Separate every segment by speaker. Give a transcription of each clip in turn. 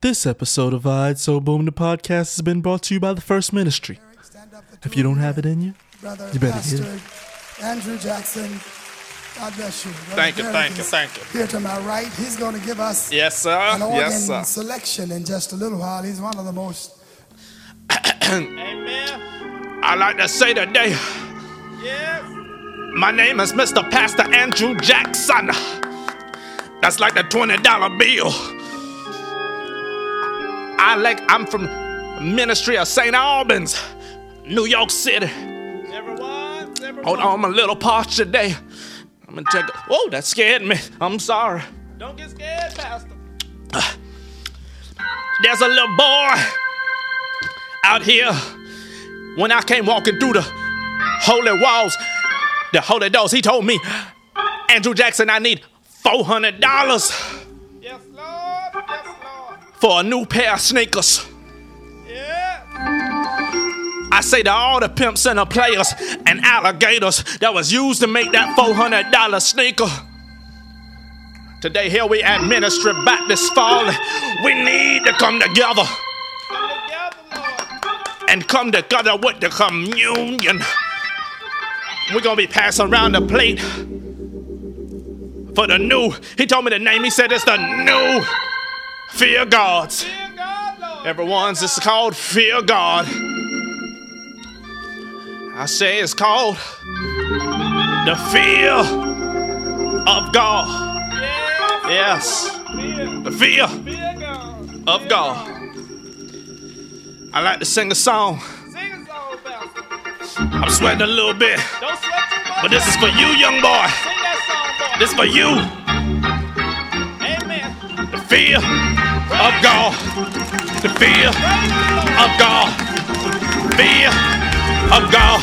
Speaker 1: This episode of I'd So Boom the Podcast has been brought to you by the First Ministry.
Speaker 2: Stand up for
Speaker 1: If you
Speaker 2: two
Speaker 1: don't
Speaker 2: men.
Speaker 1: have it in you,
Speaker 2: brother,
Speaker 1: you better
Speaker 2: Pastor
Speaker 1: get it.
Speaker 2: Andrew Jackson. God bless you. Brother
Speaker 3: Thank you,
Speaker 2: Derek
Speaker 3: thank you,
Speaker 2: is
Speaker 3: thank you.
Speaker 2: Here to my right, he's going to give us
Speaker 3: Yes, sir.
Speaker 2: an organ
Speaker 3: Yes, sir.
Speaker 2: selection in just a little while. He's one of the most.
Speaker 3: I like to say today. My name is Mr. Pastor Andrew Jackson. That's like the $20 bill. I like, I'm from Ministry of St. Albans, New York City. Hold on, I'm a little parched today. I'm gonna take a, whoa, that scared me. I'm sorry.
Speaker 4: Don't get scared, Pastor.
Speaker 3: There's a little boy out here. When I came walking through the holy walls, the holy doors, he told me, Andrew Jackson, I need $400
Speaker 4: Yes, Lord. Yes, Lord.
Speaker 3: for a new pair of sneakers.
Speaker 4: Yeah.
Speaker 3: I say to all the pimps and the players and alligators that was used to make that $400 sneaker. Today, here we at Ministry Baptist Fall. We need to come together
Speaker 4: Come together, Lord.
Speaker 3: and come together with the communion. We're gonna be passing around the plate for the new. He told me the name. He said it's the new Fear Gods.
Speaker 4: Dear God, Lord.
Speaker 3: Everyone's it's called Fear God. I say it's called the fear of God.
Speaker 4: Yeah.
Speaker 3: Yes,
Speaker 4: Fear.
Speaker 3: the fear
Speaker 4: Fear God.
Speaker 3: of God. I like to sing a song.
Speaker 4: Sing a song, Pastor.
Speaker 3: I'm sweating a little bit,
Speaker 4: Don't sweat too much.
Speaker 3: but this is for you, young boy.
Speaker 4: Sing that song, boy.
Speaker 3: This for you,
Speaker 4: Amen. Praise
Speaker 3: the fear of God, the fear
Speaker 4: the Lord.
Speaker 3: of God, fear of God.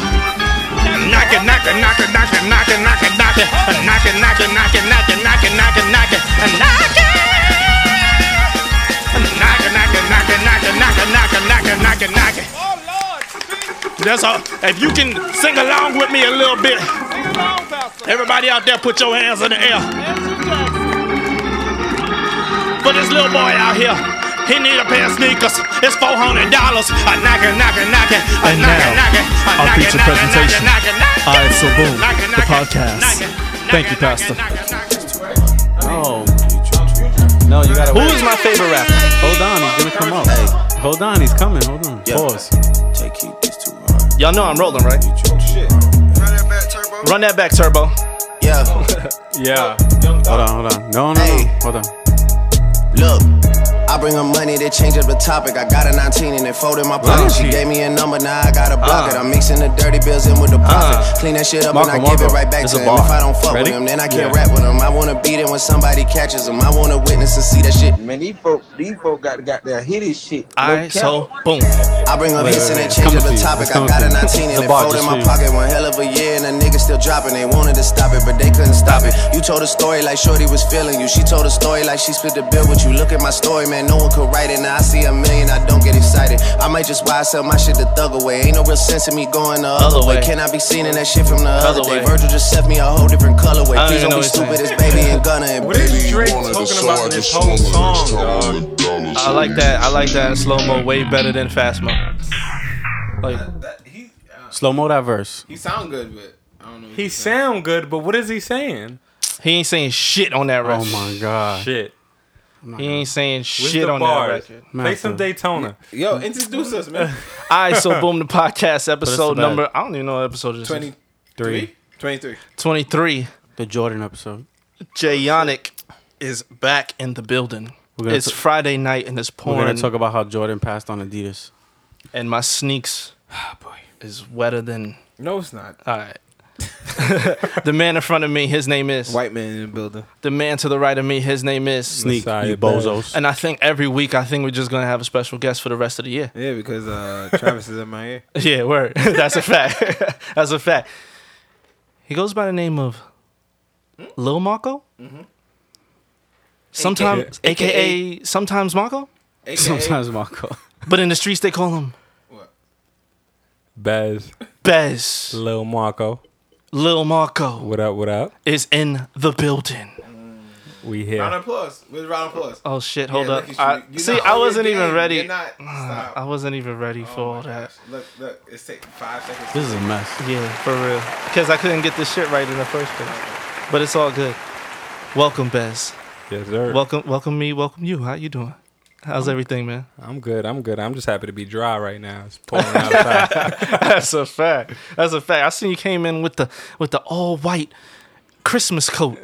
Speaker 3: Knock it, knock it, knock it, knock it, knock it, knock it, knock it, knock it, knock it, knock it, knock it, knock it, knock it, knock it, knock it. Knock it, knock it, knock it, knock it, knock it, knock it, knock it, knock it, knock it.
Speaker 4: Oh, Lord. Sing,
Speaker 3: That's all. If you can sing along with me a little bit,
Speaker 4: sing along, Pastor.
Speaker 3: everybody out there, put your hands in the air.
Speaker 4: Andrew Jackson.
Speaker 3: For this little boy out here, he need a pair of sneakers. It's four hundred dollars. I knock it, knock it, knock it. I
Speaker 1: And
Speaker 3: knock it,
Speaker 1: now,
Speaker 3: knock it. I
Speaker 1: our
Speaker 3: knock it,
Speaker 1: feature
Speaker 3: knock it,
Speaker 1: presentation.
Speaker 3: knock it, knock it, knock
Speaker 1: Alright, so
Speaker 3: it,
Speaker 1: boom,
Speaker 3: knock it,
Speaker 1: the
Speaker 3: knock it,
Speaker 1: podcast.
Speaker 3: knock it,
Speaker 1: Thank you,
Speaker 3: knock it,
Speaker 1: Pastor.
Speaker 3: knock it, knock it, knock it.
Speaker 5: Oh. No, you gotta.
Speaker 6: Who is my favorite rapper?
Speaker 5: Hold on, he's gonna come up. Hold on, he's coming. Hold on.
Speaker 6: Yeah.
Speaker 5: Pause.
Speaker 6: Take you this too hard.
Speaker 3: Y'all know I'm rolling, right? Run that back, Turbo.
Speaker 6: Yeah,
Speaker 5: Yeah. Hold on, hold on. No, no, no.
Speaker 6: Hey.
Speaker 5: Hold on.
Speaker 6: look. I bring her money to change up the topic. I got a 19 and it folded my
Speaker 5: Wow.
Speaker 6: pocket. She gave me a number, now I gotta block
Speaker 5: Uh.
Speaker 6: it. I'm mixing the dirty bills in with the profit.
Speaker 5: Uh.
Speaker 6: Clean that shit up
Speaker 5: Marco,
Speaker 6: and I give
Speaker 5: Marco,
Speaker 6: it right back
Speaker 5: it's
Speaker 6: to
Speaker 5: a
Speaker 6: him.
Speaker 5: bar.
Speaker 6: If I don't fuck
Speaker 5: Ready?
Speaker 6: with him, then I can't
Speaker 5: Yeah.
Speaker 6: rap with him. I wanna beat it when somebody catches him. I wanna witness and see that shit.
Speaker 7: Man, these folk, these folk got got their hitty shit. No
Speaker 3: Alright,
Speaker 7: cap.
Speaker 3: so boom.
Speaker 6: I bring up
Speaker 5: Wait,
Speaker 6: hits
Speaker 5: wait, wait.
Speaker 6: and they
Speaker 5: It's
Speaker 6: change
Speaker 5: coming
Speaker 6: up
Speaker 5: for
Speaker 6: the
Speaker 5: you.
Speaker 6: topic.
Speaker 5: It's
Speaker 6: I
Speaker 5: coming
Speaker 6: got
Speaker 5: for
Speaker 6: a
Speaker 5: you.
Speaker 6: 19
Speaker 5: The
Speaker 6: and it
Speaker 5: bar just
Speaker 6: folded in
Speaker 5: for
Speaker 6: my
Speaker 5: you.
Speaker 6: pocket. One hell of a year and a nigga still dropping. They wanted to stop it, but they couldn't stop it. You told a story like Shorty was feeling you. She told a story like she split the bill with you. Look at my story, man. No one could write it. Now I see a million, I don't get excited. I might just why I sell my shit the thug away. Ain't no real sense in me going the other,
Speaker 3: Other
Speaker 6: way.
Speaker 3: way.
Speaker 6: Can I be seen in that shit from the other,
Speaker 3: Other
Speaker 6: day?
Speaker 3: way.
Speaker 6: Virgil just sent me a whole different colorway.
Speaker 3: I don't
Speaker 6: Please
Speaker 3: even
Speaker 6: don't be
Speaker 3: know
Speaker 6: stupid.
Speaker 3: his
Speaker 6: It's baby and Gunna and
Speaker 5: What is Drake
Speaker 8: Wanted to
Speaker 5: talking
Speaker 8: side
Speaker 5: about in
Speaker 8: to
Speaker 5: this whole
Speaker 8: swallow
Speaker 5: song,
Speaker 8: this
Speaker 5: dog?
Speaker 8: time with dollars.
Speaker 3: I like that. I like that in slow mo way better than fast mo. Like
Speaker 9: That- he uh,
Speaker 5: Slow mo that verse.
Speaker 9: he sound good, but I don't know. what
Speaker 5: He sound good, but what is he saying?
Speaker 3: he aining saying shit on that
Speaker 5: Oh
Speaker 3: record.
Speaker 5: my god.
Speaker 9: Shit.
Speaker 3: He ain't saying
Speaker 5: Where's
Speaker 3: shit
Speaker 5: the
Speaker 3: on that
Speaker 5: bars?
Speaker 3: record.
Speaker 5: Play some Daytona.
Speaker 9: Yo, introduce us, man.
Speaker 3: Alright, so boom the podcast episode
Speaker 5: bad.
Speaker 3: number I don't even know what episode this is.
Speaker 9: 23? 23.
Speaker 3: 23.
Speaker 5: The Jordan episode.
Speaker 3: Jay Yannick is back in the building.
Speaker 5: We're gonna
Speaker 3: It's
Speaker 5: t-
Speaker 3: Friday night and it's
Speaker 5: We're gonna
Speaker 3: pouring,
Speaker 5: talk about how Jordan passed on Adidas.
Speaker 3: and my sneaks
Speaker 9: Ah, boy.
Speaker 3: is wetter than.
Speaker 9: No, it's not.
Speaker 3: All right. the man in front of me, his name is.
Speaker 9: White man in the building.
Speaker 3: The man to the right of me, his name is.
Speaker 5: Sneak,
Speaker 9: Messiah
Speaker 5: you
Speaker 9: Bell.
Speaker 5: bozos.
Speaker 3: And I think every week, I think we're just gonna have a special guest for the rest of the year.
Speaker 9: Yeah, because uh, Travis is in my ear.
Speaker 3: Yeah, word. That's a fact. That's a fact. He goes by the name of Lil Marco. Sometimes, AKA, sometimes Marco,
Speaker 9: AKA,
Speaker 5: Sometimes Marco.
Speaker 3: but in the streets they call him
Speaker 9: What?
Speaker 5: Bez.
Speaker 3: Bez.
Speaker 5: Lil Marco.
Speaker 3: Lil Marco.
Speaker 5: What up, what up?
Speaker 3: is in the building.
Speaker 9: We here.
Speaker 7: Round of applause. Where's round of applause?
Speaker 1: Oh shit! Hold
Speaker 7: Yeah,
Speaker 1: up.
Speaker 7: look at
Speaker 1: I,
Speaker 7: you. oh, You're
Speaker 1: see,
Speaker 7: not
Speaker 1: I
Speaker 7: on your
Speaker 1: wasn't even
Speaker 7: game.
Speaker 1: ready. Uh,
Speaker 7: You're not. Stop.
Speaker 1: I wasn't even ready for all that.
Speaker 7: Look, look. It's taking five seconds.
Speaker 9: This is a mess.
Speaker 1: Yeah, for real. Because I couldn't get this shit right in the first place. But it's all good. Welcome, Bez.
Speaker 9: Yes, sir.
Speaker 1: Welcome, welcome me. Welcome you. How you doing? How's everything, man?
Speaker 9: I'm good. I'm good. I'm just happy to be dry right now. It's pouring outside.
Speaker 1: That's a fact. That's a fact. I seen you came in with the with the all white Christmas coat.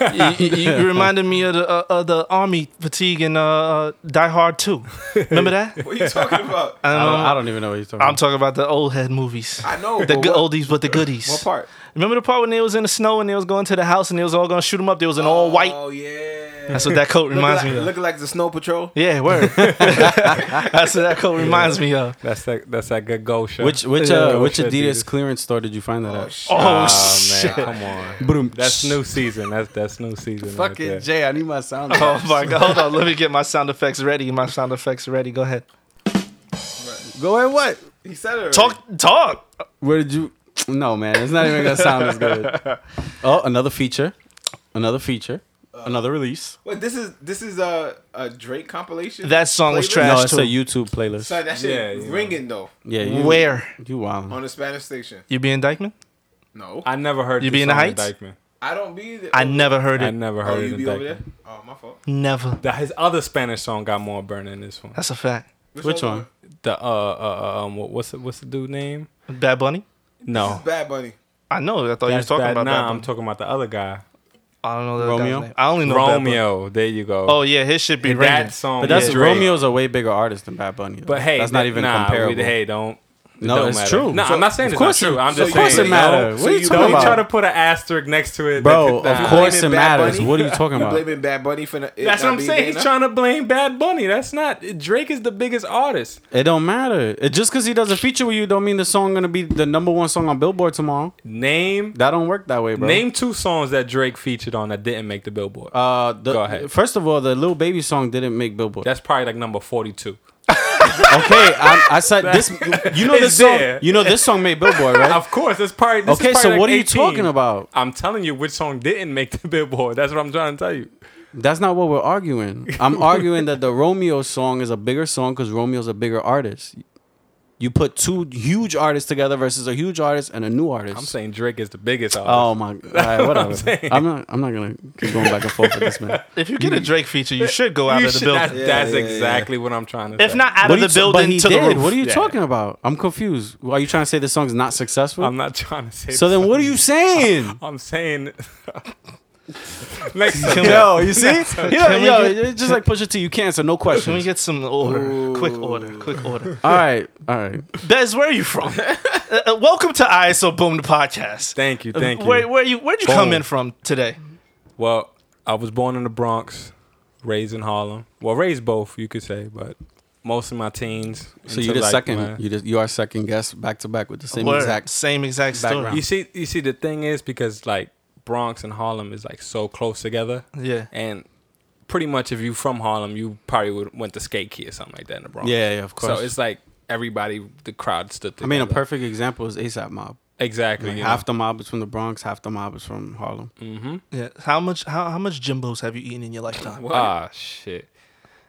Speaker 1: you, you- you reminded me of the uh, of the army fatigue in uh, Die Hard Two. Remember that?
Speaker 7: What are you talking about?
Speaker 9: I, don't, I don't even know what you're talking
Speaker 1: I'm
Speaker 9: about.
Speaker 1: talking about the old head movies.
Speaker 7: I know,
Speaker 1: the
Speaker 7: but
Speaker 1: good
Speaker 7: what-
Speaker 1: oldies, but the goodies.
Speaker 7: what part?
Speaker 1: Remember the part when they was in the snow and they was going to the house and they was all gonna shoot them up? They was an all white.
Speaker 7: Oh yeah.
Speaker 1: That's what that coat reminds
Speaker 7: Look
Speaker 1: me
Speaker 7: like,
Speaker 1: of.
Speaker 7: look like the snow patrol.
Speaker 1: yeah, word. That's what that coat reminds me of.
Speaker 9: That's that. That's that good goal shot.
Speaker 5: Which which
Speaker 9: Yeah,
Speaker 5: uh,
Speaker 9: go
Speaker 5: which
Speaker 9: shit,
Speaker 5: Adidas
Speaker 9: Adidas.
Speaker 5: clearance store did you find that at?
Speaker 1: Oh,
Speaker 9: Oh,
Speaker 1: shit.
Speaker 9: man, come on.
Speaker 5: Boom.
Speaker 9: That's new season. That's that's new season. right
Speaker 5: Fucking
Speaker 9: there.
Speaker 5: Jay, I need my sound.
Speaker 1: Oh my god. Hold on, let me get my sound effects ready. My sound effects ready. Go ahead.
Speaker 5: Go ahead. What?
Speaker 7: He said it. Already.
Speaker 1: Talk talk.
Speaker 5: Where did you? No, man, it's not even gonna sound as good. Oh, another feature, another feature, another release.
Speaker 7: Wait, this is this is a a Drake compilation.
Speaker 1: That song was
Speaker 7: Playlist?
Speaker 1: trash.
Speaker 5: No,
Speaker 1: Ash
Speaker 5: it's
Speaker 1: too.
Speaker 5: a YouTube playlist.
Speaker 7: Son, that shit
Speaker 9: Yeah, yeah.
Speaker 7: ringing though
Speaker 5: Yeah, you,
Speaker 1: Where?
Speaker 5: you wow.
Speaker 7: on the Spanish station.
Speaker 1: You being Dykeman?
Speaker 7: No, I,
Speaker 9: I never heard.
Speaker 1: You
Speaker 9: this
Speaker 1: be in the
Speaker 9: song in
Speaker 1: Heights?
Speaker 9: Dykeman.
Speaker 7: don't be. The,
Speaker 1: I never heard
Speaker 9: I
Speaker 1: it.
Speaker 9: never
Speaker 7: Oh,
Speaker 9: heard it
Speaker 7: you
Speaker 9: in
Speaker 7: be over there?
Speaker 9: Dykeman.
Speaker 7: Oh, my fault.
Speaker 1: Never.
Speaker 9: That his other Spanish song got more burn than this one.
Speaker 1: That's a fact.
Speaker 5: Which one?
Speaker 9: The uh, uh uh, um what- what's the, what's the dude name?
Speaker 1: Bad Bunny?
Speaker 9: No,
Speaker 7: Bad Bunny.
Speaker 1: I know. I thought you was
Speaker 9: that's
Speaker 1: talking
Speaker 9: bad.
Speaker 1: about
Speaker 9: nah,
Speaker 1: that.
Speaker 9: I'm talking about the other guy,
Speaker 1: I don't know that
Speaker 5: Romeo?
Speaker 1: guy's name. I only know Bad Bunny.
Speaker 9: Romeo. There you go.
Speaker 1: Oh yeah, his shit be
Speaker 9: And
Speaker 1: ringing.
Speaker 9: that song.
Speaker 5: But that's
Speaker 9: is Drake.
Speaker 5: Romeo's a way bigger artist than Bad Bunny. though.
Speaker 9: But hey,
Speaker 5: that's not even
Speaker 9: nah,
Speaker 5: comparable.
Speaker 9: We, hey, don't. it
Speaker 5: No,
Speaker 9: don't
Speaker 5: it's
Speaker 9: matter.
Speaker 5: true.
Speaker 9: No,
Speaker 5: So-
Speaker 9: I'm not saying
Speaker 5: of
Speaker 9: it's
Speaker 5: course
Speaker 9: not true.
Speaker 5: it-
Speaker 9: I'm
Speaker 5: so
Speaker 9: just
Speaker 5: of course
Speaker 9: saying.
Speaker 5: it matter.
Speaker 9: Don't,
Speaker 5: What are you
Speaker 9: don't
Speaker 5: talking
Speaker 9: try
Speaker 5: about?
Speaker 9: to put an asterisk next to it.
Speaker 5: Bro,
Speaker 9: That-
Speaker 5: of
Speaker 9: that-
Speaker 5: course
Speaker 7: blaming
Speaker 5: it
Speaker 7: Bad
Speaker 5: matters.
Speaker 7: Bunny?
Speaker 5: What are you talking
Speaker 7: You
Speaker 5: about?
Speaker 7: blaming Bad Bunny for not, it
Speaker 9: That's
Speaker 7: not
Speaker 9: what I'm
Speaker 7: being
Speaker 9: saying.
Speaker 7: big
Speaker 9: He's
Speaker 7: enough?
Speaker 9: trying to blame Bad Bunny. That's not Drake is the biggest artist.
Speaker 5: It don't matter. It, just because he does a feature with you, don't mean the song gonna be the number one song on Billboard tomorrow.
Speaker 9: Name
Speaker 5: That don't work that way, bro.
Speaker 9: name two songs that Drake featured on that didn't make the Billboard.
Speaker 5: Uh, the,
Speaker 9: Go ahead.
Speaker 5: First of all, the Lil Baby song didn't make Billboard.
Speaker 9: That's probably like number forty-two.
Speaker 5: okay, I, I said this. You know this
Speaker 9: It's
Speaker 5: song.
Speaker 9: there.
Speaker 5: You know this song made Billboard, right?
Speaker 9: Of course, it's probably. This is
Speaker 5: Okay,
Speaker 9: probably
Speaker 5: so
Speaker 9: like
Speaker 5: what are you
Speaker 9: 18.
Speaker 5: talking about?
Speaker 9: I'm telling you, which song didn't make the Billboard? That's what I'm trying to tell you.
Speaker 5: That's not what we're arguing. I'm arguing that the Romeo song is a bigger song because Romeo's a bigger artist. You put two huge artists together versus a huge artist and a new artist.
Speaker 9: I'm saying Drake is the biggest artist.
Speaker 5: Oh my! All right, whatever.
Speaker 9: saying.
Speaker 5: I'm, not. I'm not gonna keep going back and forth with this man.
Speaker 1: If you get a Drake feature, you should go out
Speaker 9: You
Speaker 1: of the
Speaker 9: should- that's
Speaker 5: Oh.
Speaker 1: building.
Speaker 9: that's
Speaker 7: yeah, yeah.
Speaker 9: exactly what I'm trying to.
Speaker 1: If
Speaker 9: say.
Speaker 1: not out
Speaker 5: What
Speaker 1: of
Speaker 5: are you
Speaker 1: the
Speaker 5: t- but
Speaker 1: building
Speaker 5: he
Speaker 1: to the
Speaker 5: did.
Speaker 1: roof.
Speaker 5: What are you
Speaker 9: Yeah.
Speaker 5: talking about? I'm confused. Are you trying to say this song's not successful?
Speaker 9: I'm not trying to say.
Speaker 5: so then, what are you saying?
Speaker 9: I'm saying. Next
Speaker 1: Can
Speaker 9: subject.
Speaker 1: we-
Speaker 5: yo, you see? yo,
Speaker 1: we
Speaker 5: yo,
Speaker 1: get-
Speaker 5: it's just like push it to you can't. So no
Speaker 1: Can we
Speaker 5: questions.
Speaker 1: get some order? Quick order. Quick order.
Speaker 5: all right, all right.
Speaker 1: Bez, where are you from? Uh, uh, welcome to ISO Boom the podcast.
Speaker 9: Thank you, thank you.
Speaker 1: Where, where you? Where'd you come
Speaker 9: Boom.
Speaker 1: in from today?
Speaker 9: Well, I was born in the Bronx, raised in Harlem. Well, raised both, you could say, but most of my teens.
Speaker 5: So you
Speaker 9: until,
Speaker 5: just
Speaker 9: like,
Speaker 5: second.
Speaker 9: my-
Speaker 5: You just you are second guest back to back with the same
Speaker 1: Word.
Speaker 5: exact.
Speaker 1: same exact
Speaker 9: You
Speaker 5: background.
Speaker 9: see, you see, the thing is because like Bronx and Harlem is like so close together,
Speaker 1: story. Yeah.
Speaker 9: and pretty much if you from Harlem, you probably would went to skate key or something like that in the Bronx.
Speaker 5: Yeah, yeah, of course.
Speaker 9: So it's like everybody, the crowd stood.
Speaker 5: I
Speaker 9: Together.
Speaker 5: mean, a perfect example is ASAP Mob.
Speaker 9: exactly. you know.
Speaker 5: half the mob is from the Bronx, half the mob is from Harlem.
Speaker 1: Yeah. How much? How, how much Jimbos have you eaten in your lifetime?
Speaker 9: Ah, shit.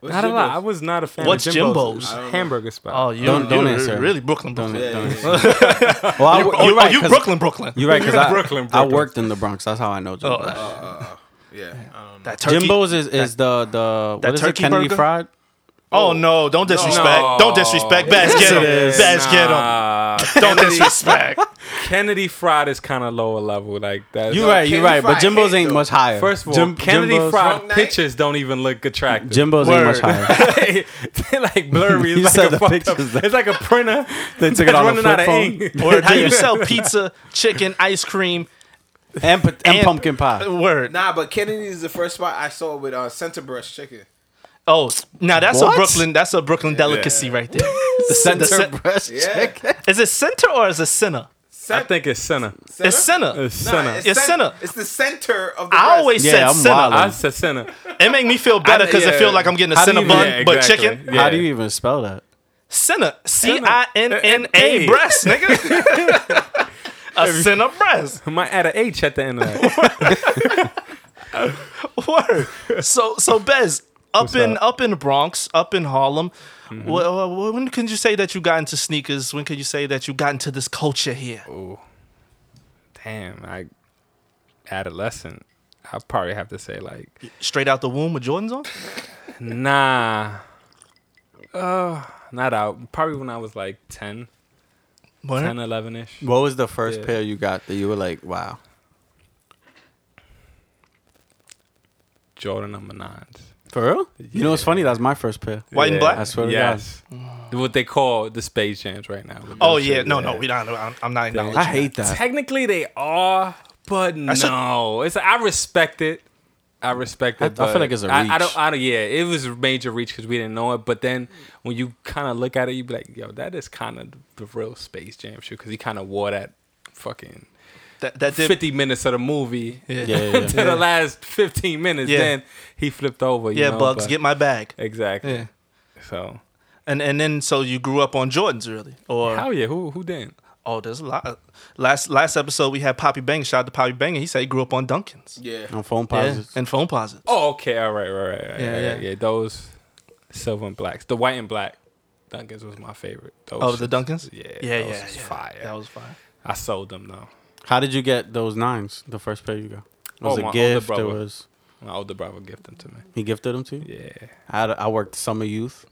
Speaker 7: What's
Speaker 9: not a
Speaker 7: your
Speaker 9: lot. I
Speaker 7: most-
Speaker 9: was not a fan.
Speaker 1: What's
Speaker 9: of Jimbo's?
Speaker 1: Jimbo's?
Speaker 9: Hamburger spot.
Speaker 1: Oh, you
Speaker 5: Don't-
Speaker 1: don't,
Speaker 5: don't answer.
Speaker 1: Really, Brooklyn,
Speaker 5: Don't-
Speaker 1: Brooklyn.
Speaker 5: don't-
Speaker 7: Yeah, yeah,
Speaker 5: Well, I,
Speaker 1: Oh,
Speaker 5: you're right.
Speaker 1: you
Speaker 5: 'cause-
Speaker 1: Brooklyn, Brooklyn.
Speaker 5: You're right Uh, because I,
Speaker 9: Brooklyn,
Speaker 5: I
Speaker 9: Brooklyn.
Speaker 5: worked in the Bronx. That's how I know
Speaker 1: Oh,
Speaker 5: Jimbo's.
Speaker 7: yeah. yeah. I don't know.
Speaker 1: that turkey.
Speaker 5: Jimbo's is, is the the
Speaker 1: That
Speaker 5: what is it?
Speaker 1: turkey
Speaker 5: Kennedy
Speaker 1: burger?
Speaker 5: Fried.
Speaker 1: Oh no! Don't disrespect.
Speaker 9: No.
Speaker 1: Don't disrespect. Bez, get him. Bez, get him.
Speaker 9: Nah,
Speaker 1: Don't disrespect.
Speaker 9: Kennedy Fried is kind of lower level. Like that.
Speaker 5: You're right. You're
Speaker 7: Kennedy
Speaker 5: right. But
Speaker 7: Fried
Speaker 5: Jimbo's
Speaker 7: hate,
Speaker 5: ain't
Speaker 7: though.
Speaker 5: much higher.
Speaker 9: First of all,
Speaker 5: Jim-
Speaker 9: Kennedy
Speaker 5: Jimbo's-
Speaker 9: Fried
Speaker 7: Wrong night?
Speaker 9: pictures don't even look attractive.
Speaker 5: Jimbo's ain't much
Speaker 1: Word.
Speaker 5: higher.
Speaker 9: They're like blurry.
Speaker 5: You
Speaker 9: It's
Speaker 5: said
Speaker 9: like, a
Speaker 5: the
Speaker 9: fucked up,
Speaker 5: pictures, though.
Speaker 9: it's like a printer.
Speaker 5: They took
Speaker 9: It's
Speaker 5: it on a
Speaker 9: running
Speaker 5: flip
Speaker 9: out of
Speaker 5: phone
Speaker 9: ink.
Speaker 1: Word. How you sell pizza, chicken, ice cream?
Speaker 5: and, pa- and pumpkin pie.
Speaker 1: Word.
Speaker 7: Nah, but Kennedy is the first spot I saw with uh, center breast chicken.
Speaker 1: Oh, now that's
Speaker 5: What?
Speaker 1: a Brooklyn. That's a Brooklyn delicacy right there.
Speaker 5: The center
Speaker 1: cen-
Speaker 5: breast
Speaker 7: Yeah.
Speaker 5: chicken.
Speaker 1: Is it center or is it center?
Speaker 9: I think it's center.
Speaker 7: Center?
Speaker 1: It's center.
Speaker 9: It's center.
Speaker 1: It's
Speaker 7: cen-
Speaker 1: center.
Speaker 7: It's the center of the
Speaker 1: I
Speaker 7: breast.
Speaker 1: always
Speaker 5: Yeah,
Speaker 1: said
Speaker 5: I'm
Speaker 1: center.
Speaker 5: wildin'.
Speaker 9: I said center.
Speaker 1: It make me feel better because
Speaker 9: yeah.
Speaker 1: it feel like I'm getting a
Speaker 9: How do
Speaker 1: center
Speaker 9: you-
Speaker 1: bun,
Speaker 9: yeah,
Speaker 1: but
Speaker 9: exactly.
Speaker 1: chicken.
Speaker 9: Yeah.
Speaker 5: How do you even spell that?
Speaker 1: Center. C I N N A
Speaker 9: N-
Speaker 1: breast, nigga. a center breast.
Speaker 9: Might add an H at the end of that.
Speaker 1: Word. So so Bez, up
Speaker 9: What's
Speaker 1: in
Speaker 9: up?
Speaker 1: up in the Bronx, up in Harlem.
Speaker 9: Mm-hmm.
Speaker 1: wh- wh- when can you say that you got into sneakers? When can you say that you got into this culture here?
Speaker 9: Damn, I adolescent. I probably have to say like
Speaker 1: Straight out the womb with Jordans on?
Speaker 9: nah. Uh, not out. Probably when I was like 10,
Speaker 1: Word.
Speaker 9: 10, 11 ish.
Speaker 5: What was the first
Speaker 9: Yeah.
Speaker 5: pair you got that you were like, wow?
Speaker 9: Jordan number nines.
Speaker 5: For real? You know what's funny? That's my first pair.
Speaker 1: White and
Speaker 5: I
Speaker 1: black?
Speaker 5: swear to
Speaker 9: yes. What they call the space jams right now.
Speaker 1: Oh yeah, no, no, we don't. I'm, I'm not
Speaker 5: God.
Speaker 1: acknowledging.
Speaker 5: I hate that.
Speaker 9: Technically, they are, but
Speaker 1: should-
Speaker 9: no. It's I respect it. I respect it.
Speaker 5: I- I feel
Speaker 9: but
Speaker 5: like it's a
Speaker 9: I- I,
Speaker 5: reach.
Speaker 9: don't. I don't. Yeah, it was a major reach because we didn't know it. But then when you kind of look at it, you be like, "Yo, that is kind of the real Space Jam shoe," because he kind of wore that fucking
Speaker 1: that. That did.
Speaker 9: fifty minutes of the movie
Speaker 5: Yeah, yeah, yeah.
Speaker 9: to the last fifteen minutes.
Speaker 1: Yeah.
Speaker 9: Then he flipped over. you
Speaker 1: yeah,
Speaker 9: know,
Speaker 1: bugs,
Speaker 9: but-
Speaker 1: get my bag.
Speaker 9: exactly.
Speaker 1: Yeah.
Speaker 9: So
Speaker 1: And and then so you grew up on Jordans really, or
Speaker 9: hell yeah, who who didn't?
Speaker 1: oh, there's a lot. Last last episode we had Poppy Bang. Shout out to Poppy Bang. and He said he grew up on Dunkins.
Speaker 7: Yeah.
Speaker 5: God. On phone
Speaker 1: Yeah,
Speaker 5: posits.
Speaker 1: and phone posits.
Speaker 9: Oh, okay. All right, right, right, right.
Speaker 1: Yeah,
Speaker 9: Yeah, yeah,
Speaker 1: yeah.
Speaker 9: yeah. Those silver and blacks. The white and black Dunkins was my favorite. Those
Speaker 1: Oh, the
Speaker 9: shits-
Speaker 1: Dunkins?
Speaker 9: Yeah,
Speaker 1: yeah,
Speaker 9: those
Speaker 1: yeah,
Speaker 9: was
Speaker 1: yeah.
Speaker 9: Fire.
Speaker 1: That was fire.
Speaker 9: I sold them though.
Speaker 5: How did you get those nines? The first pair you got was
Speaker 9: Oh, my
Speaker 5: a
Speaker 9: older
Speaker 5: gift. It
Speaker 9: brother.
Speaker 5: was
Speaker 9: My older brother gifted them to me.
Speaker 5: he gifted them to you.
Speaker 9: Yeah.
Speaker 5: I had a, I worked summer youth,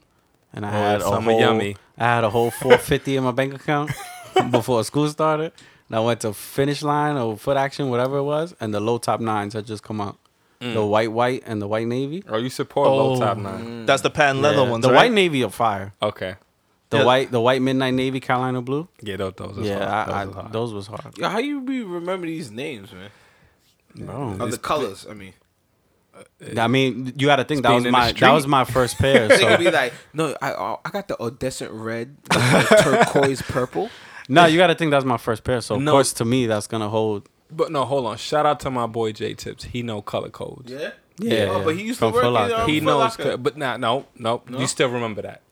Speaker 5: and I
Speaker 9: Oh,
Speaker 5: had a
Speaker 9: summer
Speaker 5: whole,
Speaker 9: yummy.
Speaker 5: I had a whole four fifty in my bank account before school started. And I went to finish line or foot action, whatever it was, and the low top nines had just come out.
Speaker 9: Mm.
Speaker 5: The white white and the white navy.
Speaker 9: Oh, you support
Speaker 1: Oh.
Speaker 9: low top nine?
Speaker 1: That's the patent leather
Speaker 5: Yeah,
Speaker 1: ones.
Speaker 5: the
Speaker 1: right?
Speaker 5: white navy are fire.
Speaker 9: Okay.
Speaker 5: The
Speaker 1: Yeah.
Speaker 5: white the white midnight navy Carolina blue.
Speaker 9: Yeah, those. those was
Speaker 5: yeah,
Speaker 9: hard.
Speaker 5: I,
Speaker 9: those,
Speaker 5: I,
Speaker 9: was hard.
Speaker 5: those was hard.
Speaker 7: Yo, how you be remember these names, man?
Speaker 5: Bro.
Speaker 7: Of the colors, I mean.
Speaker 5: I mean, you got to think that
Speaker 9: being
Speaker 5: was
Speaker 9: in the
Speaker 5: my that
Speaker 9: street.
Speaker 5: was my first pair.
Speaker 7: They
Speaker 5: So.
Speaker 7: gonna be like, no, I uh, I got the iridescent red, the turquoise purple.
Speaker 5: no, you got to think that's my first pair. So of
Speaker 9: No.
Speaker 5: course, to me, that's gonna hold.
Speaker 9: But no, hold on. Shout out to my boy J Tips. He know color codes.
Speaker 7: Yeah.
Speaker 5: Yeah,
Speaker 7: Oh, but he used
Speaker 5: From
Speaker 7: to work.
Speaker 5: Foot
Speaker 7: in,
Speaker 5: Locker.
Speaker 7: um,
Speaker 9: He
Speaker 7: Foot
Speaker 9: knows,
Speaker 7: Locker.
Speaker 9: co- but nah, no, no, You still remember that.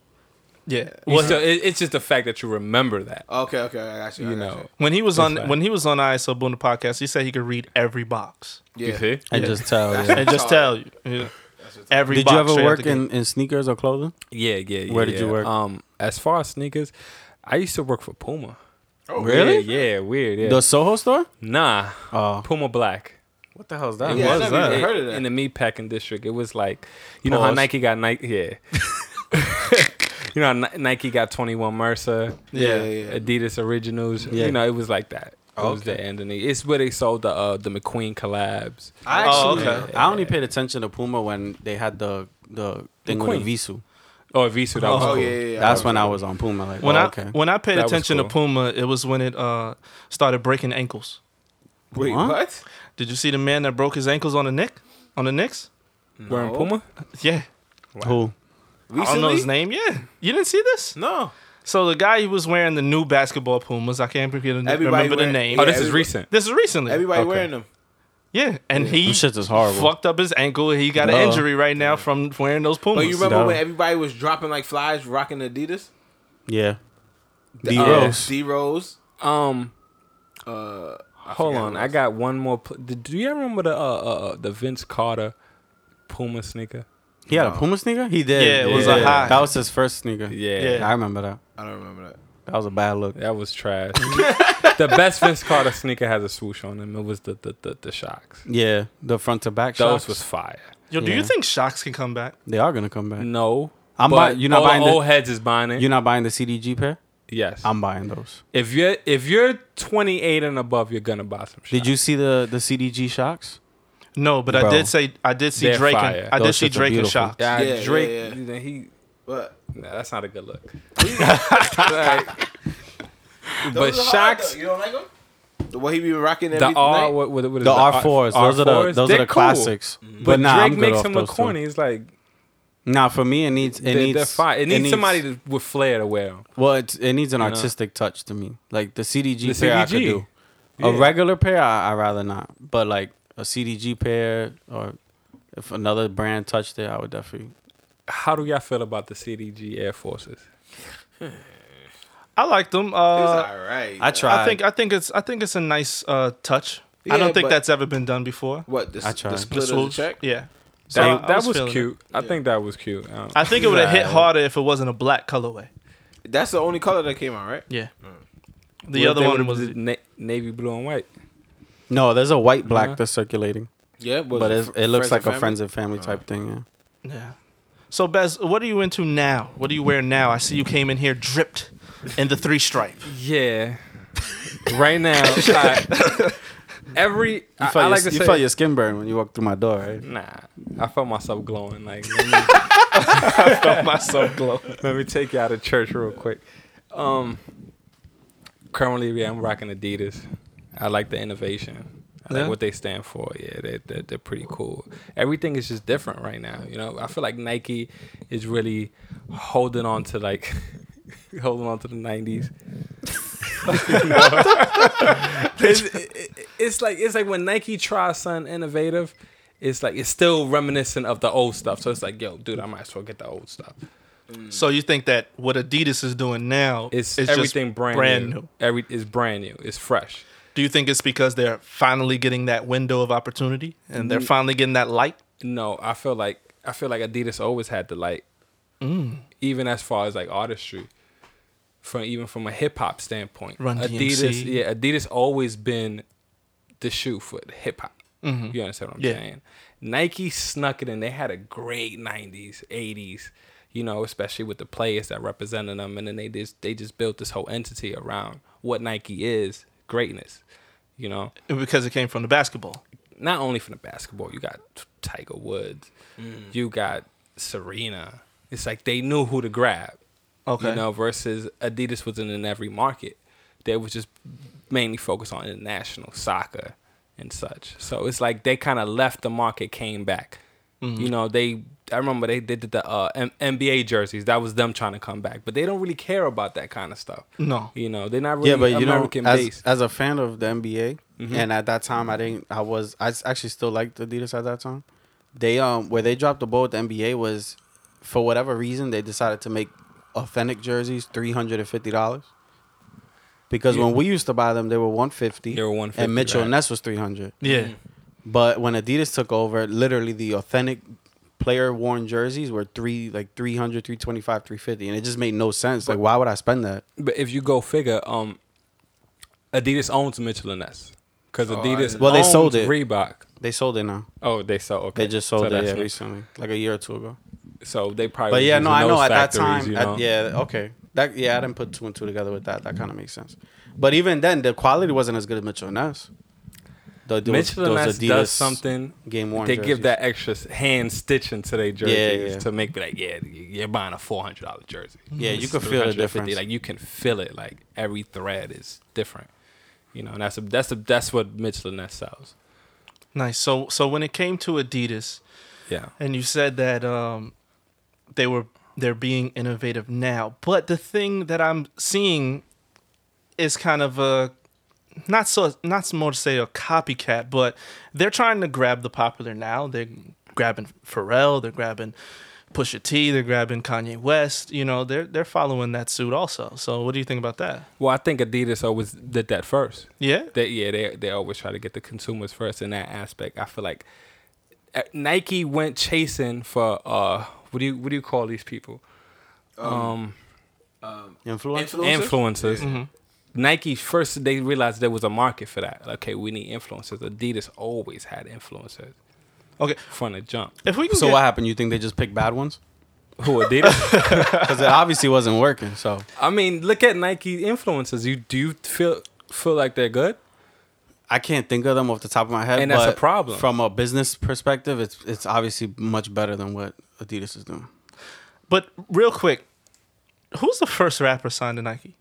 Speaker 1: Yeah.
Speaker 9: You
Speaker 1: Well,
Speaker 9: still, it, it's just the fact that you remember that.
Speaker 7: Okay, okay, I got you. I
Speaker 9: you
Speaker 7: got
Speaker 9: know.
Speaker 1: when he was on
Speaker 9: fine.
Speaker 1: when he was on ISO Boom the podcast, he said he could read every box
Speaker 7: you.
Speaker 9: You
Speaker 7: Yeah.
Speaker 9: see?
Speaker 5: and just tell. yeah.
Speaker 1: and just tell you yeah. every.
Speaker 5: Did
Speaker 1: box
Speaker 5: you ever
Speaker 1: straight out
Speaker 5: work
Speaker 1: the gate.
Speaker 5: in, in sneakers or clothing?
Speaker 9: Yeah, yeah, yeah.
Speaker 5: Where did you
Speaker 9: yeah.
Speaker 5: work?
Speaker 9: Um, as far as sneakers, I used to work for Puma.
Speaker 7: Oh,
Speaker 9: Yeah, yeah weird. Yeah.
Speaker 5: The Soho store?
Speaker 9: nah,
Speaker 5: Oh,
Speaker 9: Puma Black.
Speaker 5: what the hell's that?
Speaker 7: Yeah, I
Speaker 9: Was
Speaker 7: never
Speaker 9: it-
Speaker 7: even heard of that.
Speaker 9: in the meatpacking district? It was like, you know how
Speaker 5: Pause.
Speaker 9: Nike got Nike, yeah. you know how Ni- Nike got Twenty One Mercer,
Speaker 7: Yeah, yeah.
Speaker 9: Adidas Originals.
Speaker 5: Yeah.
Speaker 9: You know, it was like that. It was the underneath. It's where they sold the uh, the McQueen collabs.
Speaker 7: I
Speaker 1: Oh,
Speaker 7: actually,
Speaker 1: okay.
Speaker 5: I only paid attention to Puma when they had the the thing with
Speaker 9: Queen.
Speaker 5: the Visu.
Speaker 9: Oh, Visu, that was
Speaker 7: Oh
Speaker 9: cool.
Speaker 7: yeah, yeah, yeah.
Speaker 5: That's when I was on Puma. Like,
Speaker 1: when
Speaker 5: oh,
Speaker 1: I
Speaker 5: okay.
Speaker 1: when I paid
Speaker 9: That was
Speaker 1: attention to
Speaker 9: cool.
Speaker 1: Puma, it was when it uh started breaking ankles.
Speaker 7: Wait,
Speaker 5: Huh?
Speaker 7: what?
Speaker 1: Did you see the man that broke his ankles on the Nick on the Knicks?
Speaker 9: Wearing Puma.
Speaker 1: Yeah.
Speaker 5: Who?
Speaker 7: Recently?
Speaker 1: I don't know his name. Yeah, you didn't see this.
Speaker 7: No.
Speaker 1: So the guy he was wearing the new basketball Pumas. I can't forget the-
Speaker 7: Everybody
Speaker 1: remember the
Speaker 7: wearing-
Speaker 1: name.
Speaker 9: Oh,
Speaker 7: Yeah,
Speaker 9: this is
Speaker 7: everybody-
Speaker 9: recent.
Speaker 1: This is recently.
Speaker 7: Everybody
Speaker 9: Okay.
Speaker 7: wearing them.
Speaker 1: yeah, and he
Speaker 5: Them shits is horrible.
Speaker 1: fucked up his ankle. He got
Speaker 5: Duh.
Speaker 1: an injury right now from wearing those Pumas.
Speaker 7: But you remember
Speaker 5: No.
Speaker 7: when everybody was dropping like flies, rocking Adidas?
Speaker 5: Yeah. D
Speaker 7: Uh,
Speaker 5: Rose.
Speaker 7: D Rose.
Speaker 9: Um,
Speaker 7: Uh,
Speaker 9: Hold
Speaker 7: forgot
Speaker 9: on,
Speaker 7: what
Speaker 9: I
Speaker 7: else.
Speaker 9: got one more. Pl- Did- do you remember the uh, uh uh, the Vince Carter Puma sneaker?
Speaker 5: He had a Puma sneaker. He did.
Speaker 1: Yeah, it was
Speaker 9: a
Speaker 1: high.
Speaker 5: That was his first sneaker.
Speaker 9: Yeah,
Speaker 1: Yeah.
Speaker 5: I remember that.
Speaker 7: I don't remember that.
Speaker 5: That was a bad look.
Speaker 9: that was trash. the best Vince Carter sneaker has a swoosh on them. It was the the the, the shocks.
Speaker 5: Yeah, the front to back
Speaker 9: Those
Speaker 5: shots.
Speaker 9: was fire.
Speaker 1: Yo, do you
Speaker 5: Yeah.
Speaker 1: think shocks can come back?
Speaker 5: they are gonna come back.
Speaker 9: No,
Speaker 5: I'm
Speaker 9: but
Speaker 5: buying- you're not
Speaker 9: all the
Speaker 5: buying the-
Speaker 9: Old heads is buying it.
Speaker 5: You're not buying the CDG pair.
Speaker 9: yes,
Speaker 5: I'm buying those.
Speaker 9: if you're if you're 28 and above, you're gonna buy some. Shocks.
Speaker 5: Did you see the the CDG shocks?
Speaker 1: No, but I
Speaker 5: Bro.
Speaker 1: did say I did see
Speaker 9: They're
Speaker 1: Drake.
Speaker 9: fire.
Speaker 1: And, I did
Speaker 5: Those
Speaker 1: see
Speaker 5: shits are
Speaker 1: Drake and
Speaker 5: beautiful.
Speaker 1: shocks.
Speaker 9: Yeah,
Speaker 7: Yeah, yeah,
Speaker 9: Drake.
Speaker 7: yeah.
Speaker 9: then He.
Speaker 7: But
Speaker 9: Nah, that's not a good look. Like, but
Speaker 7: Those are hard,
Speaker 9: shocks.
Speaker 7: though. You don't like them? The way he be rocking every
Speaker 9: The R,
Speaker 7: night?
Speaker 9: what, what, what is
Speaker 5: The
Speaker 9: it?
Speaker 5: R fours. Those are the
Speaker 9: R4s?
Speaker 5: those
Speaker 9: They're
Speaker 5: are the
Speaker 9: cool.
Speaker 5: classics. But
Speaker 9: But
Speaker 5: nah,
Speaker 9: Drake
Speaker 5: I'm good
Speaker 9: makes
Speaker 5: off
Speaker 9: him
Speaker 5: those
Speaker 9: look
Speaker 5: too.
Speaker 9: corny. It's like
Speaker 5: Nah, for me it needs it
Speaker 9: they're,
Speaker 5: needs
Speaker 9: they're fine. It needs, somebody to, with flair to wear them.
Speaker 5: well, it, it needs an
Speaker 9: know?
Speaker 5: artistic touch to me. Like the CDG
Speaker 9: The
Speaker 5: pair, I could
Speaker 9: CDG.
Speaker 5: do. A
Speaker 9: Yeah.
Speaker 5: regular pair, I I rather not. But like a CDG pair, or if another brand touched it, I would definitely.
Speaker 9: How do y'all feel about the CDG Air Forces?
Speaker 1: I like them.
Speaker 7: It's
Speaker 1: Uh,
Speaker 7: all right.
Speaker 5: I
Speaker 7: I
Speaker 5: tried.
Speaker 1: I think I think it's I think it's a nice uh, touch. I don't
Speaker 7: Yeah,
Speaker 1: think
Speaker 7: but-
Speaker 1: that's ever been done before.
Speaker 7: What the,
Speaker 5: I
Speaker 7: s-
Speaker 5: tried.
Speaker 7: the
Speaker 5: The
Speaker 7: split of the
Speaker 1: Swoop-
Speaker 7: check?
Speaker 1: Yeah. So I- I
Speaker 9: That, that was,
Speaker 1: feeling it.
Speaker 9: cute. I think that was cute. Um,
Speaker 1: I think it would have hit
Speaker 9: Right.
Speaker 1: harder if it wasn't a black colorway.
Speaker 7: That's the only color that came out, right?
Speaker 1: Yeah. The
Speaker 9: What if
Speaker 1: other
Speaker 9: they
Speaker 1: one
Speaker 9: would've
Speaker 1: was
Speaker 9: did na- navy blue and white.
Speaker 5: No, there's a white black
Speaker 9: Yeah.
Speaker 5: that's circulating,
Speaker 7: Yeah,
Speaker 5: but it's, it looks like a
Speaker 7: friends.
Speaker 5: friends and
Speaker 9: Uh,
Speaker 5: family type thing. Yeah.
Speaker 1: yeah. So Bez, what are you into now? What do you wear now? I see you came in here dripped in the three stripe.
Speaker 9: Yeah. right now, I- every I,
Speaker 5: You
Speaker 9: I
Speaker 5: felt,
Speaker 9: like
Speaker 5: your,
Speaker 9: to
Speaker 5: you
Speaker 9: say,
Speaker 5: felt your skin burn when you walked through my door, right?
Speaker 9: nah. I felt myself glowing. Like let me, I felt myself glowing. Let me take you out of church real quick. Um, currently, yeah, I'm rocking Adidas. I like the innovation. I
Speaker 1: Yeah?
Speaker 9: like what they stand for. Yeah, they, they're, they're pretty cool. Everything is just different right now. You know, I feel like Nike is really holding on to like holding on to the '90s. it's, it- it's like it's like when Nike tries something innovative, it's like it's still reminiscent of the old stuff. So it's like, yo, dude, I might as well get the old stuff.
Speaker 1: So you think that what Adidas is doing now
Speaker 9: It's,
Speaker 1: is
Speaker 9: everything
Speaker 1: just
Speaker 9: brand,
Speaker 1: brand
Speaker 9: new.
Speaker 1: new?
Speaker 9: Every is brand new. It's fresh.
Speaker 1: Do you think it's because they're finally getting that window of opportunity and
Speaker 9: Mm.
Speaker 1: they're finally getting that light?
Speaker 9: No, I feel like I feel like Adidas always had the light,
Speaker 1: Mm.
Speaker 9: even as far as like artistry, from even from a hip hop standpoint.
Speaker 1: Run
Speaker 9: Adidas,
Speaker 1: DMC.
Speaker 9: yeah, Adidas always been the shoe for hip hop. You understand what I'm
Speaker 1: Mm-hmm. Yeah.
Speaker 9: saying? Nike snuck it in. They had a great '90s, '80s, you know, especially with the players that represented them, and then they just they just built this whole entity around what Nike is greatness. You know,
Speaker 1: Because it came from the basketball.
Speaker 9: not only from the basketball, you got Tiger Woods, you got Serena. It's like they knew who to grab.
Speaker 1: Okay.
Speaker 9: You know, versus Adidas wasn't in every market. They was just mainly focused on international soccer and such. So it's like they kind of left the market, came back.
Speaker 5: Mm-hmm.
Speaker 9: You know, they I remember they did the uh, M- NBA jerseys. That was them trying to come back, but they don't really care about that kind of stuff.
Speaker 1: No.
Speaker 9: You know, they're not really
Speaker 5: Yeah, but you know,
Speaker 9: American
Speaker 5: as,
Speaker 9: based. Mm-hmm.
Speaker 5: as a fan of the NBA, and at that time, I didn't. I was. I s- actually still liked Adidas at that time. They um, where they dropped the ball with the NBA was, for whatever reason, they decided to make authentic jerseys three hundred and fifty dollars. Because when we used to buy them, they were one fifty.
Speaker 9: They were 150,
Speaker 5: and Mitchell
Speaker 9: right.
Speaker 5: Ness was three hundred.
Speaker 1: Yeah.
Speaker 9: Mm-hmm.
Speaker 5: But when Adidas took over, literally the authentic player worn jerseys were three like 300 325 350 and it just made no sense like why would i spend that
Speaker 9: But if you go figure, um, Adidas owns Mitchell and Ness because Adidas
Speaker 5: Well, they
Speaker 9: owns
Speaker 5: sold it.
Speaker 9: Reebok.
Speaker 5: they sold it now
Speaker 9: Oh, they sold. Okay,
Speaker 5: They just sold
Speaker 9: so
Speaker 5: it yeah,
Speaker 9: that's-
Speaker 5: recently, like a year or two ago.
Speaker 9: So they probably.
Speaker 5: But
Speaker 9: was
Speaker 5: yeah, no,
Speaker 9: using
Speaker 5: I know
Speaker 9: those
Speaker 5: at that
Speaker 9: factories,
Speaker 5: time.
Speaker 9: you
Speaker 5: at-
Speaker 9: know?
Speaker 5: yeah, okay. That yeah, I didn't put two and two together with that. That kind of makes sense. But even then, the quality wasn't as good as Mitchell and Ness. The, those-
Speaker 9: Mitchell and
Speaker 5: those
Speaker 9: Ness does something.
Speaker 5: game worn.
Speaker 9: They give that extra s- hand stitching to their jerseys
Speaker 5: yeah.
Speaker 9: to make be like, yeah, y- you're buying a four hundred dollar jersey.
Speaker 5: Yeah, you
Speaker 9: It's
Speaker 5: can feel the
Speaker 9: $350.
Speaker 5: difference.
Speaker 9: Like you can feel it. Like every thread is different. You know, and that's a, that's a, that's what Mitchell and Ness sells.
Speaker 1: Nice. So so when it came to Adidas,
Speaker 9: Yeah.
Speaker 1: and you said that um, they were they're being innovative now but the thing that i'm seeing is kind of a not so not so more to say a copycat but they're trying to grab the popular now they're grabbing pharrell they're grabbing pusha t they're grabbing kanye west you know they're they're following that suit also so what do you think about that
Speaker 9: Well, I think Adidas always did that first.
Speaker 1: yeah
Speaker 9: They, yeah, they they always try to get the consumers first in that aspect. I feel like uh, Nike went chasing for uh, what do you what do you call these people?
Speaker 5: influence.
Speaker 9: Influencers.
Speaker 7: Mm-hmm.
Speaker 9: Nike first they realized there was a market for that. Okay, we need influencers. Adidas always had influencers
Speaker 1: okay
Speaker 9: from the jump.
Speaker 1: if we can
Speaker 5: So
Speaker 1: get-
Speaker 5: what happened? You think they just picked bad ones?
Speaker 9: Who Adidas?
Speaker 5: Because it obviously wasn't working. So
Speaker 9: I mean, look at Nike influencers. You do you feel feel like they're good?
Speaker 5: I can't think of them off the top of my head.
Speaker 9: And that's a
Speaker 5: but
Speaker 9: problem.
Speaker 5: From a business perspective, it's it's obviously much better than what Adidas is doing.
Speaker 1: but real quick who's the first rapper signed to nike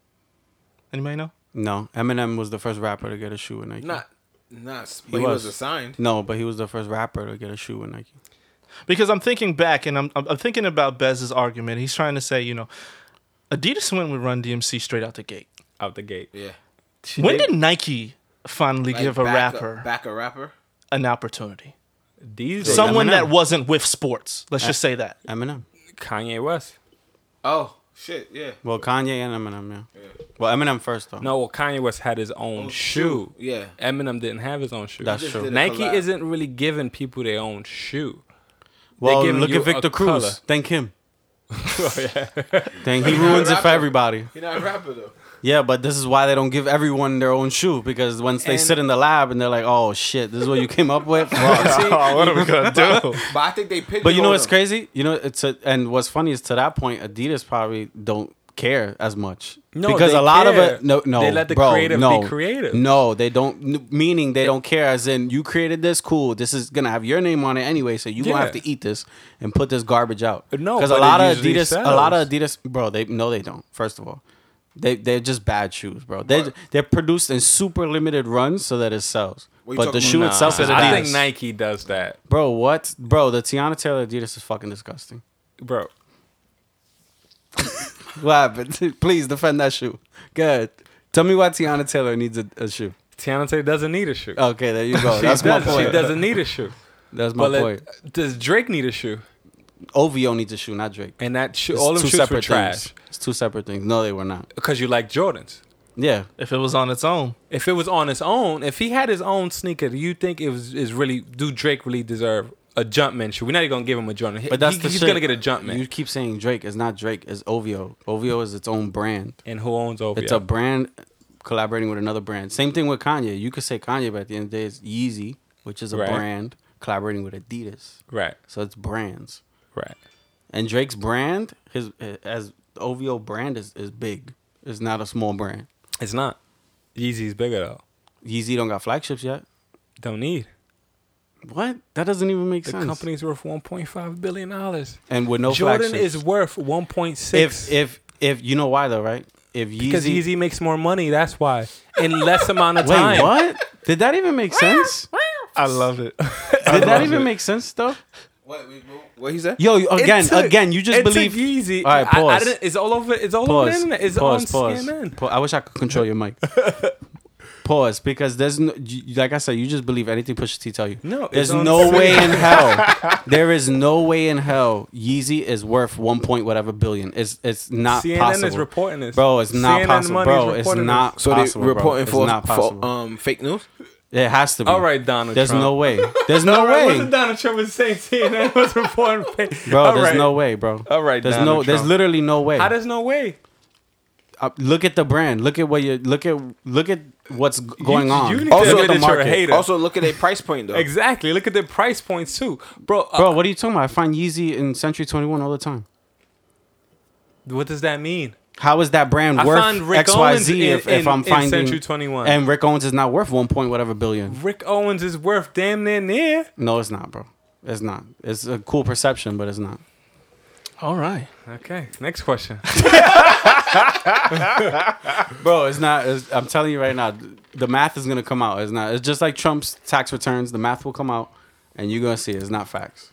Speaker 1: anybody know
Speaker 5: No, Eminem was the first rapper to get a shoe with Nike.
Speaker 7: Not, not. But he,
Speaker 5: was.
Speaker 7: was. assigned.
Speaker 5: No, but he was the first rapper to get a shoe with Nike.
Speaker 1: because I'm thinking back and I'm, I'm I'm thinking about Bez's argument. He's trying to say, you know, Adidas went with Run DMC straight out the gate.
Speaker 9: Out the gate.
Speaker 7: Yeah.
Speaker 1: when did Nike finally
Speaker 7: Like,
Speaker 1: give a
Speaker 7: back
Speaker 1: rapper
Speaker 7: back a rapper.
Speaker 1: an opportunity?
Speaker 9: These
Speaker 1: Someone
Speaker 5: Eminem.
Speaker 9: Uh,
Speaker 1: that wasn't with sports. Let's just say that.
Speaker 5: Eminem.
Speaker 9: Kanye West.
Speaker 7: Oh, Shit, yeah.
Speaker 5: Well, Kanye and Eminem, yeah. Well, Eminem first though.
Speaker 9: No, well, Kanye West had his own shoe.
Speaker 7: shoe, yeah.
Speaker 9: Eminem didn't have his own shoe.
Speaker 5: That's He just true. did a
Speaker 9: Nike
Speaker 7: collab.
Speaker 9: isn't really giving people their own shoe.
Speaker 5: well,
Speaker 9: giving
Speaker 5: look
Speaker 9: you
Speaker 5: at Victor
Speaker 9: a
Speaker 5: Cruz.
Speaker 9: color. Oh,
Speaker 5: Thank him. Dang, he ruins it for
Speaker 7: rapper.
Speaker 5: everybody.
Speaker 7: He not a rapper though.
Speaker 5: Yeah, but this is why they don't give everyone their own shoe because once they
Speaker 7: And-
Speaker 5: sit in the lab and they're like, "Oh shit, this is what you came up with." Fuck.
Speaker 1: what are we gonna do?
Speaker 7: But I think they picked.
Speaker 5: But you know what's crazy? You know, it's a, and what's funny is to that point, Adidas probably don't care as much.
Speaker 9: No,
Speaker 5: because
Speaker 9: they
Speaker 5: a lot
Speaker 9: care.
Speaker 5: of it, no, no,
Speaker 9: They let the
Speaker 5: bro,
Speaker 9: creative be
Speaker 5: no,
Speaker 9: creative.
Speaker 5: No, they don't. n- Meaning they don't care. As in, you created this, cool. This is gonna have your name on it anyway, so you gonna have
Speaker 9: Yeah. Uh,
Speaker 5: to eat this and put this garbage out.
Speaker 9: No,
Speaker 5: because a
Speaker 9: but it
Speaker 5: lot of
Speaker 9: usually
Speaker 5: Adidas, a lot
Speaker 9: sells.
Speaker 5: of Adidas, bro. They no, they don't. First of all. They, they're just bad shoes, bro. They they're produced in super limited runs so that it sells.
Speaker 7: What you
Speaker 5: But the
Speaker 7: talking-
Speaker 5: shoe
Speaker 7: Nah,
Speaker 5: itself is Adidas.
Speaker 9: I think Nike does that,
Speaker 5: Bro, what? Bro, the Tiana Taylor Adidas is fucking disgusting.
Speaker 9: bro.
Speaker 5: What happened? Please defend that shoe. Good. Tell me why Tiana Taylor needs a, a shoe.
Speaker 9: Tiana Taylor doesn't need a shoe.
Speaker 5: Okay, there you go.
Speaker 9: she,
Speaker 5: Uh, That's my
Speaker 9: does, she
Speaker 5: point.
Speaker 9: doesn't need a shoe.
Speaker 5: That's my
Speaker 9: But
Speaker 5: point.
Speaker 9: like, does Drake need a shoe?
Speaker 5: OVO needs a shoe, not Drake.
Speaker 9: And that shoe,
Speaker 5: It's
Speaker 9: all of
Speaker 5: two
Speaker 9: them shoes were
Speaker 5: separate
Speaker 9: trash
Speaker 5: Things. It's two separate things. No, they were not.
Speaker 9: because you like Jordans.
Speaker 5: Yeah.
Speaker 3: If it was on its own,
Speaker 9: If it was on its own, if he had his own sneaker, do you think it was is really? Do Drake really deserve a Jumpman shoe? We're not even gonna give him a Jordan. He-
Speaker 5: But that's
Speaker 9: he-
Speaker 5: the
Speaker 9: he's
Speaker 5: shit.
Speaker 9: gonna get a Jumpman.
Speaker 5: You keep saying Drake. It's not Drake. It's OVO. OVO is its own brand.
Speaker 9: and who owns OVO?
Speaker 5: It's a brand collaborating with another brand. Same thing with Kanye. You could say Kanye, but at the end of the day, it's Yeezy, which is a
Speaker 9: Right.
Speaker 5: brand collaborating with Adidas.
Speaker 9: right,
Speaker 5: So it's brands.
Speaker 9: right.
Speaker 5: And Drake's brand, his as OVO brand is, is big. It's not a small brand.
Speaker 9: It's not. Yeezy's bigger though.
Speaker 5: Yeezy don't got flagships yet.
Speaker 9: Don't need.
Speaker 5: What? That doesn't even make
Speaker 9: The
Speaker 5: sense.
Speaker 9: company's worth 1.5 billion dollars.
Speaker 5: and with no
Speaker 9: Jordan
Speaker 5: flagships.
Speaker 9: is worth 1.6.
Speaker 5: if if if you know why though, right? If Yeezy,
Speaker 9: because Yeezy makes more money, that's why. In less amount of
Speaker 5: wait,
Speaker 9: time.
Speaker 5: what? Did that even make sense?
Speaker 3: I love it.
Speaker 5: Did that even make sense though?
Speaker 7: What, wait, what- what he said?
Speaker 5: Yo, you-
Speaker 9: It
Speaker 5: again,
Speaker 9: took-
Speaker 5: again, you just
Speaker 9: it took
Speaker 5: believe
Speaker 9: Yeezy.
Speaker 5: All right,
Speaker 9: I- I
Speaker 5: pause.
Speaker 9: didn't- it's all over. It's all over the
Speaker 5: pause,
Speaker 9: internet. It's
Speaker 5: pause,
Speaker 9: on
Speaker 5: pause,
Speaker 9: CNN.
Speaker 5: Pa- I wish I could control your mic. pause, because there's no, you- like I said, you just believe anything Pusha T tell you.
Speaker 9: No, it's
Speaker 5: there's
Speaker 9: on
Speaker 5: no
Speaker 9: CNN.
Speaker 5: way in hell. there is no way in hell. Yeezy is worth one point whatever billion. It's it's not
Speaker 9: CNN is
Speaker 5: possible.
Speaker 9: reporting this.
Speaker 5: bro. It's not
Speaker 9: CNN
Speaker 5: possible,
Speaker 9: money is
Speaker 5: bro. It's
Speaker 9: reporting
Speaker 5: not
Speaker 7: So
Speaker 5: possible.
Speaker 7: they reporting
Speaker 5: bro.
Speaker 7: for,
Speaker 5: it's not possible.
Speaker 7: for um fake news.
Speaker 5: it has to be.
Speaker 9: All right, Donald
Speaker 5: There's
Speaker 9: Trump.
Speaker 5: no way. There's no
Speaker 9: All right,
Speaker 5: way,
Speaker 9: wasn't Donald Trump was saying CNN was reporting?
Speaker 5: bro.
Speaker 9: All
Speaker 5: there's
Speaker 9: right.
Speaker 5: no way, bro.
Speaker 9: All right,
Speaker 5: There's
Speaker 9: Donald
Speaker 5: no. There's
Speaker 9: Trump.
Speaker 5: literally no way.
Speaker 9: How does Ah, no way?
Speaker 5: uh, look at the brand. Look at what you look at. Look at what's g- going
Speaker 9: you
Speaker 5: on.
Speaker 9: need to Also, admit
Speaker 5: look at
Speaker 9: that you're a hater.
Speaker 7: Also, look at their price point though.
Speaker 9: Exactly. Look at the price points too, bro. uh,
Speaker 5: Bro, what are you talking about? I find Yeezy in Century Twenty One all the time.
Speaker 9: what does that mean?
Speaker 5: How is that brand
Speaker 9: I
Speaker 5: worth
Speaker 9: find Rick
Speaker 5: X Y
Speaker 9: Owens
Speaker 5: Z
Speaker 9: in-
Speaker 5: if, if
Speaker 9: in-
Speaker 5: I'm
Speaker 9: in
Speaker 5: finding
Speaker 9: Century 21.
Speaker 5: and Rick Owens is not worth one point whatever billion?
Speaker 9: Rick Owens is worth damn near near.
Speaker 5: No, it's not, bro. It's not. It's a cool perception, but it's not.
Speaker 3: All right.
Speaker 9: Okay, next question.
Speaker 5: Bro, it's not. It's, I'm telling you right now, th- the math is gonna come out. It's not. It's just like Trump's tax returns. The math will come out, and you're gonna see it's not facts.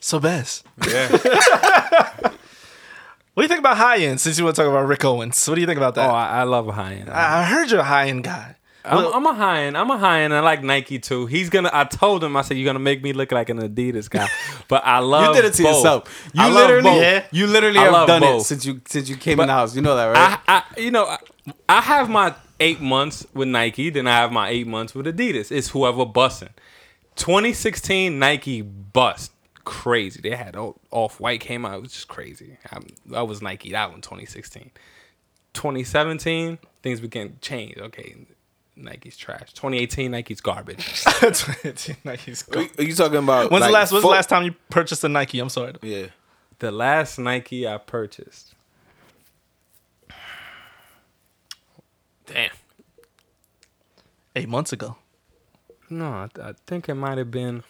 Speaker 3: So best. Yeah. what do you think about high end? Since you want to talk about Rick Owens, what do you think about
Speaker 9: Oh,
Speaker 3: that?
Speaker 9: I, I love a high end.
Speaker 3: I, I heard you're a high end guy.
Speaker 9: I'm, I'm a high end. I'm a high end. I like Nike too. He's gonna. I told him. I said you're gonna make me look like an Adidas guy, but I love.
Speaker 5: You did it to
Speaker 9: both.
Speaker 5: yourself. You
Speaker 9: I love
Speaker 5: literally,
Speaker 9: both.
Speaker 5: you literally
Speaker 9: I
Speaker 5: have
Speaker 9: love
Speaker 5: done it
Speaker 9: both.
Speaker 5: since you since you came
Speaker 9: But
Speaker 5: in the house. You know that, right?
Speaker 9: I, I, you know, I, I have my eight months with Nike. Then I have my eight months with Adidas. It's whoever bussing. 2016 Nike bust crazy. They had off white came out. It was just crazy. I, I was Nike out in 2016. 2017 things began to change. Okay, Nike's trash. 2018 Nike's garbage.
Speaker 3: Nike's gone.
Speaker 7: Are you- are you talking about?
Speaker 3: When's the
Speaker 7: like,
Speaker 3: last? When's
Speaker 7: fo-
Speaker 3: the last time you purchased a Nike? I'm sorry.
Speaker 7: Yeah.
Speaker 9: The last Nike I purchased. Damn.
Speaker 3: Eight months ago.
Speaker 9: No, I, th- I think it might have been.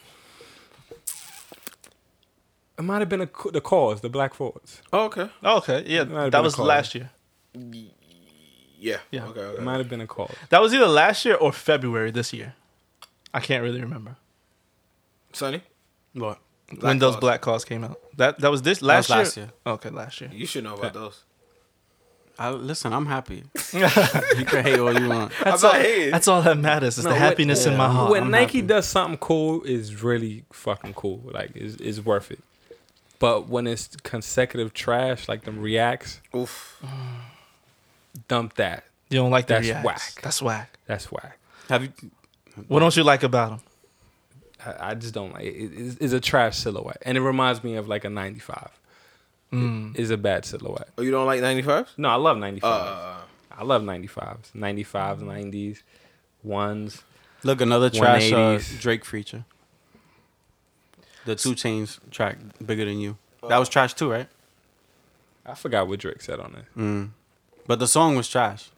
Speaker 9: It might have been a, co- the cause, the Black Fords.
Speaker 7: Oh, okay.
Speaker 3: Okay, yeah,
Speaker 9: Might have been
Speaker 3: that
Speaker 9: a
Speaker 3: was
Speaker 9: call.
Speaker 3: last year.
Speaker 7: Yeah.
Speaker 3: Yeah.
Speaker 7: Okay.
Speaker 9: It
Speaker 7: okay.
Speaker 9: might have been a cause.
Speaker 3: That was either last year or February this year. I can't really remember
Speaker 7: Sonny,
Speaker 5: What?
Speaker 3: when those
Speaker 7: Claws.
Speaker 3: black claws came out. That that was this last,
Speaker 5: was last
Speaker 3: year?
Speaker 5: year.
Speaker 3: Okay, last year.
Speaker 7: you should know about those.
Speaker 5: I, listen, I'm happy. you can hate all you want.
Speaker 3: That's
Speaker 7: I'm
Speaker 3: all.
Speaker 7: not hating.
Speaker 3: That's all that matters is the
Speaker 9: what-
Speaker 3: happiness in my heart.
Speaker 9: when
Speaker 5: Uh-huh, I'm
Speaker 9: Nike
Speaker 5: happy.
Speaker 9: does something cool, is really fucking cool. Like, is is worth it. But when it's consecutive trash, like them reacts,
Speaker 7: Oof.
Speaker 9: dump that.
Speaker 3: You don't like that?
Speaker 9: That's
Speaker 3: reacts.
Speaker 9: whack.
Speaker 3: That's whack.
Speaker 9: That's whack.
Speaker 5: Have you?
Speaker 3: What don't you like about him?
Speaker 9: I, I just don't like it. it- It's, it's a trash silhouette, and it reminds me of like a '95.
Speaker 5: Mm.
Speaker 9: It is a bad silhouette.
Speaker 7: Oh, you don't like 95s?
Speaker 9: No, I love '95s.
Speaker 5: Uh.
Speaker 9: I love '95s, '95s, '90s, ones.
Speaker 5: Look, another trash uh,
Speaker 9: 180s.
Speaker 5: Drake feature. The Two Chains track, bigger than you. That was trash too, right?
Speaker 9: I forgot what Drake said on
Speaker 5: Mm.
Speaker 9: it.
Speaker 5: But the song was trash.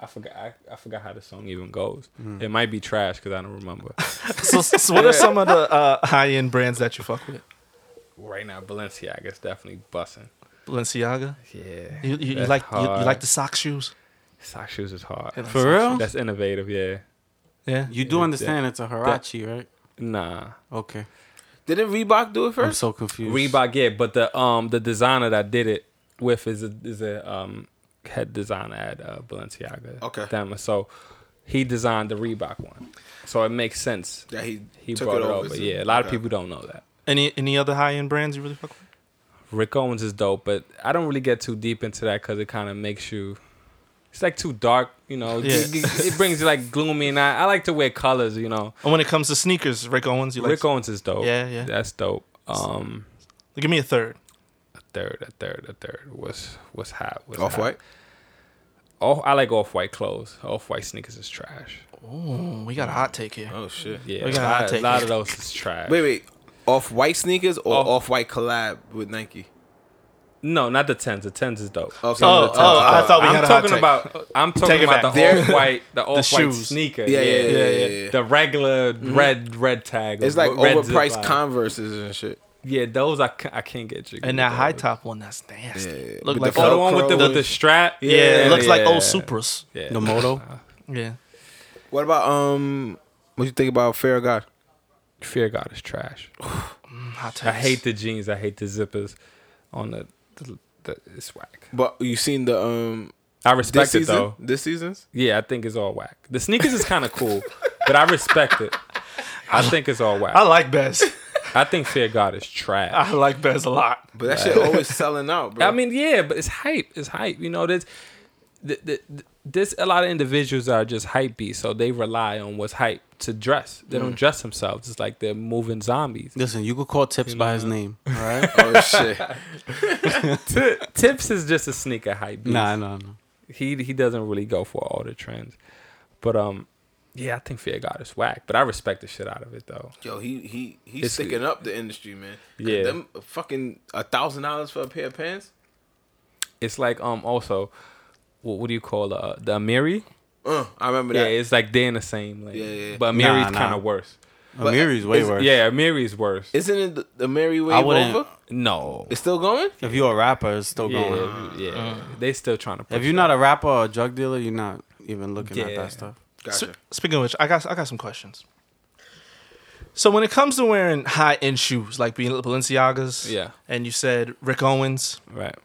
Speaker 9: I forgot. I, I forgot how the song even goes.
Speaker 5: Mm.
Speaker 9: It might be trash because I don't remember.
Speaker 3: So, so what are some of the uh, high end brands that you fuck with?
Speaker 9: right now, Balenciaga is definitely bussing.
Speaker 3: Balenciaga.
Speaker 9: Yeah,
Speaker 3: You, you, you
Speaker 9: that's
Speaker 3: like you, you
Speaker 9: hard.
Speaker 3: like the sock shoes?
Speaker 9: sock shoes is hard.
Speaker 3: Yeah,
Speaker 5: For real?
Speaker 9: That's innovative. Yeah,
Speaker 3: Yeah.
Speaker 5: You do understand it's a Harachi, right?
Speaker 9: nah.
Speaker 5: Okay.
Speaker 7: Didn't Reebok do it
Speaker 5: I'm
Speaker 7: first?
Speaker 5: so confused.
Speaker 9: Reebok, yeah, but the um the designer that did it with is a is a um head designer at uh, Balenciaga.
Speaker 7: Okay.
Speaker 9: Them. So he designed the Reebok one. So it makes sense.
Speaker 7: Yeah, he
Speaker 9: He
Speaker 7: took
Speaker 9: brought
Speaker 7: it
Speaker 9: it
Speaker 7: over
Speaker 9: over.
Speaker 7: to-
Speaker 9: Yeah, a lot
Speaker 7: okay.
Speaker 9: of people don't know that.
Speaker 3: Any any other high end brands you really fuck with?
Speaker 9: Rick Owens is dope, but I don't really get too deep into that because it kind of makes you. It's like too dark, you know.
Speaker 3: Yeah.
Speaker 9: It, it- it brings you like gloomy, and I, I like to wear colors, you know.
Speaker 3: And when it comes to sneakers, Rick Owens. You like?
Speaker 9: Rick Owens is dope.
Speaker 3: Yeah, yeah.
Speaker 9: That's dope. Um,
Speaker 3: Give me a third.
Speaker 9: a third, a third, a third. What's what's hot? What's
Speaker 7: Off white.
Speaker 9: hot? Oh, I like off white clothes. Off white sneakers is trash.
Speaker 3: Ooh, we got a hot take here.
Speaker 7: Oh shit.
Speaker 9: Yeah,
Speaker 3: We
Speaker 9: a
Speaker 3: got a hot
Speaker 9: lot, a
Speaker 3: take.
Speaker 9: lot of those is trash.
Speaker 7: Wait, wait. Off white sneakers or
Speaker 9: Off-
Speaker 7: off white collab with Nike?
Speaker 9: No, not the tens. The tens is dope.
Speaker 7: Okay.
Speaker 3: Oh,
Speaker 7: that's-
Speaker 3: oh, I thought we
Speaker 9: I'm
Speaker 3: had a hot
Speaker 9: talking
Speaker 3: take.
Speaker 9: about. I'm talking
Speaker 3: it
Speaker 9: about
Speaker 3: back.
Speaker 9: the
Speaker 7: They're-
Speaker 9: off white, the off white
Speaker 3: shoes.
Speaker 9: sneaker.
Speaker 7: Yeah, yeah, yeah, yeah, yeah.
Speaker 9: The regular
Speaker 3: Mm-hmm.
Speaker 9: red, red tag.
Speaker 7: It's like
Speaker 9: red
Speaker 7: overpriced
Speaker 9: zipline.
Speaker 7: Converses and shit.
Speaker 9: Yeah, those I, ca- I can't get you.
Speaker 3: And that high top one, that's nasty.
Speaker 7: Yeah.
Speaker 3: Look
Speaker 7: With
Speaker 3: like
Speaker 7: the
Speaker 9: Oh, the
Speaker 3: old,
Speaker 9: one with the
Speaker 7: Velcro
Speaker 9: with the
Speaker 7: is-
Speaker 9: strap.
Speaker 3: yeah, Uh-huh. it looks like old
Speaker 9: yeah.
Speaker 3: Supras.
Speaker 9: Yeah.
Speaker 5: The Moto.
Speaker 3: Yeah.
Speaker 7: What about um? What you think about Fair God?
Speaker 9: Fear God is trash.
Speaker 3: Hot takes.
Speaker 9: I hate the jeans. I hate the zippers on the. the, the it's whack.
Speaker 7: But you seen the um
Speaker 9: I
Speaker 7: this
Speaker 9: respect it
Speaker 7: season?
Speaker 9: though.
Speaker 7: This season's?
Speaker 9: Yeah, I think it's all whack. The sneakers is kind of cool, but I respect it. I think it's all
Speaker 3: I
Speaker 9: whack.
Speaker 3: like Bez.
Speaker 9: I think Fear God is trash.
Speaker 3: I like Bez a lot.
Speaker 7: But that shit always selling out, bro.
Speaker 9: I mean, yeah, but it's hype. It's hype. You know, there's, th- th- th- there's a lot of individuals that are just hypey, so they rely on what's hype to dress. They don't dress themselves. It's like they're moving zombies.
Speaker 5: Listen, you could call Tips by his name.
Speaker 7: all right. Oh shit.
Speaker 9: Tips is just a sneaker hype. beast.
Speaker 5: Nah, nah, nah.
Speaker 9: he he doesn't really go for all the trends, but um, yeah, I think Fear God is whack. But I respect the shit out of it though.
Speaker 7: Yo, he he he's
Speaker 9: It's-
Speaker 7: sticking up the industry, man. 'Cause
Speaker 9: Yeah.
Speaker 7: Them fucking a thousand dollars for a pair of pants.
Speaker 9: It's like um also, what, what do you call uh the Amiri?
Speaker 7: Uh, I remember
Speaker 9: Yeah,
Speaker 7: that.
Speaker 9: it's like they're in the same lane.
Speaker 7: Yeah, yeah, yeah.
Speaker 9: But Amiri's
Speaker 5: Nah, nah.
Speaker 9: kind of worse.
Speaker 5: Amiri's way
Speaker 7: is-
Speaker 5: worse.
Speaker 9: Yeah, Amiri's worse.
Speaker 7: Isn't it the, the Mary Wave
Speaker 5: I wouldn't-
Speaker 7: over?
Speaker 9: no.
Speaker 7: It's still going?
Speaker 5: If you're a rapper, it's still
Speaker 9: yeah,
Speaker 5: going.
Speaker 9: yeah. they still trying to. Push
Speaker 5: If you're not a rapper or a drug dealer, you're not even looking at
Speaker 9: Yeah.
Speaker 5: that stuff.
Speaker 7: Gotcha.
Speaker 3: S- speaking of which, I got I got some questions. So when it comes to wearing high end shoes like being Balenciagas,
Speaker 9: Yeah.
Speaker 3: and you said Rick Owens,
Speaker 9: it. right.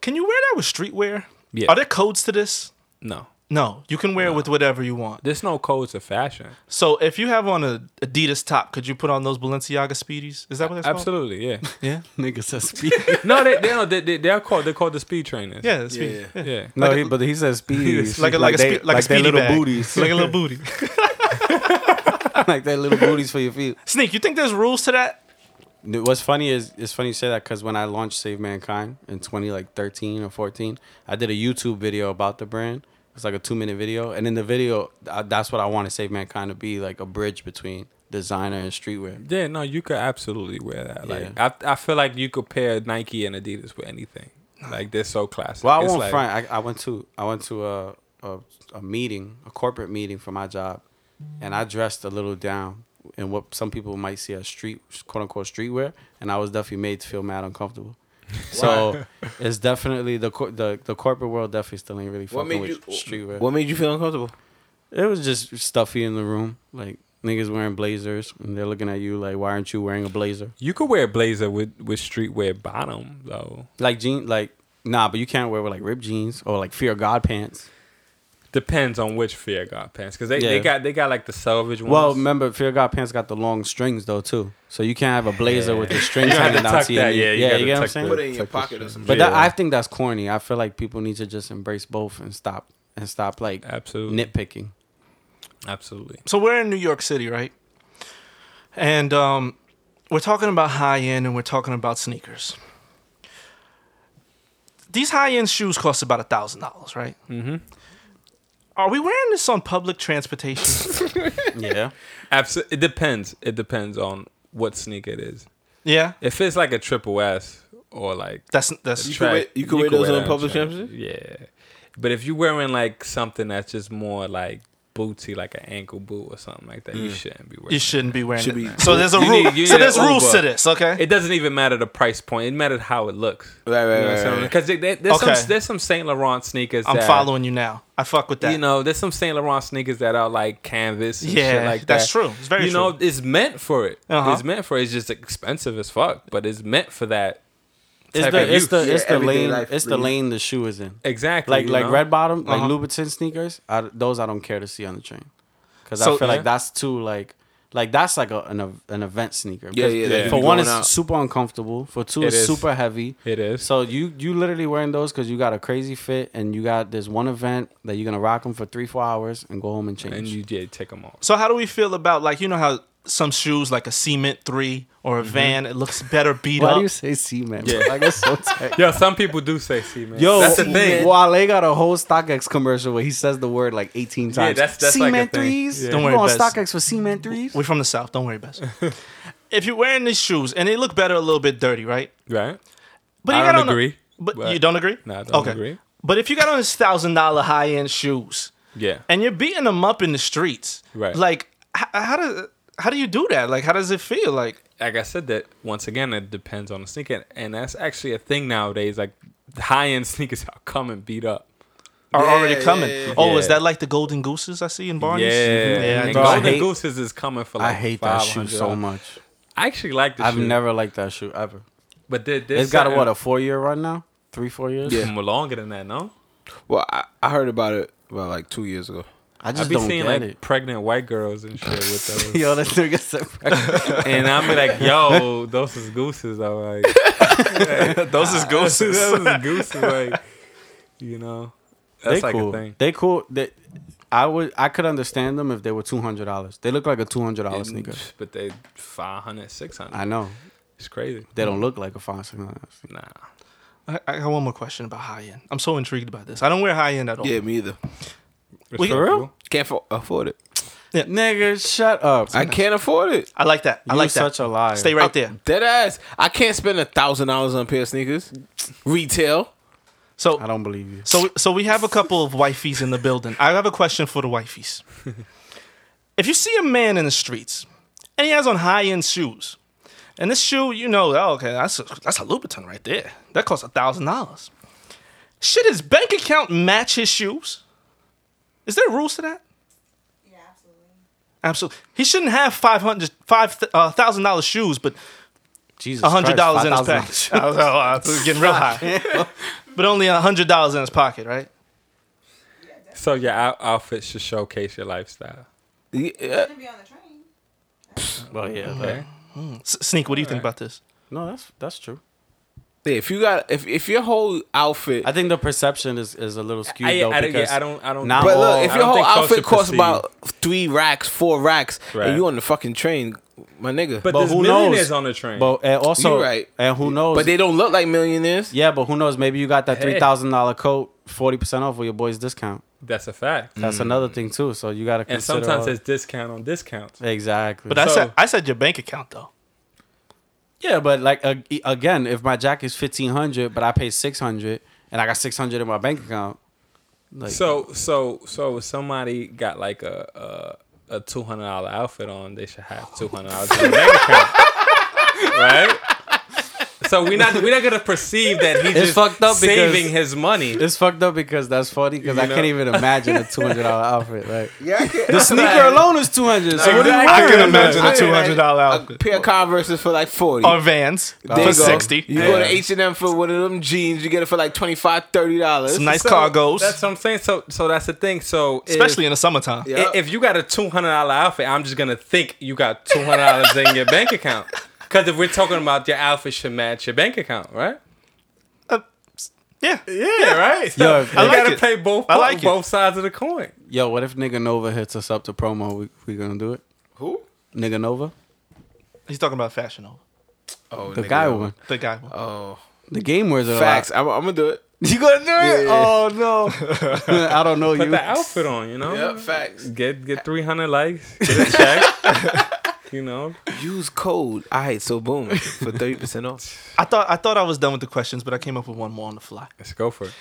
Speaker 3: can you wear that with streetwear?
Speaker 9: Yeah.
Speaker 3: Are there codes to this?
Speaker 9: No,
Speaker 3: No, you can wear it with whatever you want.
Speaker 9: there's no codes of fashion.
Speaker 3: So if you have on a Adidas top, could you put on those Balenciaga Speedies? Is that what that's called?
Speaker 9: Absolutely, yeah.
Speaker 5: Nigga says speed.
Speaker 9: no, they they, no, they they they're called they're called the speed trainers.
Speaker 3: Yeah, the speed.
Speaker 7: Yeah.
Speaker 3: yeah.
Speaker 9: yeah.
Speaker 5: no, he, but he says speed.
Speaker 3: Like a, like, a spe- like, a
Speaker 5: their
Speaker 3: speedy
Speaker 5: little
Speaker 3: bag.
Speaker 5: booties,
Speaker 3: like a little booty.
Speaker 5: like their little booties for your feet.
Speaker 3: Sneak, you think there's rules to that?
Speaker 5: No, What's funny is it's funny you say that because when I launched Save Mankind in 20 like 13 or 14, I did a YouTube video about the brand. It's like a two minute video, and in the video, I, that's what I wanted Save Mankind to be like a bridge between designer and streetwear.
Speaker 9: Yeah, no, you could absolutely wear that. Like,
Speaker 5: Yeah.
Speaker 9: I, I feel like you could pair Nike and Adidas with anything. Like, they're so classic.
Speaker 5: Well, I
Speaker 9: It's
Speaker 5: won't
Speaker 9: like,
Speaker 5: front. I, I went to I went to a, a a meeting, a corporate meeting for my job, and I dressed a little down in what some people might see as street quote unquote streetwear, and I was definitely made to feel mad uncomfortable. So it's definitely the cor- the the corporate world definitely still ain't really
Speaker 7: What
Speaker 5: fucking
Speaker 7: made
Speaker 5: with
Speaker 7: you
Speaker 5: streetwear.
Speaker 7: What made you feel uncomfortable?
Speaker 5: it was just stuffy in the room, like niggas wearing blazers, and they're looking at you like, why aren't you wearing a blazer?
Speaker 9: You could wear a blazer with, with streetwear bottom, though.
Speaker 5: Like jean, like nah, but you can't wear with like ripped jeans or like fear of god pants.
Speaker 9: Depends on which Fear God pants, because they, they
Speaker 5: Yeah.
Speaker 9: got they got like the selvage ones.
Speaker 5: Well, remember, Fear God pants got the long strings though too, so you can't have a blazer with the strings
Speaker 9: You gotta
Speaker 5: hanging down
Speaker 9: tuck
Speaker 5: to your
Speaker 9: that,
Speaker 5: knee.
Speaker 9: yeah, you
Speaker 5: yeah,
Speaker 9: gotta
Speaker 5: you get what I'm
Speaker 9: tuck
Speaker 5: saying.
Speaker 9: the-
Speaker 7: Put it in your pocket or something.
Speaker 5: But that,
Speaker 9: Yeah.
Speaker 5: I think that's corny. I feel like people need to just embrace both and stop and stop like
Speaker 9: Absolutely.
Speaker 5: nitpicking.
Speaker 9: absolutely.
Speaker 3: so we're in New York City, right? And um, we're talking about high end and we're talking about sneakers. These high end shoes cost about a thousand dollars, right? Mm-hmm. Are we wearing this on public transportation?
Speaker 5: Yeah,
Speaker 9: Absol- it depends. It depends on what sneaker it is.
Speaker 3: yeah,
Speaker 9: If it's like a triple S or like
Speaker 3: that's that's
Speaker 9: you
Speaker 7: could wear- you could wear those on public transportation?
Speaker 9: Yeah, but if you're wearing like something that's just more like bootsy, like an ankle boot or something like that, you
Speaker 7: Mm.
Speaker 9: shouldn't be wearing.
Speaker 3: you shouldn't be wearing.
Speaker 7: Should
Speaker 3: it.
Speaker 7: be-
Speaker 3: so there's a
Speaker 9: You
Speaker 3: rule.
Speaker 9: need- you
Speaker 3: so
Speaker 9: need
Speaker 3: there's
Speaker 9: an
Speaker 3: rules
Speaker 9: Uber.
Speaker 3: to this, okay?
Speaker 9: It doesn't even matter the price point. It mattered how it looks.
Speaker 7: Right, right, right, right, right.
Speaker 9: Because there's
Speaker 3: Okay.
Speaker 9: some there's some Saint Laurent sneakers.
Speaker 3: I'm
Speaker 9: that,
Speaker 3: following you now. I fuck with that.
Speaker 9: You know, there's some Saint Laurent sneakers that are like canvas. And
Speaker 3: Yeah,
Speaker 9: shit like that.
Speaker 3: that's true. It's very
Speaker 9: you know, it's meant for it.
Speaker 3: Uh-huh.
Speaker 9: It's meant for it. It's just expensive as fuck, but it's meant for that.
Speaker 5: it's
Speaker 9: type of
Speaker 5: the it's the
Speaker 9: use.
Speaker 5: it's the
Speaker 7: Yeah, everyday
Speaker 5: lane
Speaker 7: life,
Speaker 5: it's the
Speaker 7: really.
Speaker 5: lane the shoe is in.
Speaker 9: exactly
Speaker 5: Like
Speaker 9: you
Speaker 5: like
Speaker 9: know?
Speaker 5: red bottom, like
Speaker 3: Uh-huh.
Speaker 5: Louboutin sneakers. I, those I don't care to see on the train because
Speaker 3: So-
Speaker 5: I feel
Speaker 3: Yeah.
Speaker 5: like that's too like like that's like a, an ev- an event sneaker.
Speaker 7: Yeah, yeah,
Speaker 5: Because
Speaker 7: yeah.
Speaker 5: For
Speaker 7: You
Speaker 5: one,
Speaker 7: going
Speaker 5: it's
Speaker 7: out.
Speaker 5: super uncomfortable. For two,
Speaker 9: It
Speaker 5: it's
Speaker 9: is.
Speaker 5: super heavy.
Speaker 9: It is.
Speaker 5: So you you literally wearing those because you got a crazy fit and you got this one event that you're gonna rock them for three four hours and go home and change.
Speaker 9: and you did take them off.
Speaker 3: So how do we feel about like you know how some shoes like a cement three or a van it looks better beat
Speaker 5: Why
Speaker 3: up.
Speaker 5: do you say cement?
Speaker 9: Yeah.
Speaker 5: Yeah. Like it's so tight.
Speaker 9: Yeah, some people do say cement.
Speaker 5: Yo,
Speaker 9: that's the thing.
Speaker 5: Wale got a whole StockX commercial where he says the word like 18 times.
Speaker 9: Yeah, that's- that's like a
Speaker 5: cement
Speaker 9: thing.
Speaker 5: threes.
Speaker 9: Yeah.
Speaker 3: Don't
Speaker 5: You
Speaker 3: worry,
Speaker 5: on
Speaker 3: Bez.
Speaker 5: StockX for cement threes?
Speaker 3: We're from the south. Don't worry, Bess. if you're wearing these shoes and they look better a little bit dirty, right?
Speaker 9: Right?
Speaker 3: But
Speaker 9: I
Speaker 3: got
Speaker 9: don't
Speaker 3: on a-
Speaker 9: agree,
Speaker 3: but,
Speaker 9: but-
Speaker 3: you don't agree?
Speaker 9: Nah, I don't agree.
Speaker 3: But if you got on this thousand dollar high end shoes
Speaker 9: Yeah.
Speaker 3: and you're beating them up in the streets,
Speaker 9: Right.
Speaker 3: Like h- how do how do you do that? Like how does it feel? Like
Speaker 9: like I said, that once again, it depends on the sneaker, and that's actually a thing nowadays. Like high end sneakers are coming beat up.
Speaker 3: are
Speaker 7: Yeah,
Speaker 3: already
Speaker 7: yeah,
Speaker 3: coming?
Speaker 7: yeah, yeah.
Speaker 3: Oh, is
Speaker 9: Yeah.
Speaker 3: that like the golden gooses I see in Barnes?
Speaker 9: Yeah,
Speaker 3: yeah. I
Speaker 9: and
Speaker 3: do.
Speaker 5: Bro, I
Speaker 9: Golden
Speaker 5: hate-
Speaker 9: Gooses is coming for like
Speaker 5: I hate that shoe so
Speaker 9: $500.
Speaker 5: much.
Speaker 9: I actually like the
Speaker 5: I've
Speaker 9: shoe,
Speaker 5: never liked that shoe ever.
Speaker 9: but there, there's
Speaker 5: It's got a,
Speaker 9: certain-
Speaker 5: what a four year run now, three four years.
Speaker 7: Yeah.
Speaker 9: more longer than that. No,
Speaker 7: Well, I, I heard about it about like two years ago.
Speaker 5: I just
Speaker 9: I've been
Speaker 5: don't
Speaker 9: seeing
Speaker 5: get
Speaker 9: like
Speaker 5: it.
Speaker 9: pregnant white girls and shit with those,
Speaker 5: Yo, this nigga said
Speaker 9: and I'm be like, yo, those is gooses. I'm like,
Speaker 3: Those is gooses.
Speaker 9: those is gooses. Like, you know, that's
Speaker 5: they
Speaker 9: like
Speaker 5: cool.
Speaker 9: a thing.
Speaker 5: They cool. They, I would I could understand them if they were two hundred dollars. They look like a two hundred dollar sneaker.
Speaker 9: But they 500, 600.
Speaker 5: I know
Speaker 9: It's crazy.
Speaker 5: they don't look like a five six hundred.
Speaker 9: Nah.
Speaker 3: I, I got one more question about high end. I'm so intrigued by this. I don't wear high end at all.
Speaker 7: Yeah, me either.
Speaker 3: We- For real?
Speaker 7: Can't fo- afford it.
Speaker 5: Nigga, shut up.
Speaker 7: I can't afford it.
Speaker 3: I like that. I
Speaker 5: You
Speaker 3: like that.
Speaker 5: such a liar.
Speaker 3: Stay right there.
Speaker 7: Dead ass. I can't spend a thousand dollars on a pair of sneakers. Retail.
Speaker 3: So
Speaker 5: I don't believe you.
Speaker 3: So, so we have a couple of wifeys in the building. I have a question for the wifeys. If you see a man in the streets and he has on high end shoes, and this shoe, you know, oh, okay, that's a, that's a Louboutin right there. That costs a thousand dollars. Should his bank account match his shoes? Is there rules to that?
Speaker 4: Yeah, absolutely.
Speaker 3: Absolutely. He shouldn't have five hundred five uh, thousand dollars shoes, but
Speaker 5: Jesus,
Speaker 3: a hundred dollars in his
Speaker 5: $5,000.
Speaker 3: pocket. I was, oh, I was getting real high, but only a hundred dollars in his pocket, right?
Speaker 9: So your out- outfit should showcase your lifestyle.
Speaker 7: Yeah.
Speaker 4: Shouldn't be on the train.
Speaker 5: Well, yeah,
Speaker 9: Okay.
Speaker 3: S- Sneak, what do you think about this?
Speaker 5: no, that's that's true.
Speaker 7: If you got if if your whole outfit
Speaker 5: I think the perception is, is a little skewed
Speaker 9: I-
Speaker 5: though
Speaker 9: I don't- yeah,
Speaker 5: because
Speaker 9: I don't- I don't-
Speaker 5: Not
Speaker 7: But
Speaker 5: all-
Speaker 7: look, if
Speaker 9: I
Speaker 7: your
Speaker 9: don't
Speaker 7: whole
Speaker 9: think culture
Speaker 7: outfit costs
Speaker 9: perceive-
Speaker 7: about three racks, four racks,
Speaker 9: Right.
Speaker 7: and you on the fucking train, my nigga.
Speaker 9: But,
Speaker 7: But,
Speaker 9: there's
Speaker 5: who
Speaker 9: millionaires
Speaker 5: knows?
Speaker 9: on the train.
Speaker 5: but and also
Speaker 7: You right.
Speaker 5: and who knows?
Speaker 7: they don't look like millionaires.
Speaker 5: yeah, but who knows? Maybe you got that
Speaker 9: Hey.
Speaker 5: three thousand dollar coat forty percent off with your boy's discount.
Speaker 9: That's a fact.
Speaker 5: That's another thing too. So you got to
Speaker 9: Mm. And
Speaker 5: consider
Speaker 9: sometimes
Speaker 5: all-
Speaker 9: there's discount on discounts.
Speaker 5: exactly.
Speaker 3: But I
Speaker 9: So-
Speaker 3: said I said your bank account though.
Speaker 5: yeah, but like ag- e, again, if my jacket's fifteen hundred, but I pay six hundred, and I got six hundred in my bank account. Like,
Speaker 9: So so so if somebody got like a a, a two hundred dollar outfit on, they should have two hundred dollars in their bank account, right? So we're not we're not gonna perceive that he's
Speaker 5: It's
Speaker 9: just
Speaker 5: fucked up because-
Speaker 9: saving his money.
Speaker 5: It's fucked up because that's funny because I
Speaker 9: know?
Speaker 5: can't even imagine a two hundred dollar outfit. Like
Speaker 7: Yeah, I can't.
Speaker 5: the sneaker alone is two hundred. So what are you
Speaker 3: I
Speaker 5: wearing?
Speaker 3: can imagine a
Speaker 7: Like,
Speaker 3: two hundred dollar
Speaker 7: A
Speaker 3: outfit
Speaker 7: pair of Converses for like 40.
Speaker 3: or Vans
Speaker 7: There you
Speaker 3: for
Speaker 7: go.
Speaker 3: sixty.
Speaker 7: You go to H&M for one of them jeans, you get it for like 25 $30.
Speaker 3: Some nice
Speaker 9: So,
Speaker 3: cargos,
Speaker 9: That's what I'm saying. So so that's the thing. So if-
Speaker 3: especially in the summertime.
Speaker 7: Yeah.
Speaker 9: i- if you got a two hundred dollar outfit, I'm just gonna think you got two hundred dollars in your bank account. Because if we're talking about your outfit should match your bank account, right?
Speaker 3: Yeah, yeah.
Speaker 9: right.
Speaker 5: Yo,
Speaker 9: So
Speaker 5: if-
Speaker 9: you
Speaker 5: I like
Speaker 9: gotta
Speaker 3: it.
Speaker 9: pay both
Speaker 3: I like it.
Speaker 9: both sides of the coin.
Speaker 5: Yo, what if nigga Nova hits us up to promo? We, we gonna do it?
Speaker 7: Who?
Speaker 5: Nigga Nova,
Speaker 3: He's talking about fashion over
Speaker 7: Oh,
Speaker 5: the
Speaker 7: nigga.
Speaker 5: guy one,
Speaker 3: the guy. one.
Speaker 7: Oh.
Speaker 5: the game wears a
Speaker 7: Facts. I'm, I'm going to do it.
Speaker 5: lot. You gonna do it?
Speaker 7: Yeah.
Speaker 5: Oh no, I don't know
Speaker 9: Put
Speaker 5: you.
Speaker 9: the outfit on, you know?
Speaker 7: Yep, facts.
Speaker 9: Get get three hundred likes. Get a check. you know?
Speaker 7: Use code. All right, so boom. For 30% off.
Speaker 3: I thought I thought I was done with the questions, but I came up with one more on the fly.
Speaker 9: Let's go for it.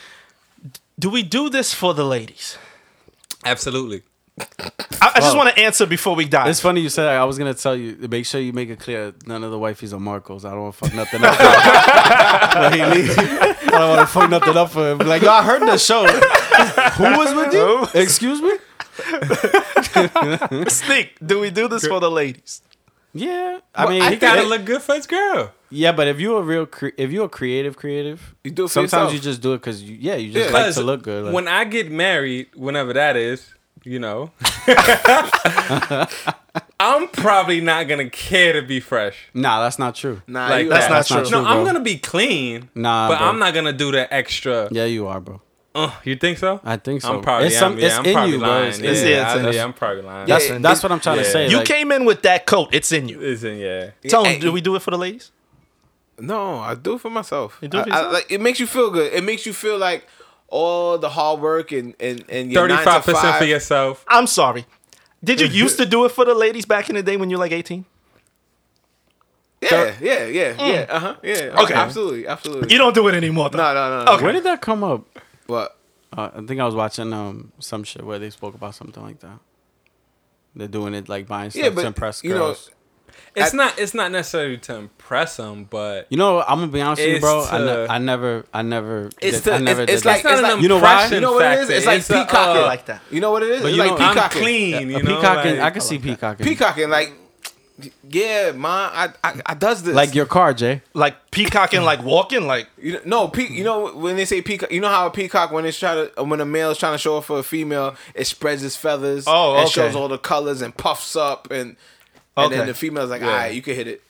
Speaker 3: Do we do this for the ladies?
Speaker 9: Absolutely.
Speaker 3: I, I just want to answer before we die.
Speaker 5: It's funny you said that. I was gonna tell you. Make sure you make it clear. None of the wifeys are Marcos. I don't want to fuck nothing up. For him. Like, he- I don't want to fuck nothing up for him. Like yo, I heard the show. Who was with you? Excuse me.
Speaker 3: Sneak. Do we do this for the ladies?
Speaker 5: Yeah, I mean,
Speaker 9: He gotta look good for his girl.
Speaker 5: Yeah, but if you're a real, cre- if you're a creative, creative,
Speaker 7: You do it for
Speaker 5: sometimes
Speaker 7: yourself.
Speaker 5: you just do it because you, yeah, you just
Speaker 7: Yeah.
Speaker 5: like
Speaker 9: Because
Speaker 5: to look good. Like,
Speaker 9: when I get married, whenever that is, you know, I'm probably not gonna care to be fresh.
Speaker 5: nah, that's not true.
Speaker 7: Nah,
Speaker 9: Like
Speaker 7: you
Speaker 9: that's,
Speaker 7: right.
Speaker 3: not
Speaker 9: not
Speaker 3: true.
Speaker 9: true. No, I'm
Speaker 5: bro.
Speaker 9: gonna be clean.
Speaker 5: Nah,
Speaker 9: but
Speaker 5: bro.
Speaker 9: I'm not gonna do the extra.
Speaker 5: Yeah, you are, bro.
Speaker 9: Uh, you think so?
Speaker 5: I think so.
Speaker 9: I'm probably.
Speaker 5: It's
Speaker 9: yeah,
Speaker 5: some-
Speaker 9: I'm- yeah,
Speaker 5: it's
Speaker 9: I'm
Speaker 5: in
Speaker 9: probably
Speaker 5: you, bro.
Speaker 9: lying.
Speaker 5: It's-
Speaker 9: yeah,
Speaker 3: it's-
Speaker 9: I,
Speaker 3: it's-
Speaker 9: yeah, I'm probably lying.
Speaker 5: That's
Speaker 7: Yeah,
Speaker 5: that's what I'm trying to
Speaker 9: yeah.
Speaker 5: say.
Speaker 3: You
Speaker 5: like,
Speaker 3: came in with that coat. It's in you.
Speaker 9: It's in- yeah.
Speaker 3: Tell
Speaker 7: Yeah,
Speaker 3: him, do we do it for the ladies?
Speaker 7: No, I do it for myself.
Speaker 3: do it for
Speaker 7: I- I-
Speaker 3: yourself?
Speaker 7: like, it makes you feel good. It makes you feel like all the hard work and and and your nine to
Speaker 9: Thirty-five percent for
Speaker 7: five-
Speaker 9: yourself.
Speaker 3: I'm sorry. Did you used to do it for the ladies back in the day when you were like 18?
Speaker 7: Yeah, yeah, yeah, yeah. Uh huh. Yeah.
Speaker 3: Okay.
Speaker 7: Absolutely. Absolutely.
Speaker 3: You don't do it anymore, though.
Speaker 7: no, no, no.
Speaker 3: Okay.
Speaker 7: Okay.
Speaker 5: where did that come up?
Speaker 7: But
Speaker 5: Uh, I think I was watching um some shit where they spoke about something like that. They're doing it like buying stuff
Speaker 7: yeah,
Speaker 5: to
Speaker 7: but
Speaker 5: impress
Speaker 7: you know,
Speaker 5: girls.
Speaker 9: It's not. It's not necessarily to impress them, but
Speaker 5: You know, I'm gonna be honest with you,
Speaker 9: It's
Speaker 5: bro. I, ne-
Speaker 9: to-
Speaker 5: I never, I never,
Speaker 7: uh, It's
Speaker 5: did, I
Speaker 7: to-
Speaker 5: never
Speaker 7: it's- it's
Speaker 5: did that.
Speaker 7: like-
Speaker 9: it's not an
Speaker 5: You know why?
Speaker 9: impression
Speaker 7: you know what it is?
Speaker 9: factor.
Speaker 7: It's like
Speaker 9: a,
Speaker 7: peacocking.
Speaker 9: uh,
Speaker 3: like that.
Speaker 7: you know what it is?
Speaker 5: But
Speaker 7: it's
Speaker 5: you
Speaker 7: like
Speaker 5: know, I'm
Speaker 9: I'm
Speaker 7: peacocking.
Speaker 9: clean. You
Speaker 5: a
Speaker 9: know,
Speaker 5: peacocking. I
Speaker 9: like-
Speaker 5: can see peacocking.
Speaker 7: Peacocking. Like, yeah, man. I, I I does this.
Speaker 5: Like your car, Jay.
Speaker 3: Like peacocking, like walking, like
Speaker 7: You know, no, pe- you know when they say peacock, you know how a peacock when it's trying to when a male is trying to show off for a female, it spreads its feathers,
Speaker 3: Oh,
Speaker 7: and
Speaker 3: okay.
Speaker 7: shows all the colors and puffs up, and and
Speaker 3: Okay.
Speaker 7: then the female's like, all right, you can hit it.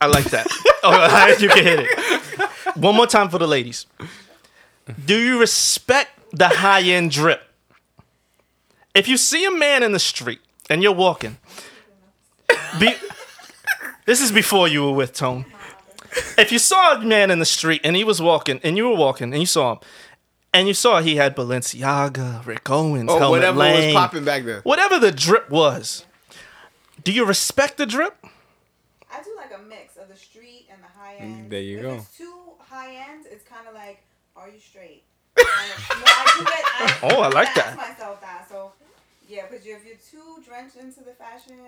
Speaker 3: I like that. oh, you can hit it. One more time for the ladies. Do you respect the high end drip? If you see a man in the street and you're walking, be, this is before you were with Tone. If you saw a man in the street and he was walking and you were walking and you saw him and you saw he had Balenciaga, Rick Owens,
Speaker 7: Or
Speaker 3: Helmut
Speaker 7: Oh, whatever
Speaker 3: Lang,
Speaker 7: was popping back then.
Speaker 3: whatever the drip was, do you respect the drip?
Speaker 4: I do like a mix of the street and the high end.
Speaker 9: there you
Speaker 4: if
Speaker 9: go.
Speaker 4: It's too high end. It's kind of like, are you straight? Kinda- no, I do get-
Speaker 3: Oh, I like
Speaker 4: ask
Speaker 3: that.
Speaker 4: myself that. So, yeah, because if you're too drenched into the fashion,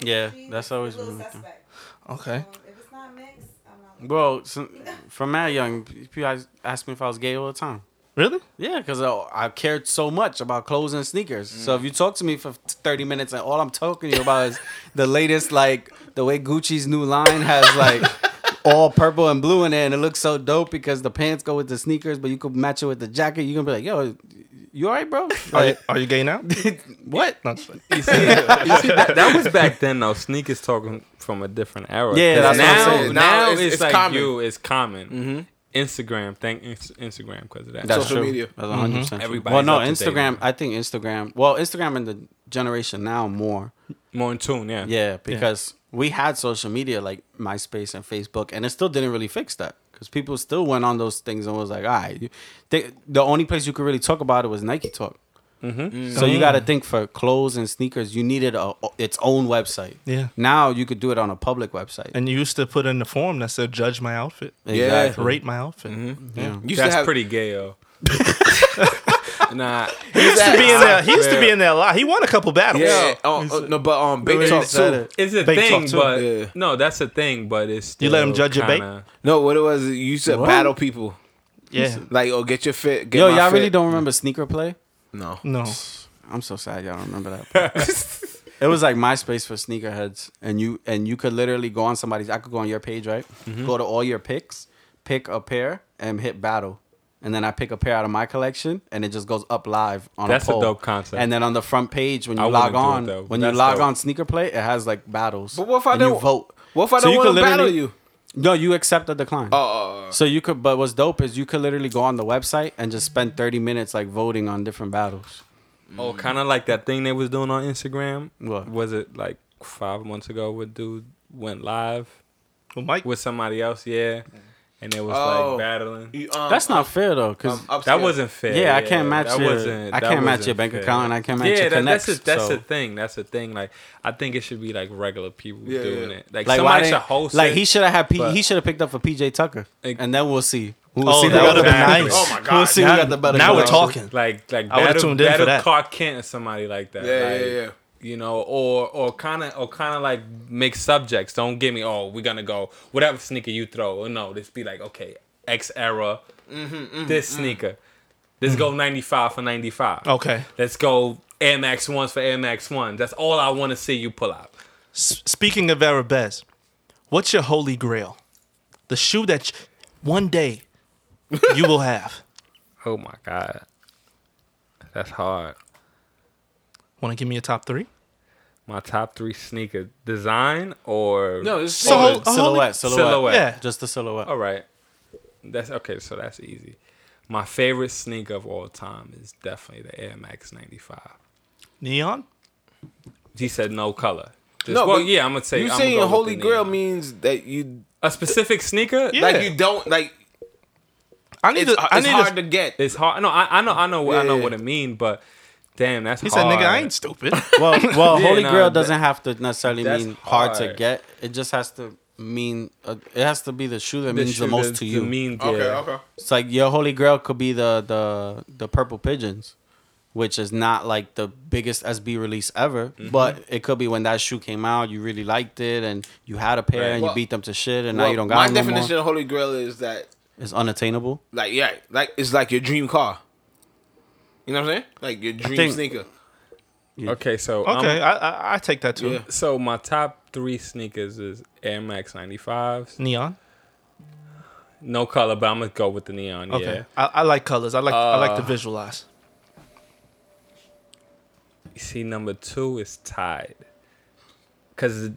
Speaker 5: Yeah,
Speaker 4: industry,
Speaker 5: that's
Speaker 4: it's a
Speaker 5: always
Speaker 4: little
Speaker 5: been like that.
Speaker 4: suspect.
Speaker 3: Okay.
Speaker 4: So if it's not mixed, I'm not.
Speaker 5: Bro, since, from that young, people guys ask me if I was gay all the time.
Speaker 3: Really?
Speaker 5: Yeah, because I, I cared so much about clothes and sneakers. So if you talk to me for 30 minutes and all I'm talking to you about is the latest, like the way Gucci's new line has like all purple and blue in it, and it looks so dope because the pants go with the sneakers, but you could match it with the jacket. You're gonna be like, yo, you all right, bro?
Speaker 3: Are you,
Speaker 5: Like,
Speaker 3: are you gay now?
Speaker 5: what?
Speaker 3: No, it's fine.
Speaker 9: You see, you see, that, that was back then though. Sneakers talking from a different era.
Speaker 5: Yeah,
Speaker 9: 'Cause
Speaker 5: that's what I'm
Speaker 9: now,
Speaker 7: saying.
Speaker 9: Now,
Speaker 7: Now
Speaker 9: it's,
Speaker 7: it's- it's
Speaker 9: like
Speaker 7: common.
Speaker 9: you. It's common. Instagram, thank Ins- Instagram because of that.
Speaker 5: Mm-hmm. That's
Speaker 7: Social
Speaker 5: true.
Speaker 7: media.
Speaker 5: That's 100 percent.
Speaker 9: Mm-hmm. Everybody's
Speaker 5: Well, no,
Speaker 9: up to date
Speaker 5: Instagram.
Speaker 9: now.
Speaker 5: I think Instagram. Well, Instagram and the generation now more.
Speaker 9: More in tune. Yeah.
Speaker 5: Yeah, because we had social media like MySpace and Facebook, and it still didn't really fix that because people still went on those things and was like, all right. you- They, the only place you could really talk about it was Nike Talk.
Speaker 7: Mm.
Speaker 5: So you got to think for clothes and sneakers, you needed a, its own website.
Speaker 3: Yeah.
Speaker 5: Now you could do it on a public website.
Speaker 3: And you used to put in the form that said, judge my outfit,
Speaker 9: Mm-hmm.
Speaker 5: Exactly.
Speaker 3: rate my outfit.
Speaker 5: Yeah.
Speaker 7: You used
Speaker 9: That's
Speaker 7: to have
Speaker 9: pretty gay, yo. Nah.
Speaker 3: He used to be in there. He used to
Speaker 7: Yeah.
Speaker 3: be in there a lot. He won a couple battles.
Speaker 7: Yeah. Oh, oh, no, but um, Big
Speaker 5: Really
Speaker 7: Talk
Speaker 5: said
Speaker 7: too.
Speaker 5: it.
Speaker 9: It's a
Speaker 3: Big
Speaker 9: thing,
Speaker 3: talk, too.
Speaker 9: but
Speaker 7: Yeah.
Speaker 9: no, that's a thing, but it's
Speaker 3: You let 'em
Speaker 9: still
Speaker 3: judge your bait?
Speaker 9: kinda-
Speaker 7: No, what it was? You said
Speaker 5: What?
Speaker 7: battle people.
Speaker 3: yeah.
Speaker 7: Like, oh, get your fit. Get
Speaker 5: Yo,
Speaker 7: my
Speaker 5: y'all
Speaker 7: fit.
Speaker 5: really don't remember sneaker play?
Speaker 7: No.
Speaker 3: No.
Speaker 9: Oh
Speaker 5: I'm so sad y'all don't remember that. it was like MySpace for sneakerheads, and you and you could literally go on somebody's. I could go on your page, right?
Speaker 7: Mm-hmm.
Speaker 5: Go to all your picks, pick a pair, and hit battle. And then I pick a pair out of my collection, and it just goes up live on
Speaker 9: That's
Speaker 5: a
Speaker 9: a
Speaker 5: poll.
Speaker 9: dope concept.
Speaker 5: And then on the front page, when you
Speaker 9: I
Speaker 5: log
Speaker 9: wouldn't do it,
Speaker 5: on,
Speaker 9: though.
Speaker 5: when
Speaker 9: That's
Speaker 5: you log
Speaker 9: dope.
Speaker 5: on sneaker play, it has like battles.
Speaker 7: But what if I
Speaker 5: and you
Speaker 7: don't-
Speaker 5: vote?
Speaker 7: what if I don't
Speaker 5: you could
Speaker 7: wanna battle
Speaker 5: literally-
Speaker 7: you?
Speaker 5: No, you accept the decline.
Speaker 7: Oh,
Speaker 5: So you could, but what's dope is you could literally go on the website and just spend 30 minutes like voting on different battles.
Speaker 9: Oh, kind of like that thing they was doing on Instagram.
Speaker 5: What?
Speaker 9: was it like five months ago? Where dude went live
Speaker 3: Well, Mike.
Speaker 9: with somebody else, yeah, and it was
Speaker 7: Oh.
Speaker 9: like battling.
Speaker 7: You, um,
Speaker 5: That's not fair though,
Speaker 7: um,
Speaker 5: because
Speaker 7: upstairs.
Speaker 9: That wasn't fair.
Speaker 5: yeah, I can't match
Speaker 9: that
Speaker 5: your
Speaker 9: wasn't-
Speaker 5: I
Speaker 9: that
Speaker 5: can't match
Speaker 9: wasn't
Speaker 5: your bank
Speaker 9: fair.
Speaker 5: account and I can't match
Speaker 9: yeah,
Speaker 5: your
Speaker 9: that,
Speaker 5: connects.
Speaker 9: that's a, that's
Speaker 5: so.
Speaker 9: the thing. That's the thing. Like I think it should be like regular people
Speaker 7: Yeah,
Speaker 9: doing
Speaker 7: yeah.
Speaker 9: it. Like,
Speaker 5: Like why
Speaker 9: somebody should
Speaker 5: didn't-
Speaker 9: host.
Speaker 5: Like
Speaker 9: it,
Speaker 5: he should have had P,
Speaker 9: but-
Speaker 5: he should have picked up for PJ Tucker,
Speaker 9: Like-
Speaker 5: and then we'll see. We'll
Speaker 3: Oh,
Speaker 5: see
Speaker 3: that
Speaker 5: who
Speaker 3: would have
Speaker 5: got the
Speaker 3: been
Speaker 5: better
Speaker 3: nice.
Speaker 5: collection.
Speaker 7: Oh my God.
Speaker 5: We'll see who
Speaker 3: Now-
Speaker 5: got the better.
Speaker 3: now we're
Speaker 5: collection.
Speaker 3: talking.
Speaker 9: Like like
Speaker 3: I would've
Speaker 9: battle,
Speaker 3: tuned in for
Speaker 9: battle
Speaker 3: that.
Speaker 9: Clark Kent or somebody like that.
Speaker 7: Yeah,
Speaker 9: like,
Speaker 7: yeah, yeah.
Speaker 9: You know, or or kind of or kind of like make subjects. Don't give me oh we're gonna go whatever sneaker you throw. Or no, this be like okay X era
Speaker 7: Mm-hmm,
Speaker 9: this
Speaker 7: mm.
Speaker 9: sneaker. Let's go ninety five for ninety five.
Speaker 3: Okay.
Speaker 9: Let's go Air Max ones for Air Max ones. That's all I want to see you pull out.
Speaker 3: S- speaking of Arabes, what's your holy grail? The shoe that sh- one day you will have.
Speaker 9: Oh my god, that's hard.
Speaker 3: Want to give me a top three?
Speaker 9: My top three sneaker design or
Speaker 7: No, it's
Speaker 3: So
Speaker 7: so,
Speaker 3: hold- a holy-
Speaker 5: Silhouette, silhouette,
Speaker 9: Silhouette.
Speaker 3: Yeah.
Speaker 5: just the silhouette.
Speaker 9: All right. That's okay, so that's easy. My favorite sneaker of all time is definitely the Air Max 95.
Speaker 3: Neon?
Speaker 9: He said no color. Just,
Speaker 7: No,
Speaker 9: well,
Speaker 7: but
Speaker 9: yeah, I'm gonna say
Speaker 7: you
Speaker 9: I'm
Speaker 7: saying
Speaker 9: gonna go with
Speaker 7: Holy
Speaker 9: the
Speaker 7: Grail
Speaker 9: neon.
Speaker 7: means that you
Speaker 9: a specific sneaker.
Speaker 3: Yeah.
Speaker 7: like you don't like.
Speaker 3: I need
Speaker 7: It's,
Speaker 3: to. I
Speaker 7: it's
Speaker 3: need
Speaker 7: hard
Speaker 3: to.
Speaker 7: to get.
Speaker 9: it's hard. No, I, I know, I know, I know
Speaker 7: Yeah.
Speaker 9: what it mean, but damn, that's
Speaker 3: He said,
Speaker 9: hard.
Speaker 3: "Nigga, I ain't stupid."
Speaker 5: Well, well,
Speaker 9: Yeah,
Speaker 5: Holy
Speaker 9: nah,
Speaker 5: Grail
Speaker 9: that-
Speaker 5: doesn't have to necessarily
Speaker 9: that's
Speaker 5: mean hard. to
Speaker 9: hard.
Speaker 5: get. It just has to mean uh, it has to be the shoe that means the
Speaker 9: shoe
Speaker 5: most
Speaker 9: that-
Speaker 5: to you.
Speaker 9: that mean-
Speaker 7: Okay,
Speaker 9: yeah.
Speaker 7: okay.
Speaker 5: It's like your holy grail could be the the the purple pigeons, which is not like the biggest SB release ever, but it could be when that shoe came out, you really liked it, and you had a pair,
Speaker 9: Right.
Speaker 5: and
Speaker 7: Well-
Speaker 5: you beat them to shit, and now
Speaker 7: Well,
Speaker 5: you don't
Speaker 7: my
Speaker 5: got them
Speaker 7: definition
Speaker 5: no more.
Speaker 7: of Holy Grail is that
Speaker 5: It's unattainable.
Speaker 7: like yeah, like it's like your dream car. You know what I'm saying? Like your dream
Speaker 5: think-
Speaker 7: sneaker.
Speaker 9: Okay, so I'm-
Speaker 3: Okay, I, I I take that too.
Speaker 7: Yeah.
Speaker 9: so my top three sneakers is Air Max 95s,
Speaker 3: Neon.
Speaker 9: no color, but I'm gonna go with the neon.
Speaker 3: Okay.
Speaker 9: Yeah, Uh,
Speaker 3: I, I like colors. I like I like to visualize.
Speaker 9: You see, number two is tied. Cause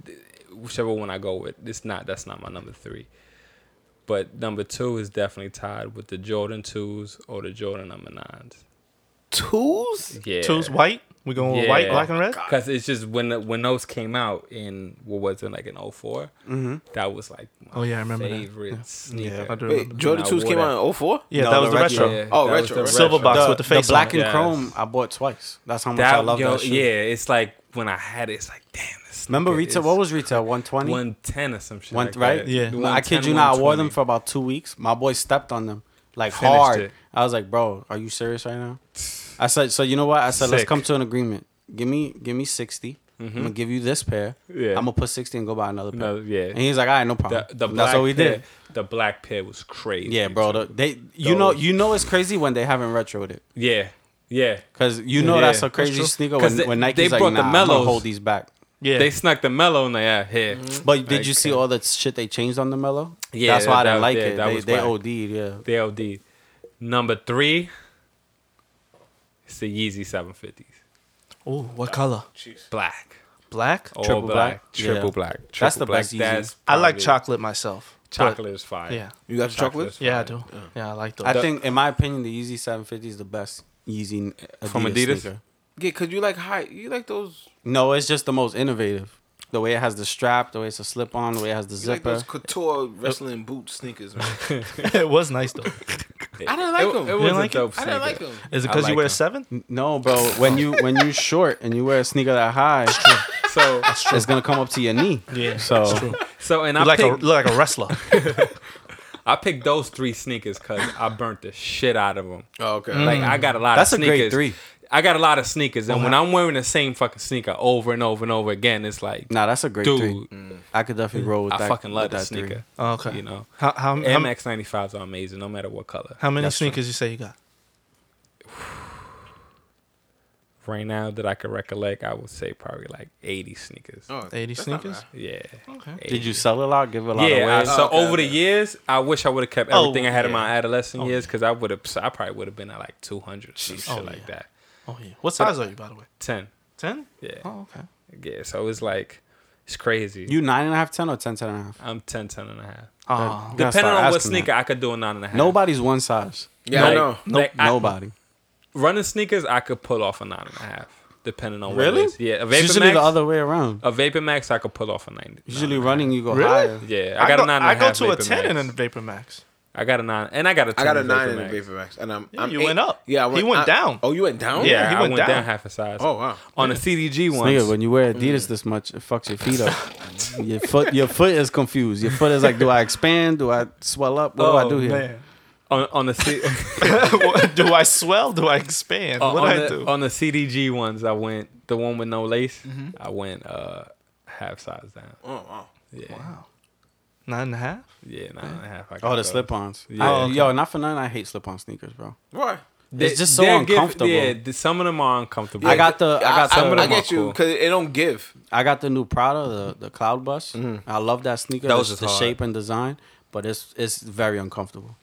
Speaker 9: whichever one I go with, it's not. That's not my number three. But number two is definitely tied with the Jordan twos or the Jordan number nines.
Speaker 7: Tools?
Speaker 9: Yeah,
Speaker 3: Two's white. We going with white,
Speaker 9: Yeah.
Speaker 3: black, and red.
Speaker 9: Cause it's just when the, when those came out in what was it like in 4
Speaker 7: Mm-hmm.
Speaker 9: that was like my
Speaker 3: Oh, yeah, I remember that.
Speaker 9: favorite sneaker.
Speaker 3: Yeah, I do remember.
Speaker 7: Wait, Jordan
Speaker 9: I
Speaker 7: Tools came
Speaker 9: wore
Speaker 7: out in 04?
Speaker 3: Yeah,
Speaker 5: No,
Speaker 3: that was
Speaker 5: the
Speaker 3: the
Speaker 5: retro.
Speaker 3: retro.
Speaker 9: Yeah,
Speaker 7: Oh,
Speaker 9: that was
Speaker 7: retro,
Speaker 9: the
Speaker 3: Silver box with the
Speaker 5: the
Speaker 3: face.
Speaker 5: black
Speaker 3: on
Speaker 5: and
Speaker 3: it.
Speaker 9: Yes.
Speaker 5: chrome I bought twice. That's how much
Speaker 9: That,
Speaker 5: I love
Speaker 9: yo,
Speaker 5: that shoe.
Speaker 9: yeah, it's like when I had it, it's like damn. This
Speaker 5: Remember
Speaker 9: sneaker
Speaker 5: retail?
Speaker 9: is
Speaker 5: What was retail? One twenty.
Speaker 9: one ten or some shit?
Speaker 5: One
Speaker 9: like
Speaker 5: right?
Speaker 9: that.
Speaker 3: Yeah.
Speaker 5: I
Speaker 9: 110,
Speaker 5: kid you not. I wore them
Speaker 9: 120.
Speaker 5: for about two weeks. My boy stepped on them like
Speaker 9: Finished
Speaker 5: hard.
Speaker 9: it.
Speaker 5: I was like, bro, are you serious right now? I said, so you know what? I said, let's
Speaker 9: Sick. Mm-hmm.
Speaker 5: come to an agreement. Give me, give me 60 i I'm gonna give you this pair.
Speaker 9: Yeah.
Speaker 5: I'm gonna put sixty and go buy another pair.
Speaker 9: Another- yeah.
Speaker 5: And he's like, all right, no problem.
Speaker 9: The, the
Speaker 5: And
Speaker 9: black
Speaker 5: That's what we
Speaker 9: pair,
Speaker 5: did.
Speaker 9: The black pair was crazy.
Speaker 5: Yeah, bro. the- they, you know, you know, it's crazy when they haven't retroed it
Speaker 9: Yeah, yeah.
Speaker 5: because you know
Speaker 9: Yeah.
Speaker 5: that's a
Speaker 9: That's
Speaker 5: crazy
Speaker 9: true.
Speaker 5: sneaker
Speaker 9: 'Cause
Speaker 5: when,
Speaker 9: they-
Speaker 5: when Nike's
Speaker 9: they
Speaker 5: like, nah,
Speaker 9: brought the
Speaker 5: I'm gonna
Speaker 9: mellows.
Speaker 5: hold these back.
Speaker 3: Yeah.
Speaker 9: They snuck the mellow in their here.
Speaker 5: Mm-hmm. But did you
Speaker 9: Like,
Speaker 5: see
Speaker 9: uh,
Speaker 5: all the shit they changed on the mellow?
Speaker 9: Yeah,
Speaker 5: that's why I didn't
Speaker 9: that-
Speaker 5: like
Speaker 9: yeah,
Speaker 5: it.
Speaker 9: that
Speaker 5: they,
Speaker 9: was
Speaker 5: they
Speaker 9: whack.
Speaker 5: OD'd, yeah.
Speaker 9: The LD. Number three. It's the Yeezy seven fifties.
Speaker 3: Ooh, what color?
Speaker 9: Black.
Speaker 3: Black.
Speaker 9: All
Speaker 5: Triple black?
Speaker 9: Triple
Speaker 5: Yeah.
Speaker 9: black. Triple
Speaker 5: That's the
Speaker 9: black.
Speaker 5: best Yeezy.
Speaker 3: I like
Speaker 9: probably-
Speaker 3: chocolate myself. but-
Speaker 9: Chocolate is fire.
Speaker 3: Yeah.
Speaker 7: You got your
Speaker 9: Chocolate
Speaker 7: chocolates?
Speaker 9: is
Speaker 3: Yeah, I
Speaker 9: fire.
Speaker 3: do. Yeah, I like those.
Speaker 5: I think, in my opinion, the Yeezy 750 is the best Yeezy Adidas
Speaker 9: From Adidas?
Speaker 5: sneaker.
Speaker 7: Yeah, because you like high. You like those.
Speaker 5: No, it's just the most innovative. The way it has the strap, the way it's a slip on, the way it has the
Speaker 7: You like
Speaker 5: zipper.
Speaker 7: those couture wrestling boot sneakers, man.
Speaker 3: it was nice though.
Speaker 7: I didn't like them.
Speaker 9: It, was
Speaker 3: like it?
Speaker 9: a dope
Speaker 7: I didn't like
Speaker 9: sneaker.
Speaker 7: them.
Speaker 3: Is it
Speaker 9: I
Speaker 3: because you
Speaker 9: like
Speaker 3: wear
Speaker 9: them.
Speaker 3: seven?
Speaker 5: no, bro, when you when you short and you wear a sneaker that high,
Speaker 9: So,
Speaker 5: it's gonna come up to your knee.
Speaker 3: Yeah.
Speaker 5: So
Speaker 9: so and I
Speaker 3: like a
Speaker 9: picked,
Speaker 3: look like a wrestler.
Speaker 9: I picked those three sneakers because I burnt the shit out of them.
Speaker 7: Oh, okay.
Speaker 9: Like I got a lot
Speaker 5: That's a
Speaker 9: of
Speaker 5: great
Speaker 9: sneakers.
Speaker 5: three.
Speaker 9: I got a lot of sneakers,
Speaker 3: Oh,
Speaker 9: and when I'm wearing the same fucking sneaker over and over and over again, it's like,
Speaker 5: Nah, that's a great
Speaker 9: dude,
Speaker 5: three. I could definitely roll with
Speaker 9: I
Speaker 5: that.
Speaker 9: fucking love
Speaker 5: with
Speaker 9: that
Speaker 5: that three.
Speaker 9: sneaker.
Speaker 3: Mm. Oh, okay.
Speaker 9: you know,
Speaker 3: How how, how,
Speaker 9: MX 95s are amazing, no matter what color.
Speaker 3: how many sneakers you say you got?
Speaker 9: Right now that I can recollect, I would say probably like 80 sneakers.
Speaker 7: Oh,
Speaker 3: 80
Speaker 7: that's not
Speaker 3: sneakers?
Speaker 7: bad.
Speaker 9: Yeah. Okay.
Speaker 5: Did you sell a lot? Give a lot away?
Speaker 9: Yeah, I- so
Speaker 7: okay,
Speaker 9: over the
Speaker 7: okay.
Speaker 9: years, I wish I would have kept everything
Speaker 3: Oh,
Speaker 9: I had in
Speaker 3: yeah.
Speaker 9: my adolescent years because I would have, I probably would have been at like 200, some shit like that.
Speaker 3: Oh yeah. What size are you by the way?
Speaker 9: 10.
Speaker 3: Ten?
Speaker 9: Yeah.
Speaker 3: Oh okay.
Speaker 9: Yeah, so it's like, it's crazy.
Speaker 5: You nine and a half, ten, or ten, ten and a half?
Speaker 9: I'm 10, 10 and a half.
Speaker 3: Oh,
Speaker 5: gotta
Speaker 9: Depending
Speaker 5: start
Speaker 9: on what
Speaker 5: asking that.
Speaker 9: sneaker, I could do a nine and a half.
Speaker 5: Nobody's one size.
Speaker 7: Yeah, I know.
Speaker 9: Like, I-
Speaker 5: Nobody.
Speaker 9: running sneakers, I could pull off a nine and a half, depending on
Speaker 3: Really?
Speaker 9: what it is. Yeah, a
Speaker 5: It's
Speaker 9: Vapor
Speaker 5: usually
Speaker 9: Max,
Speaker 5: the other way around.
Speaker 9: a Vapor Max, I could pull off a nine.
Speaker 5: Usually
Speaker 9: nine
Speaker 5: running, you go
Speaker 3: Really?
Speaker 5: higher.
Speaker 9: and a half. Yeah, I, got
Speaker 3: go,
Speaker 9: a nine. And
Speaker 3: I
Speaker 9: a
Speaker 3: go
Speaker 9: half
Speaker 3: to
Speaker 9: Vapor
Speaker 3: a ten
Speaker 9: Max.
Speaker 3: in a Vapor Max.
Speaker 9: I got a nine, and I got a. 10
Speaker 7: I got a
Speaker 9: in Vapor
Speaker 7: nine in the
Speaker 9: Max.
Speaker 7: Vapor Max, and I'm.
Speaker 3: Yeah,
Speaker 7: I'm
Speaker 3: you
Speaker 7: eight-
Speaker 3: went up.
Speaker 7: Yeah, I
Speaker 3: He went
Speaker 7: I-
Speaker 3: down.
Speaker 7: Oh, you went down.
Speaker 3: Yeah.
Speaker 9: Yeah,
Speaker 3: he
Speaker 9: I
Speaker 3: went
Speaker 9: went down.
Speaker 3: down.
Speaker 9: half a size.
Speaker 7: Oh wow.
Speaker 9: on a CDG one.
Speaker 5: Nigga, when you wear Adidas this much, it fucks your feet up. your foot, your foot is confused. Your foot is like, do I expand? Do I swell up? What do I
Speaker 9: Oh,
Speaker 5: do here?
Speaker 9: on on the C- uh,
Speaker 3: do I swell? Do I expand?
Speaker 9: on,
Speaker 3: what do
Speaker 9: Uh, on
Speaker 3: I
Speaker 9: the,
Speaker 3: do?
Speaker 9: on the CDG ones, I went the one with no lace. I went uh half size down.
Speaker 7: Mm-hmm. Oh wow.
Speaker 9: Yeah,
Speaker 3: Nine and a half?
Speaker 9: yeah, nine and a half. I got
Speaker 5: Oh, the
Speaker 9: those.
Speaker 5: slip-ons.
Speaker 9: Yeah.
Speaker 5: I- Yo, not for nothing. I hate slip-on sneakers, bro.
Speaker 7: Why?
Speaker 5: It's just so
Speaker 9: They're gift-
Speaker 5: uncomfortable.
Speaker 9: yeah, th- some of them are uncomfortable.
Speaker 5: I got the, I got
Speaker 7: I,
Speaker 5: some of
Speaker 7: I
Speaker 5: them.
Speaker 7: get you
Speaker 9: cool.
Speaker 7: because it don't give.
Speaker 5: I got the new Prada, the the Cloud Bus.
Speaker 9: Mm-hmm.
Speaker 5: I love that sneaker.
Speaker 9: Those
Speaker 5: the,
Speaker 9: is
Speaker 5: the
Speaker 9: hard.
Speaker 5: shape and design, but it's it's very uncomfortable.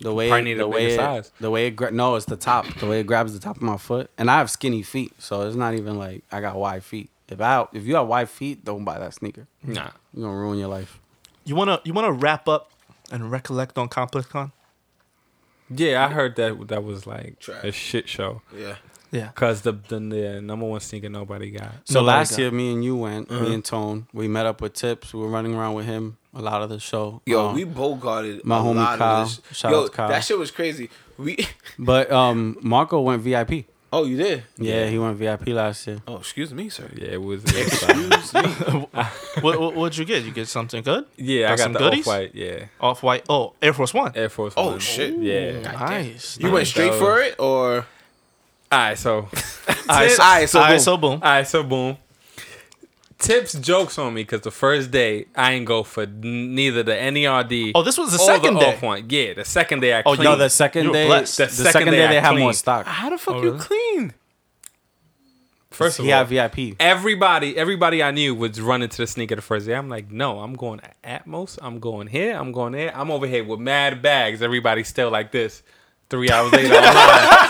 Speaker 5: The way
Speaker 9: probably need
Speaker 5: the
Speaker 9: a
Speaker 5: way
Speaker 9: bigger
Speaker 5: it,
Speaker 9: size.
Speaker 5: the way it gra- no, it's the top. The way it grabs the top of my foot, and I have skinny feet, so it's not even like I got wide feet. If I if you have wide feet, don't buy that sneaker.
Speaker 9: nah.
Speaker 5: You're gonna ruin your life.
Speaker 3: You wanna you wanna wrap up and recollect on ComplexCon?
Speaker 9: Yeah, I heard that that was like
Speaker 7: Trash.
Speaker 9: a shit show.
Speaker 7: Yeah.
Speaker 3: Yeah.
Speaker 9: Cause the the, the uh, number one sneaker nobody got.
Speaker 5: So
Speaker 3: Nobody
Speaker 5: last
Speaker 3: got-
Speaker 5: year, me and you went. Me and Tone, we met up with Tips. We were running around with him a lot of the show.
Speaker 7: Yo,
Speaker 5: Um,
Speaker 7: we bogarted.
Speaker 5: my
Speaker 7: a
Speaker 5: homie
Speaker 7: lot
Speaker 5: Kyle.
Speaker 7: Of this.
Speaker 5: Shout
Speaker 7: Yo,
Speaker 5: out to Kyle.
Speaker 7: that shit was crazy. We.
Speaker 5: but um, Marco went VIP.
Speaker 7: Oh, you did.
Speaker 5: Yeah, he went VIP last year.
Speaker 7: Oh, excuse me, sir.
Speaker 9: Yeah, it was. It was like,
Speaker 3: what, what what'd you get? You get something good?
Speaker 9: yeah, I
Speaker 3: Got
Speaker 9: got
Speaker 3: some
Speaker 9: the
Speaker 3: goodies?
Speaker 9: off white. Yeah,
Speaker 3: Off white oh, Air Force One.
Speaker 9: Air Force
Speaker 7: Oh
Speaker 9: One.
Speaker 7: shit.
Speaker 9: Yeah.
Speaker 3: Nice.
Speaker 7: You went straight for it, or
Speaker 9: All right, so
Speaker 3: Alright, so,
Speaker 7: Alright, so
Speaker 3: alright,
Speaker 7: boom.
Speaker 3: so oh, boom.
Speaker 9: all right, so boom. Tips jokes on me because the first day I ain't go for n- neither the NERD.
Speaker 3: Oh, this was the
Speaker 9: or
Speaker 3: second day.
Speaker 9: off one. Yeah, the second day I.
Speaker 3: Oh,
Speaker 9: cleaned.
Speaker 5: No, the second
Speaker 3: You were
Speaker 5: day, the,
Speaker 3: blessed.
Speaker 9: The
Speaker 5: second, day
Speaker 9: I
Speaker 5: they had more
Speaker 9: cleaned.
Speaker 5: stock.
Speaker 3: Ah,
Speaker 7: how the
Speaker 3: Oh,
Speaker 7: fuck you clean?
Speaker 9: First of
Speaker 5: he
Speaker 9: all,
Speaker 5: had VIP.
Speaker 9: everybody everybody I knew was running to the sneaker the first day. I'm like, no, I'm going to Atmos. I'm going here. I'm going there. I'm over here with mad bags. Everybody's still like this. Three hours later, I'm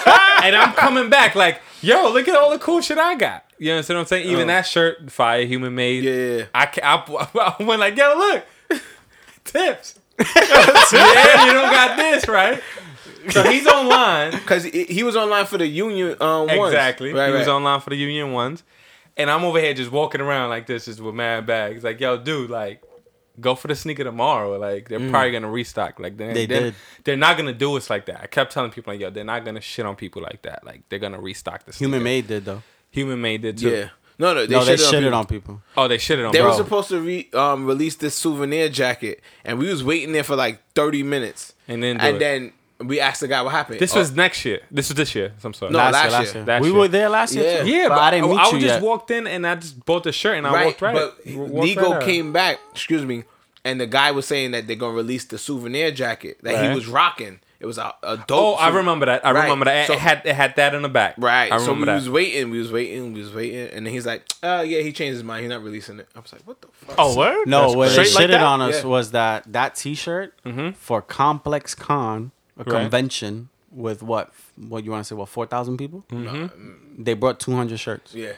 Speaker 9: lying. and I'm coming back like, yo, look at all the cool shit I got. You know what I'm saying? Even that shirt, fire, human made.
Speaker 7: Yeah, yeah, yeah.
Speaker 9: I, ca- I, I went like, yo, look, tips. yeah, you don't got this right. So he's online.
Speaker 7: Because he, he was online for the union. Um, ones.
Speaker 9: Exactly.
Speaker 7: Right,
Speaker 9: he
Speaker 7: right.
Speaker 9: was online for the union ones. And I'm over here just walking around like this, just with mad bags. Like, yo, dude, like, go for the sneaker tomorrow. Like,
Speaker 7: Mm.
Speaker 9: they're probably gonna restock. Like, they're,
Speaker 5: They
Speaker 9: they're,
Speaker 5: did.
Speaker 9: They're not gonna do us like that. I kept telling people, like, yo, they're not gonna shit on people like that. Like, they're gonna restock the sneaker.
Speaker 5: Human made did though.
Speaker 9: Human made did too.
Speaker 7: Yeah. No, no, they,
Speaker 5: no, they
Speaker 7: shitted, on
Speaker 5: shitted
Speaker 7: people.
Speaker 5: on people.
Speaker 9: Oh, they shitted on.
Speaker 7: They
Speaker 9: bro.
Speaker 7: were supposed to re, um, release this souvenir jacket, and we was waiting there for like thirty minutes,
Speaker 9: And then do
Speaker 7: and
Speaker 9: it.
Speaker 7: then we asked the guy what happened.
Speaker 9: This
Speaker 7: Oh,
Speaker 9: was next year. This was this year. So I'm sorry.
Speaker 7: No,
Speaker 5: Last,
Speaker 7: last
Speaker 5: year, last
Speaker 7: year.
Speaker 5: year.
Speaker 9: That
Speaker 5: we
Speaker 9: shit.
Speaker 5: were there last year.
Speaker 7: Yeah.
Speaker 5: too,
Speaker 9: yeah,
Speaker 5: but, I didn't meet
Speaker 9: I,
Speaker 5: you
Speaker 9: just
Speaker 5: yet.
Speaker 9: walked in and I just bought the shirt and I
Speaker 7: right,
Speaker 9: walked right.
Speaker 7: but
Speaker 9: walked right
Speaker 7: Nigo
Speaker 9: out.
Speaker 7: came back. Excuse me, and the guy was saying that they're gonna release the souvenir jacket that he
Speaker 9: Right.
Speaker 7: was rocking. It was a, a dope.
Speaker 9: Oh, I
Speaker 7: sou-
Speaker 9: remember that. I
Speaker 7: Right.
Speaker 9: remember that. It-
Speaker 7: So-
Speaker 9: it had it had that in the back.
Speaker 7: Right.
Speaker 9: I
Speaker 7: so we
Speaker 9: remember that.
Speaker 7: was waiting, we was waiting, we was waiting, and then he's like, "Oh yeah, he changed his mind. He's not releasing it." I was like, "What the fuck?"
Speaker 3: Oh word?
Speaker 5: No, what they
Speaker 3: Straight like
Speaker 5: shitted
Speaker 3: that?
Speaker 5: on us
Speaker 7: Yeah.
Speaker 5: was that that T-shirt for Complex Con, a convention with what? What you want to say? What four thousand people? They brought two hundred shirts.
Speaker 7: yeah.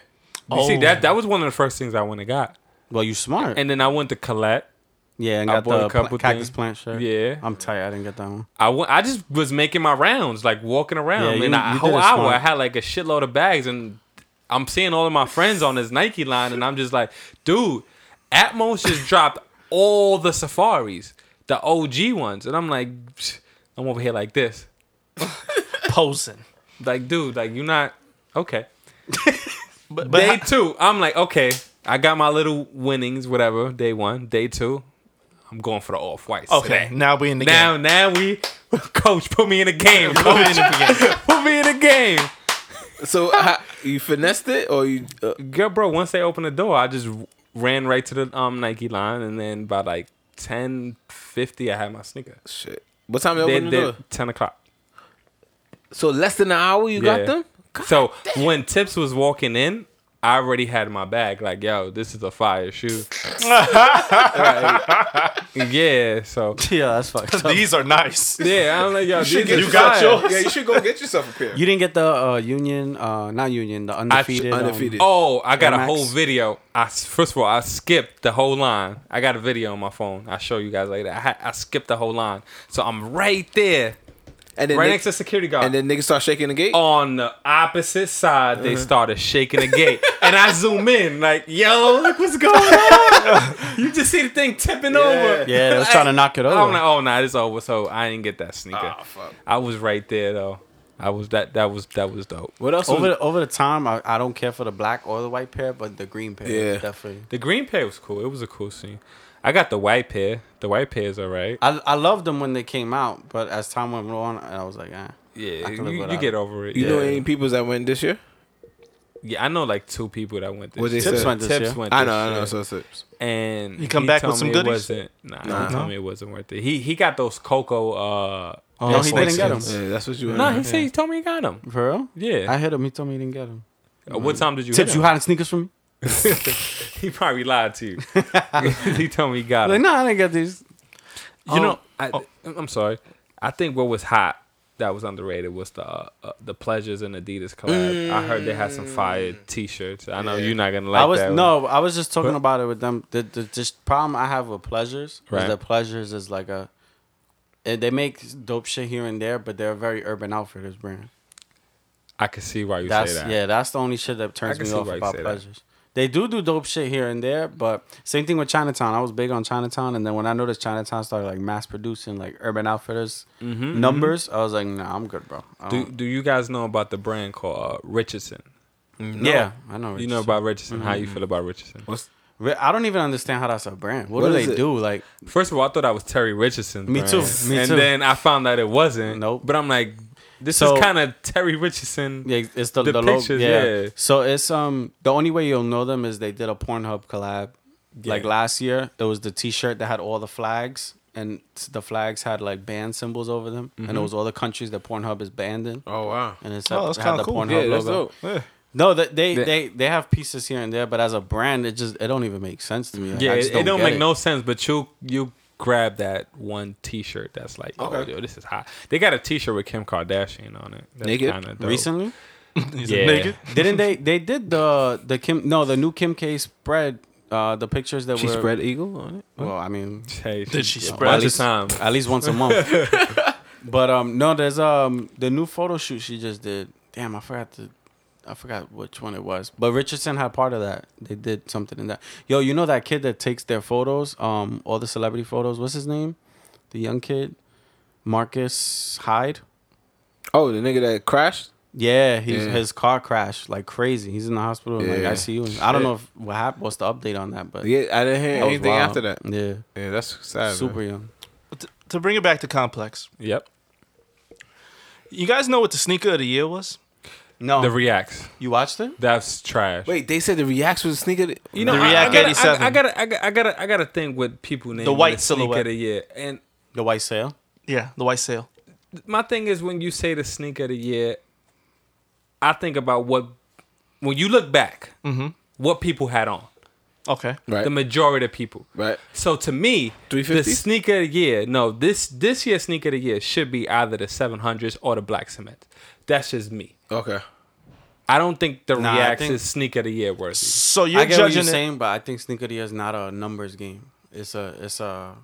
Speaker 9: You see
Speaker 3: Oh.
Speaker 9: that that was one of the first things I went and got,
Speaker 5: Well, you smart.
Speaker 9: and then I went to Colette.
Speaker 5: yeah, and
Speaker 9: I
Speaker 5: got
Speaker 9: bought a
Speaker 5: the pla-
Speaker 9: couple
Speaker 5: cactus
Speaker 9: things.
Speaker 5: plant shirt.
Speaker 9: Yeah.
Speaker 5: I'm tight. I didn't get that one.
Speaker 9: I went, I just was making my rounds, like walking around,
Speaker 5: Yeah,
Speaker 9: and
Speaker 5: you- you
Speaker 9: I, a
Speaker 5: did
Speaker 9: whole
Speaker 5: it
Speaker 9: hour
Speaker 5: smart.
Speaker 9: I had like a shitload of bags, and I'm seeing all of my friends on this Nike line, and I'm just like, dude, Atmos just dropped all the safaris, the OG ones, and I'm like, psh, I'm over here like this,
Speaker 3: Posing.
Speaker 9: like dude, like you're not okay.
Speaker 3: But, but
Speaker 9: Day
Speaker 3: ha-
Speaker 9: two, I'm like, okay, I got my little winnings, whatever. Day one, day two, I'm going for the off whites.
Speaker 3: Okay, now we in the
Speaker 9: now,
Speaker 3: game.
Speaker 9: now we, coach, put me in the game.
Speaker 3: Put me in
Speaker 9: Coach.
Speaker 3: the game.
Speaker 9: put me in the game.
Speaker 7: So how, you finessed it or you? Uh,
Speaker 9: Girl, bro, once they opened the door, I just ran right to the um Nike line, and then by like 10, 50, I had my sneaker.
Speaker 7: shit. What time they
Speaker 9: They-
Speaker 7: opened the
Speaker 9: they-
Speaker 7: door?
Speaker 9: 10 o'clock.
Speaker 7: So less than an hour you
Speaker 9: Yeah.
Speaker 7: got them.
Speaker 9: so when Tips was walking in, I already had my bag. Like, yo, this is a fire shoe. Like, yeah, so
Speaker 5: Yeah, that's fucked up.
Speaker 3: These are nice.
Speaker 9: yeah, I'm like, yo, these
Speaker 3: get
Speaker 9: is
Speaker 3: you got
Speaker 9: fire.
Speaker 3: yours.
Speaker 7: Yeah, you should go get yourself a pair.
Speaker 5: You didn't get the uh, union, uh, not union, the undefeated. um,
Speaker 7: undefeated.
Speaker 9: Oh, I got
Speaker 5: Air
Speaker 9: a
Speaker 5: Max.
Speaker 9: whole video. I s- first of all, I skipped the whole line. I got a video on my phone. I'll show you guys later. I, ha- I skipped the whole line, so I'm right there,
Speaker 7: and then
Speaker 9: right
Speaker 7: nigg-
Speaker 9: next to Oh. security guard.
Speaker 7: and then niggas start shaking the gate.
Speaker 9: on the opposite side,
Speaker 5: Uh-huh.
Speaker 9: they started shaking the gate, and I zoom in like, "Yo, look what's going on!" you just see the thing tipping over.
Speaker 5: Yeah, they was trying to knock it
Speaker 9: I'm
Speaker 5: over. Ah,
Speaker 9: like, "Oh nah, it's over." So I didn't get that sneaker. I was right there though. I was that. That was that was dope.
Speaker 7: What else?
Speaker 5: Over
Speaker 7: was-
Speaker 5: the, over the time, I, I don't care for the black or the white pair, but the green pair,
Speaker 7: Yeah.
Speaker 5: yeah, definitely.
Speaker 9: The green pair was cool. It was a cool scene. I got the white pair. The white pair is alright.
Speaker 5: I I loved them when they came out, but as time went on, I was like, eh.
Speaker 9: Yeah,
Speaker 5: I can live
Speaker 9: you,
Speaker 5: without
Speaker 9: you get
Speaker 5: it.
Speaker 9: over it.
Speaker 7: you
Speaker 9: yeah.
Speaker 7: know any people that went this year?
Speaker 9: yeah, I know like two people that went. This
Speaker 7: What they
Speaker 9: year.
Speaker 7: Tips said.
Speaker 5: went this
Speaker 9: Tips
Speaker 5: year.
Speaker 9: went
Speaker 7: I
Speaker 9: this
Speaker 7: know, I know.
Speaker 9: year.
Speaker 7: So it's a-
Speaker 9: and
Speaker 3: He come back
Speaker 9: told
Speaker 3: with some
Speaker 9: me
Speaker 3: goodies?
Speaker 9: It wasn't, nah, he told me it wasn't worth it. He he got those Coco. Uh,
Speaker 5: No, he
Speaker 9: Air
Speaker 5: didn't
Speaker 9: Force
Speaker 5: get them.
Speaker 9: Ones.
Speaker 7: Oh, yeah, that's what you.
Speaker 9: No,
Speaker 7: No,
Speaker 9: he said he told me he got them.
Speaker 5: For real?
Speaker 9: Yeah.
Speaker 5: I hit him. He told me he didn't get him.
Speaker 9: Uh, What time did you?
Speaker 5: Tips,
Speaker 9: hit
Speaker 5: you
Speaker 9: him?
Speaker 5: hiding sneakers from me?
Speaker 9: he probably lied to you. he told me he got
Speaker 5: Like,
Speaker 9: them.
Speaker 5: no, I didn't get these.
Speaker 9: You know, Oh, I,
Speaker 5: oh.
Speaker 9: I'm sorry. I think what was hot that was underrated was the uh, uh, the pleasures and Adidas collab. I heard they had some fire
Speaker 5: Mm.
Speaker 9: T-shirts. I know you're not gonna like
Speaker 5: I was
Speaker 9: that. one.
Speaker 5: no, I was just talking
Speaker 9: But-
Speaker 5: about it with them. The the just problem I have with pleasures
Speaker 9: Right.
Speaker 5: is that pleasures is like a eh, they make dope shit here and there, but they're a very urban outfitters brand.
Speaker 9: I can see why you
Speaker 5: That's
Speaker 9: say that.
Speaker 5: yeah, that's the only shit that turns
Speaker 9: can
Speaker 5: me
Speaker 9: see
Speaker 5: off
Speaker 9: why you
Speaker 5: about
Speaker 9: say that.
Speaker 5: pleasures. They do do dope shit here and there, but same thing with Chinatown. I was big on Chinatown, and then when I noticed Chinatown started like mass producing like Urban Outfitters numbers, I was like, nah, I'm good, bro. I
Speaker 9: Mm-hmm, Do
Speaker 5: don't-
Speaker 9: Do you guys know about the brand called uh, Richardson?
Speaker 5: Um, yeah, I know.
Speaker 9: You know about Richardson? How
Speaker 5: Mm.
Speaker 9: you feel about Richardson?
Speaker 5: Re- I don't even understand how that's a brand. What,
Speaker 7: What
Speaker 5: do
Speaker 7: is
Speaker 5: they
Speaker 7: it?
Speaker 5: do? Like,
Speaker 9: First of all, I thought I was Terry Richardson.
Speaker 5: Me
Speaker 9: brand.
Speaker 5: too, me
Speaker 9: and
Speaker 5: too.
Speaker 9: then I found out it wasn't.
Speaker 5: Nope.
Speaker 9: But I'm like, this
Speaker 5: So-
Speaker 9: is kind of Terry Richardson.
Speaker 5: yeah, it's the,
Speaker 9: The
Speaker 5: the, logo.
Speaker 9: pictures,
Speaker 5: yeah.
Speaker 9: yeah.
Speaker 5: So it's um the only way you'll know them is they did a Pornhub collab. Like
Speaker 9: Yeah.
Speaker 5: last year, it was the T-shirt that had all the flags, and s- the flags had like band symbols over them, and it was all the countries that Pornhub is banned in.
Speaker 7: Oh wow.
Speaker 5: And it's
Speaker 3: Oh, that's
Speaker 5: it had
Speaker 3: kinda
Speaker 5: the
Speaker 3: cool.
Speaker 5: Pornhub
Speaker 7: Yeah, that's
Speaker 5: logo.
Speaker 7: dope.
Speaker 5: No, that they,
Speaker 9: They-
Speaker 5: they they have pieces here and there, but as a brand, it just it don't even make sense to me. Like, I
Speaker 9: Yeah,
Speaker 5: just
Speaker 9: it don't,
Speaker 5: get
Speaker 9: make no sense. But you you grab that one T-shirt that's like, oh,
Speaker 7: Okay.
Speaker 9: yo, this is hot. They got a T-shirt with Kim Kardashian on it. That's
Speaker 7: Naked?
Speaker 9: kinda dope.
Speaker 5: Recently,
Speaker 3: He's
Speaker 9: Yeah.
Speaker 3: a naked.
Speaker 5: didn't they? They did the the Kim no the new Kim K spread. Uh, the pictures that
Speaker 7: She
Speaker 5: were
Speaker 7: spread eagle on it.
Speaker 5: Well, I mean,
Speaker 9: Hey,
Speaker 3: Did she
Speaker 9: yeah,
Speaker 3: spread
Speaker 9: watch
Speaker 3: it?
Speaker 9: the time?
Speaker 5: at least once a month. but um, no, there's um the new photo shoot she just did. Damn, I forgot to, I forgot which one it was. But Richardson had part of that. They did something in that. Yo, you know that kid that takes their photos, um, all the celebrity photos. What's his name? The young kid, Marcus Hyde.
Speaker 7: Oh, the nigga that crashed.
Speaker 5: Yeah, he's,
Speaker 7: Yeah.
Speaker 5: his car crashed like crazy. He's in the hospital in like
Speaker 7: Yeah.
Speaker 5: ICU. And I don't know if what happened. What's the update on that? But
Speaker 7: Yeah, I didn't hear
Speaker 5: that was
Speaker 7: anything
Speaker 5: wild.
Speaker 7: after that.
Speaker 5: Yeah,
Speaker 7: Yeah, that's sad. man.
Speaker 5: super young.
Speaker 3: To, to bring it back to complex,
Speaker 9: Yep.
Speaker 3: you guys know what the sneaker of the year was?
Speaker 5: No,
Speaker 9: The reacts.
Speaker 5: you watched it?
Speaker 9: That's trash.
Speaker 7: Wait, they said the reacts was a sneaker. that-
Speaker 9: You know,
Speaker 3: The
Speaker 9: I- I
Speaker 3: React
Speaker 9: gotta- I-
Speaker 3: 87.
Speaker 9: I got I got I got I got a thing with people naming
Speaker 3: white
Speaker 9: sneaker
Speaker 3: silhouette.
Speaker 9: of the year. And
Speaker 5: The White Sale.
Speaker 3: Yeah, the white sale.
Speaker 9: my thing is when you say the sneaker of the year, I think about what when you look back, what people had on.
Speaker 3: Mm-hmm. Okay.
Speaker 7: right,
Speaker 9: The majority of people.
Speaker 7: right.
Speaker 9: So to me, the
Speaker 7: 350?
Speaker 9: sneaker of the year, no, this this year's sneaker of the year should be either the seven hundreds or the black cement. That's just me.
Speaker 7: Okay.
Speaker 9: I don't think the
Speaker 5: Nah, I
Speaker 9: reacts
Speaker 5: think-
Speaker 9: is sneaker of the year worthy.
Speaker 3: So you're
Speaker 5: I get what
Speaker 3: judging
Speaker 5: you're
Speaker 3: it.
Speaker 5: saying, but I think sneaker Dia is not a numbers game. It's a it's a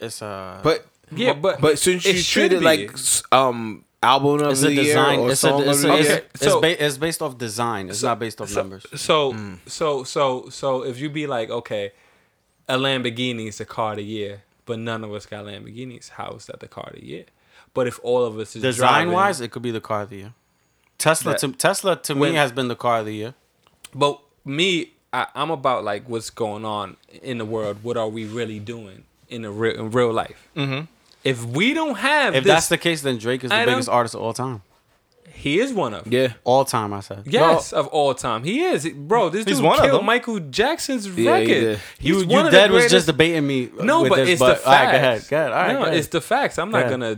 Speaker 5: it's a
Speaker 7: But
Speaker 9: Yeah, but
Speaker 7: but since you
Speaker 9: it should
Speaker 7: treat it
Speaker 9: be.
Speaker 7: like s- um album of
Speaker 5: it's
Speaker 7: the
Speaker 5: a design.
Speaker 7: year or
Speaker 5: It's a
Speaker 7: song
Speaker 5: it's
Speaker 7: of
Speaker 5: a,
Speaker 7: the
Speaker 5: it's,
Speaker 7: year.
Speaker 9: Okay,
Speaker 5: it's,
Speaker 9: so-
Speaker 5: ba- it's based off design. It's not based off numbers.
Speaker 9: So so so so if you be like, okay, a Lamborghini is the car of the year, but none of us got Lamborghinis, how is that the car of the year? But if all of us is
Speaker 5: Design
Speaker 9: driving-
Speaker 5: wise, it could be the car of the year. Tesla to Tesla to
Speaker 9: When-
Speaker 5: me has been the car of the year.
Speaker 9: but me, I, I'm about like what's going on in the world. What are we really doing? in the real in real life. If we don't have
Speaker 5: Mm-hmm. If
Speaker 9: this,
Speaker 5: that's the case, then Drake is the
Speaker 9: I don't-
Speaker 5: biggest artist of all time.
Speaker 9: he is one of
Speaker 7: Yeah.
Speaker 5: All time, I said.
Speaker 9: Yes, of all time, he is, bro. This
Speaker 3: He's
Speaker 9: dude
Speaker 3: one of
Speaker 9: killed
Speaker 3: them.
Speaker 9: Michael Jackson's
Speaker 7: Yeah, he
Speaker 9: record.
Speaker 7: did.
Speaker 9: He's
Speaker 5: You,
Speaker 9: one
Speaker 5: you
Speaker 9: of the
Speaker 5: dead was
Speaker 9: greatest-
Speaker 5: just debating me. uh,
Speaker 9: no,
Speaker 5: with
Speaker 9: but
Speaker 5: this,
Speaker 9: it's the facts.
Speaker 5: all right, go ahead. Go ahead. All right,
Speaker 9: no,
Speaker 5: go ahead.
Speaker 9: it's the facts. I'm
Speaker 5: Go
Speaker 9: not
Speaker 5: ahead.
Speaker 9: gonna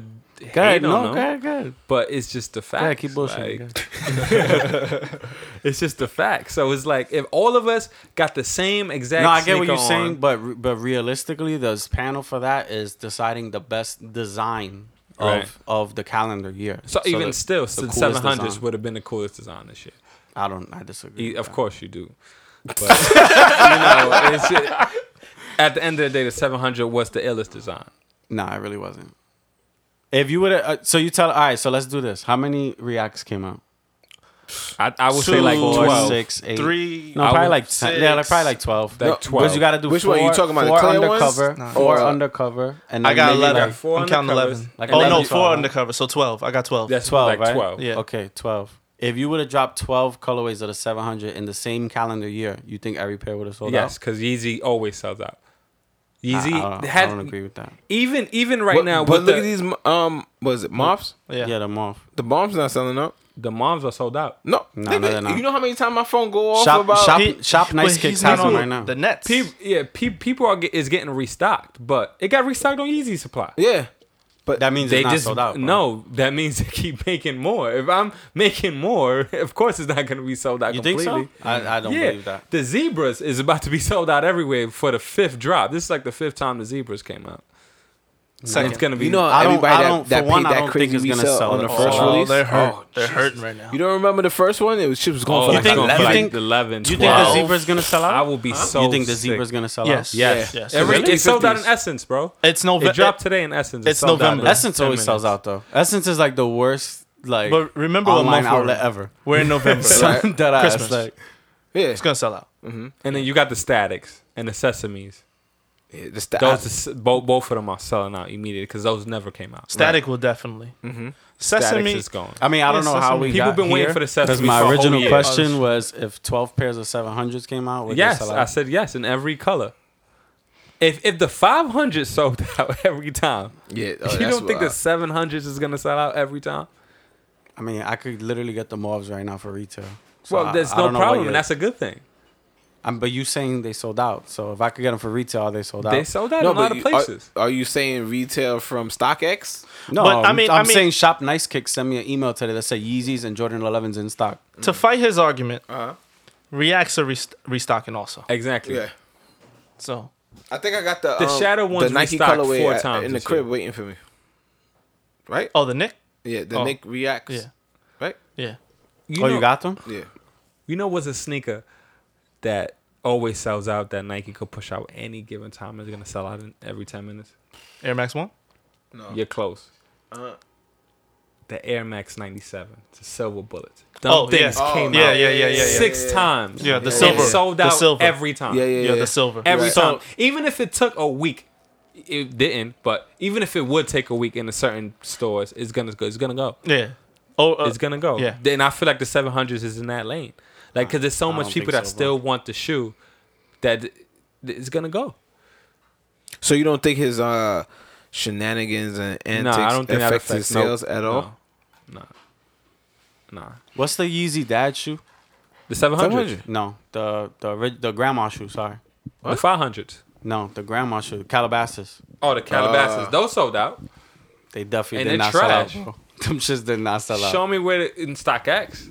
Speaker 5: Go ahead.
Speaker 9: hate on
Speaker 5: No,
Speaker 9: him,
Speaker 5: go ahead. Go ahead.
Speaker 9: but it's just the facts.
Speaker 5: Go ahead. Keep bullshitting.
Speaker 9: Like,
Speaker 5: Go ahead.
Speaker 9: it's just the facts. So it's like if all of us got the same exact.
Speaker 5: No, I get what
Speaker 9: sneaker
Speaker 5: you're saying,
Speaker 9: on-
Speaker 5: but re- but realistically, the panel for that is deciding the best design of
Speaker 9: Right.
Speaker 5: of the calendar year.
Speaker 9: So, even
Speaker 5: the-
Speaker 9: still,
Speaker 5: the
Speaker 9: since
Speaker 5: coolest
Speaker 9: seven hundreds
Speaker 5: design.
Speaker 9: would have been the coolest design this year.
Speaker 5: I don't. I disagree.
Speaker 9: E-
Speaker 5: with
Speaker 9: Of
Speaker 5: that.
Speaker 9: course you do. But you know, it's ju- at the end of the day, the seven hundred was the illest design.
Speaker 5: Nah, it really wasn't. If you would, uh, so you tell. All right, so let's do this. How many reacts came out?
Speaker 9: I, I would say like
Speaker 3: Two,
Speaker 5: Four,
Speaker 9: twelve.
Speaker 5: six, eight.
Speaker 3: Three.
Speaker 5: No, probably
Speaker 9: would-
Speaker 5: like ten. Yeah, like, probably like twelve.
Speaker 9: Like
Speaker 5: No,
Speaker 9: 12.
Speaker 5: But you gotta do.
Speaker 7: Which
Speaker 5: four,
Speaker 7: one? You talking about the
Speaker 5: Four
Speaker 7: clear ones?
Speaker 5: undercover.
Speaker 7: Nah.
Speaker 5: Four
Speaker 7: Four.
Speaker 5: undercover. And
Speaker 3: I
Speaker 5: then
Speaker 3: got
Speaker 5: maybe,
Speaker 3: eleven.
Speaker 5: Like
Speaker 9: four
Speaker 3: I'm counting
Speaker 9: undercovers.
Speaker 3: eleven.
Speaker 5: Like
Speaker 3: oh no,
Speaker 5: 11,
Speaker 3: four
Speaker 5: 12.
Speaker 3: undercover. So twelve. I got twelve.
Speaker 9: That's
Speaker 5: twelve.
Speaker 9: like
Speaker 5: right?
Speaker 9: twelve.
Speaker 3: Yeah.
Speaker 5: Okay, twelve. If you would have dropped twelve colorways of the seven hundred in the same calendar year, you think every pair would have sold
Speaker 9: Yes,
Speaker 5: out?
Speaker 9: because Yeezy always sells
Speaker 5: I-
Speaker 9: out. Yeezy
Speaker 5: I, don't- Ah, I
Speaker 9: had
Speaker 5: don't agree with that.
Speaker 9: even even right
Speaker 7: But-
Speaker 9: now.
Speaker 7: but
Speaker 9: with
Speaker 7: look
Speaker 9: the,
Speaker 7: at these. Um, was it mops?
Speaker 3: Yeah.
Speaker 5: Yeah, the moth.
Speaker 7: The bombs not selling up.
Speaker 9: The moms are sold out.
Speaker 7: No,
Speaker 5: No,
Speaker 7: nigga,
Speaker 5: no, they're not.
Speaker 7: you know how many times my phone go off
Speaker 5: Shop,
Speaker 7: about
Speaker 5: shop,
Speaker 3: He-
Speaker 5: shop. Nice
Speaker 3: but
Speaker 5: kicks
Speaker 3: he's
Speaker 5: has
Speaker 3: not
Speaker 5: them
Speaker 3: on
Speaker 5: right now.
Speaker 3: The Nets.
Speaker 9: People, yeah, pe- people are get, is getting restocked, but it got restocked on Yeezy supply.
Speaker 7: yeah, but
Speaker 5: That means
Speaker 9: They
Speaker 5: it's not
Speaker 9: just
Speaker 5: sold out. bro.
Speaker 9: no. That means they keep making more. If I'm making more, of course it's not going to be sold out
Speaker 5: you think
Speaker 9: completely.
Speaker 5: so? I, I don't
Speaker 9: yeah,
Speaker 5: believe that.
Speaker 9: the zebras is about to be sold out everywhere for the fifth drop. This is like the fifth time the zebras came out.
Speaker 3: Second.
Speaker 9: It's gonna be
Speaker 7: you know
Speaker 5: I
Speaker 7: how
Speaker 5: don't-
Speaker 7: everybody
Speaker 5: I don't-
Speaker 7: that, that
Speaker 5: for one,
Speaker 7: paid
Speaker 5: I
Speaker 7: that
Speaker 5: don't
Speaker 7: crazy
Speaker 5: think it's gonna
Speaker 7: resale
Speaker 5: sell Oh,
Speaker 7: on the
Speaker 5: at
Speaker 7: first
Speaker 5: all.
Speaker 7: release.
Speaker 3: They're hurt.
Speaker 7: Oh,
Speaker 3: they're hurting right now.
Speaker 7: you don't remember the first one? It was shit was going
Speaker 9: oh,
Speaker 7: for
Speaker 9: you
Speaker 7: like
Speaker 9: think,
Speaker 7: think,
Speaker 9: going for
Speaker 5: you
Speaker 9: like
Speaker 5: think-
Speaker 9: 11,
Speaker 5: You think the
Speaker 9: 12.
Speaker 5: zebra's gonna sell out?
Speaker 9: I will be so.
Speaker 5: you think the
Speaker 9: sick.
Speaker 5: zebra's gonna sell
Speaker 3: Yes.
Speaker 5: out?
Speaker 3: Yes.
Speaker 9: Yes.
Speaker 3: Yes.
Speaker 9: Every,
Speaker 7: Really?
Speaker 9: it sold out in
Speaker 7: 250s.
Speaker 9: Essence, bro.
Speaker 3: It's November.
Speaker 9: It dropped today in Essence. It
Speaker 3: it's
Speaker 9: sold out in
Speaker 3: November.
Speaker 5: Essence
Speaker 9: ten
Speaker 5: always
Speaker 9: minutes.
Speaker 5: sells out though. Essence is like the worst like
Speaker 3: But remember what
Speaker 5: online
Speaker 3: month we're
Speaker 5: outlet
Speaker 3: in.
Speaker 5: ever.
Speaker 3: We're in November.
Speaker 5: Right. Dead ass,
Speaker 3: Christmas.
Speaker 5: like-
Speaker 7: yeah,
Speaker 3: It's gonna sell out.
Speaker 9: And then you got the Statics and the Sesames.
Speaker 7: yeah, the sta-
Speaker 9: Those is- both both of them are selling out immediately because those never came out.
Speaker 3: Static will definitely. Mm-hmm.
Speaker 9: Statics
Speaker 3: Sesame.
Speaker 9: is gone.
Speaker 5: I mean, I don't
Speaker 3: Yeah,
Speaker 5: know how
Speaker 3: Sesame.
Speaker 5: we
Speaker 9: People
Speaker 5: got
Speaker 9: been waiting
Speaker 5: here,
Speaker 9: for the Sesame
Speaker 5: my
Speaker 9: for a whole
Speaker 5: original
Speaker 9: year.
Speaker 5: question was if 12 pairs of 700s came out, would
Speaker 9: yes,
Speaker 5: they sell
Speaker 9: I
Speaker 5: out?
Speaker 9: said yes in every color. If if the 500 sold out every time,
Speaker 7: yeah. oh,
Speaker 9: you
Speaker 7: that's
Speaker 9: don't think
Speaker 7: what I-
Speaker 9: the 700s is gonna sell out every time?
Speaker 5: I mean, I could literally get the mobs right now for retail. So I-
Speaker 9: well, there's
Speaker 5: I
Speaker 9: no
Speaker 5: don't know what
Speaker 9: problem,
Speaker 5: you're-
Speaker 9: and that's a good thing.
Speaker 5: Um, but you saying they sold out. So if I could get them for retail, are they sold out?
Speaker 9: They sold out
Speaker 7: no,
Speaker 9: in a lot
Speaker 7: but
Speaker 9: of
Speaker 7: you- are,
Speaker 9: places.
Speaker 7: are you saying retail from StockX?
Speaker 5: no,
Speaker 3: But, I
Speaker 5: I
Speaker 3: mean-
Speaker 5: mean,
Speaker 3: I
Speaker 5: I'm
Speaker 3: mean-
Speaker 5: saying Shop Nice Kick sent me an email today that said Yeezys and Jordan 11s in stock.
Speaker 3: To fight his argument, reacts are rest- restocking also.
Speaker 9: exactly.
Speaker 7: Yeah,
Speaker 3: So
Speaker 7: I think I got the
Speaker 9: The
Speaker 7: um,
Speaker 9: Shadow
Speaker 7: the
Speaker 9: ones
Speaker 7: Nike
Speaker 9: restocked
Speaker 7: colorway
Speaker 9: four
Speaker 7: at-
Speaker 9: times
Speaker 7: in the
Speaker 9: this
Speaker 7: crib
Speaker 9: year.
Speaker 7: waiting for me. Right?
Speaker 3: oh, the Nick.
Speaker 7: Yeah, the
Speaker 3: Oh.
Speaker 7: Nick reacts.
Speaker 3: Yeah.
Speaker 7: Right?
Speaker 3: Yeah.
Speaker 9: You
Speaker 5: oh,
Speaker 9: know,
Speaker 5: you got them?
Speaker 7: Yeah.
Speaker 9: you know what's a sneaker that always sells out that Nike could push out any given time is gonna sell out in every ten minutes?
Speaker 3: Air Max One.
Speaker 9: You're close.
Speaker 7: Uh.
Speaker 9: The Air Max 97. It's a silver bullet.
Speaker 3: Oh,
Speaker 9: Them things
Speaker 3: yeah.
Speaker 9: came
Speaker 3: yeah,
Speaker 9: out
Speaker 3: yeah, yeah, yeah, yeah.
Speaker 9: six times.
Speaker 3: Yeah, the
Speaker 9: It
Speaker 3: silver.
Speaker 9: sold
Speaker 3: The
Speaker 9: out
Speaker 3: silver.
Speaker 9: every time.
Speaker 7: Yeah, yeah,
Speaker 3: Yeah,
Speaker 7: yeah.
Speaker 3: the silver.
Speaker 9: Every
Speaker 7: Right.
Speaker 9: time. even if it took a week, it didn't, but even if it would take a week in a certain stores, it's gonna go. It's gonna go.
Speaker 3: Yeah. Oh, uh,
Speaker 9: It's gonna go.
Speaker 3: yeah.
Speaker 9: Then I feel like the 700s is in that lane. Like, because there's so
Speaker 5: I
Speaker 9: much
Speaker 5: don't
Speaker 9: people
Speaker 5: think
Speaker 9: that
Speaker 5: so,
Speaker 9: still want the shoe that th- it's gonna go.
Speaker 7: So you don't think his uh shenanigans and antics
Speaker 9: I don't think that
Speaker 7: affects his
Speaker 9: affects- nope.
Speaker 7: sales at all?
Speaker 9: No. Nah. Nah.
Speaker 5: What's the Yeezy dad shoe?
Speaker 9: The 700s.
Speaker 5: No, the the ri- the grandma shoe, sorry.
Speaker 9: The 500s.
Speaker 5: No, the grandma shoe, Calabasas.
Speaker 9: Oh, the Calabasas. Those sold out.
Speaker 5: They definitely did
Speaker 9: And they're
Speaker 5: not
Speaker 9: trash.
Speaker 5: sell out, bro. Them shits did not sell out.
Speaker 9: Show me where the, in stock X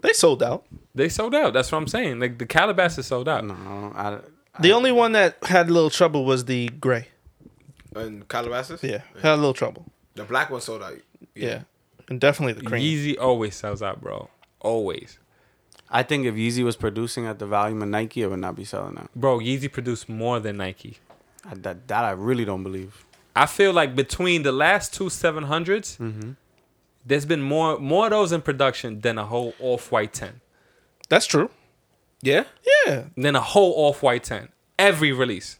Speaker 3: they sold out.
Speaker 9: they sold out. That's what I'm saying. Like the Calabasas sold out.
Speaker 5: No, I, don't- I,
Speaker 3: The only one that had a little trouble was the gray.
Speaker 7: And Calabasas?
Speaker 3: Yeah, had a little trouble.
Speaker 7: The black one sold out.
Speaker 3: Yeah, and definitely the cream.
Speaker 9: Yeezy always sells out, bro. Always,
Speaker 5: I think if Yeezy was producing at the volume of Nike, it would not be selling out.
Speaker 9: bro. Yeezy produced more than Nike.
Speaker 5: I, that, that I really don't believe.
Speaker 9: I feel like between the last two 700s, there's been more more of those in production than a whole off white ten,
Speaker 3: That's true.
Speaker 7: Yeah?
Speaker 3: Yeah,
Speaker 9: than a whole off white ten. Every release,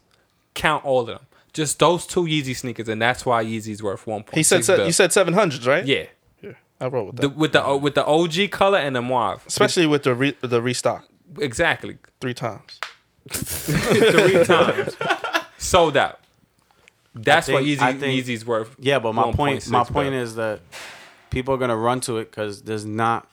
Speaker 9: count all of them. Just those two Yeezy sneakers, and that's why Yeezy's worth one point.
Speaker 3: he said. Se- you said seven hundreds, right?
Speaker 9: yeah.
Speaker 3: I roll with that.
Speaker 9: The, with the with the OG color and the mauve,
Speaker 3: Especially with the re- the restock
Speaker 9: exactly.
Speaker 3: three times.
Speaker 9: three times. sold out. That's what
Speaker 5: think-
Speaker 9: Easy
Speaker 5: I think-
Speaker 9: Easy's worth.
Speaker 5: Yeah, but my
Speaker 9: 1.6
Speaker 5: point my point
Speaker 9: bill.
Speaker 5: is that people are gonna run to it because there's not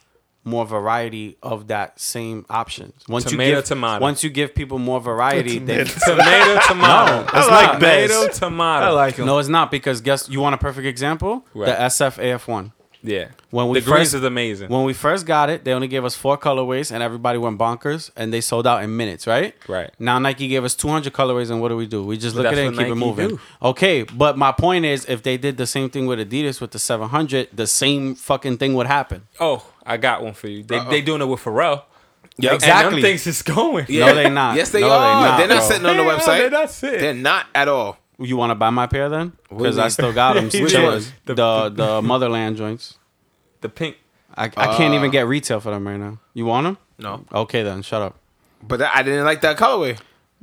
Speaker 5: more variety of that same options. Once
Speaker 9: Tomato,
Speaker 5: you give,
Speaker 9: tomato.
Speaker 5: Once you give people more variety, they
Speaker 9: tomato tomato.
Speaker 5: No, it's like
Speaker 9: tomato
Speaker 5: best.
Speaker 9: tomato.
Speaker 5: no, it's not because guess you want a perfect example?
Speaker 9: Right.
Speaker 5: The SFAF one.
Speaker 9: Yeah.
Speaker 5: When we
Speaker 9: the grace
Speaker 5: first-
Speaker 9: is amazing.
Speaker 5: When we first got it, they only gave us four colorways, and everybody went bonkers, and they sold out in minutes, right?
Speaker 9: Right.
Speaker 5: Now Nike gave us 200 colorways, and what do we do? We just look at
Speaker 9: that's
Speaker 5: it and
Speaker 9: what
Speaker 5: keep it
Speaker 9: Nike
Speaker 5: moving.
Speaker 9: do.
Speaker 5: Okay, but my point is, if they did the same thing with Adidas with the 700, the same fucking thing would happen.
Speaker 9: oh, I got one for you. They they doing it with Pharrell.
Speaker 7: Yeah,
Speaker 9: And
Speaker 5: exactly.
Speaker 9: them things is going.
Speaker 5: No, they not.
Speaker 7: Yes, they
Speaker 5: No, they
Speaker 7: are. They
Speaker 5: not,
Speaker 7: are
Speaker 5: bro.
Speaker 7: not sitting on the
Speaker 9: Hell,
Speaker 7: website.
Speaker 9: that's it.
Speaker 7: They're not at all.
Speaker 5: You want to buy my pair then? Because I still got them.
Speaker 9: Which ones?
Speaker 5: the, the the Motherland joints.
Speaker 9: The pink.
Speaker 5: I, I
Speaker 9: Uh.
Speaker 5: can't even get retail for them right now. You want them?
Speaker 7: No,
Speaker 5: Okay then, shut up.
Speaker 7: but that, I didn't like that colorway.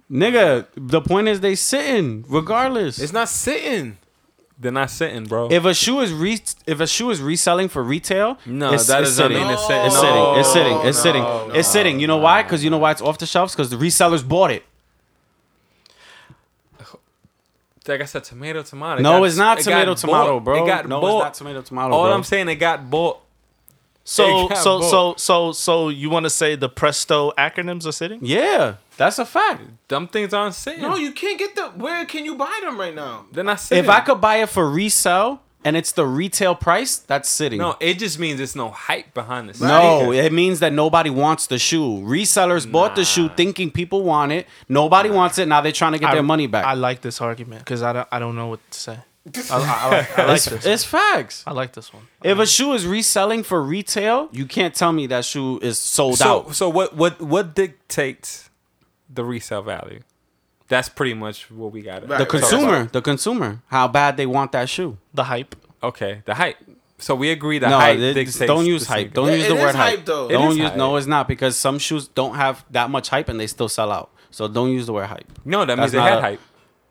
Speaker 5: Nigga, the point is they sitting regardless.
Speaker 7: It's not sitting.
Speaker 9: They're not sitting, bro.
Speaker 5: If a shoe is re- if a shoe is reselling for retail,
Speaker 9: no,
Speaker 5: it's,
Speaker 9: that
Speaker 5: it's
Speaker 9: doesn't
Speaker 5: sitting.
Speaker 9: mean it's
Speaker 5: It's
Speaker 9: sitting.
Speaker 5: sitting. It's sitting. It's sitting. it's sitting. You know why? Because you know why it's off the shelves? Because the resellers bought it.
Speaker 9: Like I said, tomato, tomato. It
Speaker 5: no,
Speaker 9: got-
Speaker 5: it's not
Speaker 9: it got
Speaker 5: tomato,
Speaker 9: bought.
Speaker 5: tomato, bro.
Speaker 9: It got
Speaker 5: no,
Speaker 9: bought.
Speaker 5: it's not tomato, tomato.
Speaker 9: All
Speaker 5: bro.
Speaker 9: I'm saying, it got bought.
Speaker 3: So
Speaker 9: It got
Speaker 3: so
Speaker 9: bought.
Speaker 3: so so so you want to say the Presto acronyms are sitting?
Speaker 5: yeah, that's a fact.
Speaker 9: Them things aren't sitting.
Speaker 7: No, you can't get the. Where can you buy them right now?
Speaker 9: they're not sitting.
Speaker 5: If I could buy it for resale and it's the retail price, that's sitting.
Speaker 9: no, it just means it's no hype behind this.
Speaker 5: No, it means that nobody wants the shoe. Resellers bought the shoe thinking people want it. Nobody wants it. Now they're trying to get their money back.
Speaker 3: I like this argument because I don't, I don't know what to say. I, I, I like, I like
Speaker 5: it's,
Speaker 3: this.
Speaker 5: it's facts.
Speaker 3: I like this one.
Speaker 5: If a shoe is reselling for retail, you can't tell me that shoe is sold
Speaker 9: So
Speaker 5: out.
Speaker 9: so what what what dictates the resale value? That's pretty much what we got.
Speaker 5: The consumer, the consumer, how bad they want that shoe.
Speaker 3: The hype.
Speaker 9: Okay, the hype. So we agree the
Speaker 5: No,
Speaker 9: hype
Speaker 5: it-
Speaker 9: dictates.
Speaker 5: don't use
Speaker 9: the
Speaker 5: hype.
Speaker 9: sneaker.
Speaker 5: Don't
Speaker 7: Yeah,
Speaker 5: use
Speaker 7: it
Speaker 5: the
Speaker 7: is
Speaker 5: word hype.
Speaker 7: hype, though. It
Speaker 5: Don't
Speaker 9: is
Speaker 5: use
Speaker 9: hype.
Speaker 5: no, it's not because some shoes don't have that much hype and they still sell out. So don't use the word hype.
Speaker 9: No, that
Speaker 5: That's
Speaker 9: means they
Speaker 5: not
Speaker 9: had
Speaker 5: a-
Speaker 9: hype.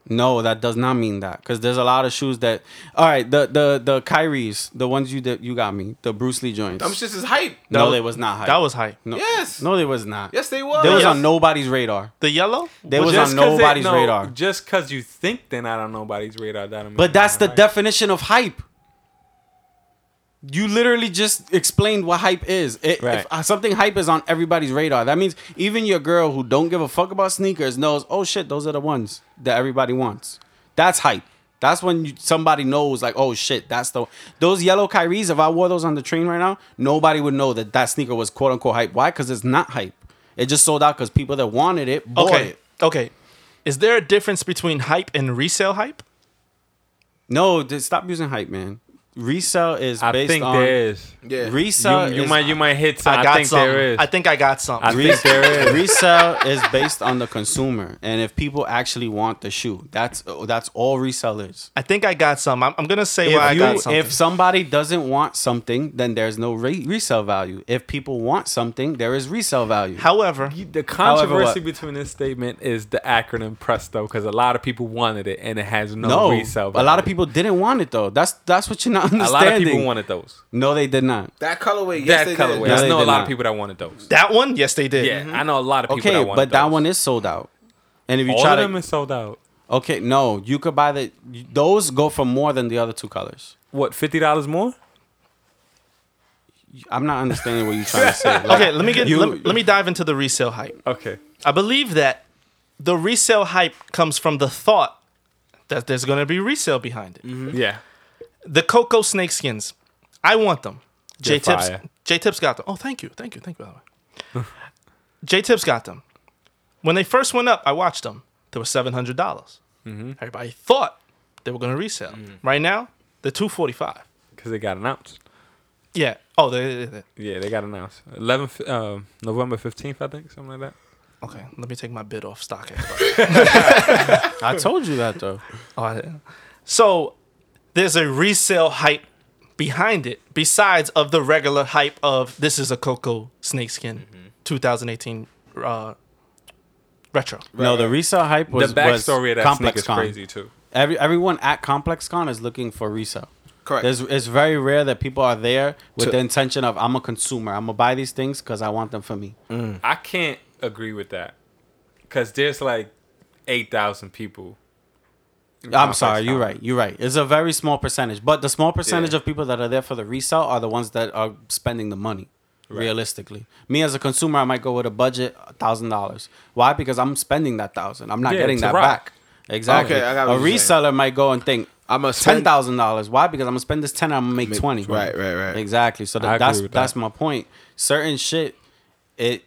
Speaker 5: No, that does not mean that because there's a lot of shoes that. All right, the the the Kyrie's, the ones you that you got me, the Bruce Lee joints.
Speaker 7: Them shits is hype.
Speaker 5: no, they was not hype.
Speaker 3: That was hype.
Speaker 5: no,
Speaker 7: Yes.
Speaker 5: no, they was not.
Speaker 7: Yes, they was.
Speaker 5: They was
Speaker 3: Yes.
Speaker 5: on nobody's radar.
Speaker 3: The yellow?
Speaker 5: They was
Speaker 9: Just
Speaker 5: on
Speaker 9: 'cause they-
Speaker 5: nobody's
Speaker 9: no,
Speaker 5: radar.
Speaker 9: Just because you think they're not on nobody's radar, that don't mean
Speaker 5: But
Speaker 9: they're
Speaker 5: that's
Speaker 9: not
Speaker 5: the
Speaker 9: hype.
Speaker 5: definition of hype. You literally just explained what hype is. It,
Speaker 9: Right.
Speaker 5: If uh, something hype is on everybody's radar, that means even your girl who don't give a fuck about sneakers knows. Oh shit, those are the ones that everybody wants. That's hype. That's when you, somebody knows, like, oh shit, that's the those yellow Kyries. If I wore those on the train right now, nobody would know that that sneaker was quote unquote hype. Why? Because it's not hype. It just sold out because people that wanted it bought
Speaker 3: Okay.
Speaker 5: it.
Speaker 3: Okay. Is there a difference between hype and resale hype?
Speaker 5: No, th- stop using hype, man. Resell is
Speaker 9: I
Speaker 5: based
Speaker 9: think
Speaker 5: on
Speaker 9: there is.
Speaker 7: Yeah.
Speaker 5: Resell
Speaker 9: You, you
Speaker 5: is,
Speaker 9: might you might hit. Some, I,
Speaker 3: got
Speaker 9: think
Speaker 3: some.
Speaker 9: there is.
Speaker 3: I think I got some.
Speaker 9: I think there is.
Speaker 5: resell is based on the consumer and if people actually want the shoe. That's that's all resellers.
Speaker 3: I think I got some. I'm, I'm gonna say
Speaker 5: If,
Speaker 3: why I
Speaker 5: you-
Speaker 3: got something.
Speaker 5: if somebody doesn't want something, then there's no re- resell value. If people want something, there is resell value.
Speaker 3: However,
Speaker 9: You- The controversy
Speaker 5: what-
Speaker 9: between this statement is the acronym Presto because a lot of people wanted it and it has no,
Speaker 5: no,
Speaker 9: resale.
Speaker 5: a lot of
Speaker 9: value.
Speaker 5: people didn't want it though. That's that's what you're not
Speaker 9: A
Speaker 5: understanding.
Speaker 9: lot of people wanted those.
Speaker 5: No, they did not.
Speaker 7: That colorway. Yes, they
Speaker 9: that colorway.
Speaker 7: Did.
Speaker 5: No,
Speaker 9: I
Speaker 5: they
Speaker 9: know a
Speaker 5: did
Speaker 9: lot of
Speaker 5: not.
Speaker 9: people that wanted those.
Speaker 3: that one, yes, they did.
Speaker 9: Yeah, I know a lot of people.
Speaker 5: Okay,
Speaker 9: that
Speaker 5: but
Speaker 9: wanted
Speaker 5: that
Speaker 9: those.
Speaker 5: one is sold out. And if you
Speaker 9: all
Speaker 5: try
Speaker 9: of
Speaker 5: to
Speaker 9: them is sold out.
Speaker 5: Okay, no, you could buy the those go for more than the other two colors.
Speaker 9: What fifty dollars more?
Speaker 5: I'm not understanding what you're trying to say. Like,
Speaker 3: Okay, let me get
Speaker 5: You-
Speaker 3: let, let me dive into the resale hype.
Speaker 9: Okay,
Speaker 3: I believe that the resale hype comes from the thought that there's gonna be resale behind it.
Speaker 9: yeah,
Speaker 3: The Coco Snakeskins, I want them. J Tips,
Speaker 9: fire.
Speaker 3: J Tips got them. Oh, thank you, thank you, thank you. By the way, J Tips got them. When they first went up, I watched them. They were seven hundred dollars. Everybody thought they were gonna resell. Right now, they're two forty five.
Speaker 9: because they got announced.
Speaker 3: Yeah. Oh, they, they, they,
Speaker 9: Yeah, they got announced. Eleven, um, November fifteenth, I think, something like that.
Speaker 3: Okay, let me take my bid off StockX.
Speaker 5: I told you that though.
Speaker 3: Oh, I- so there's a resale hype behind it, besides of the regular hype of this is a Coco Snakeskin 2018 uh, retro.
Speaker 5: no, the resale hype was
Speaker 9: the backstory
Speaker 5: was
Speaker 9: of that sneaker
Speaker 5: Complex
Speaker 9: is
Speaker 5: Con.
Speaker 9: crazy too.
Speaker 5: Every everyone at Complex Con is looking for resale.
Speaker 7: Correct.
Speaker 5: There's, it's very rare that people are there with
Speaker 7: To-
Speaker 5: the intention of I'm a consumer. I'm gonna buy these things because I want them for me.
Speaker 9: I can't agree with that because there's like eight thousand people
Speaker 5: I'm sorry, you're right. You're right. It's a very small percentage, but the small percentage
Speaker 7: Yeah.
Speaker 5: of people that are there for the resale are the ones that are spending the money. Realistically, me as a consumer, I might go with a budget thousand dollars. Why? Because I'm spending that thousand. I'm not
Speaker 9: Yeah,
Speaker 5: getting
Speaker 9: to
Speaker 5: that
Speaker 9: rock.
Speaker 5: back. Exactly.
Speaker 7: Okay, I got
Speaker 5: a
Speaker 7: what you're saying.
Speaker 5: reseller might go and think
Speaker 7: I'm a
Speaker 5: ten thousand dollars. Why? Because I'm gonna spend this ten. I'm gonna make
Speaker 7: Make-
Speaker 5: twenty.
Speaker 7: right, right, right.
Speaker 5: Exactly. So
Speaker 9: I
Speaker 5: that,
Speaker 9: agree
Speaker 5: that's
Speaker 9: with that.
Speaker 5: that's my point. Certain shit, it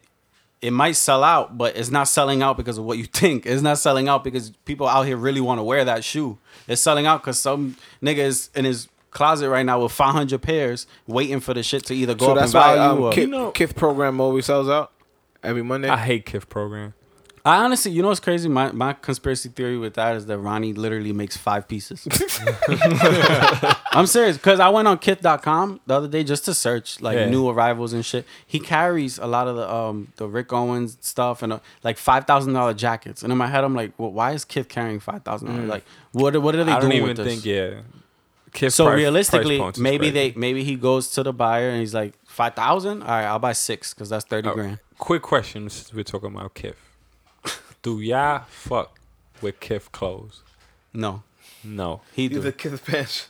Speaker 5: it might sell out, but it's not selling out because of what you think. It's not selling out because people out here really want to wear that shoe. It's selling out because some nigga is in his closet right now with 500 pairs waiting for the shit to either go
Speaker 7: So
Speaker 5: up in
Speaker 7: that's why
Speaker 5: value uh,
Speaker 7: um,
Speaker 5: or.
Speaker 7: Kith, Kith program always sells out every Monday.
Speaker 9: I hate Kif program.
Speaker 5: I honestly, you know what's crazy? My, my conspiracy theory with that is that Ronnie literally makes five pieces. I'm serious because I went on Kith.com the other day just to search like
Speaker 9: Yeah.
Speaker 5: new arrivals and shit. He carries a lot of the um the Rick Owens stuff and uh, like five thousand dollar jackets. And in my head, I'm like, well, why is Kith carrying five thousand dollars? Like, what what are they
Speaker 9: Mm. I
Speaker 5: doing
Speaker 9: don't even
Speaker 5: with this?
Speaker 9: think yeah. Kif
Speaker 5: So
Speaker 9: price- price
Speaker 5: realistically,
Speaker 9: points is
Speaker 5: maybe
Speaker 9: crazy.
Speaker 5: they maybe he goes to the buyer and he's like five thousand. All right, I'll buy six because that's thirty
Speaker 9: Oh,
Speaker 5: grand.
Speaker 9: Quick question since we're talking about Kif. Do y'all fuck with Kif clothes?
Speaker 5: No,
Speaker 9: No.
Speaker 5: he
Speaker 7: These
Speaker 5: do.
Speaker 7: are Kith pants.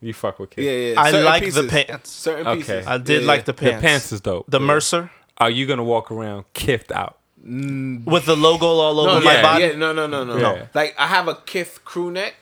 Speaker 9: You fuck with Kif.
Speaker 7: Yeah, yeah.
Speaker 3: I
Speaker 7: Certain
Speaker 3: like the
Speaker 7: pieces.
Speaker 3: pants.
Speaker 7: Certain
Speaker 9: Okay.
Speaker 7: pieces.
Speaker 3: I did
Speaker 7: Yeah,
Speaker 3: like
Speaker 7: yeah.
Speaker 3: the
Speaker 9: The
Speaker 3: pants.
Speaker 9: pants is dope.
Speaker 3: The Mercer
Speaker 9: Are you gonna walk around kiffed out?
Speaker 3: with the logo all
Speaker 7: No,
Speaker 3: over
Speaker 7: no,
Speaker 3: my body.
Speaker 7: Oh, yeah, no, no, no, no,
Speaker 9: Yeah.
Speaker 7: no. Like I have a Kith crew neck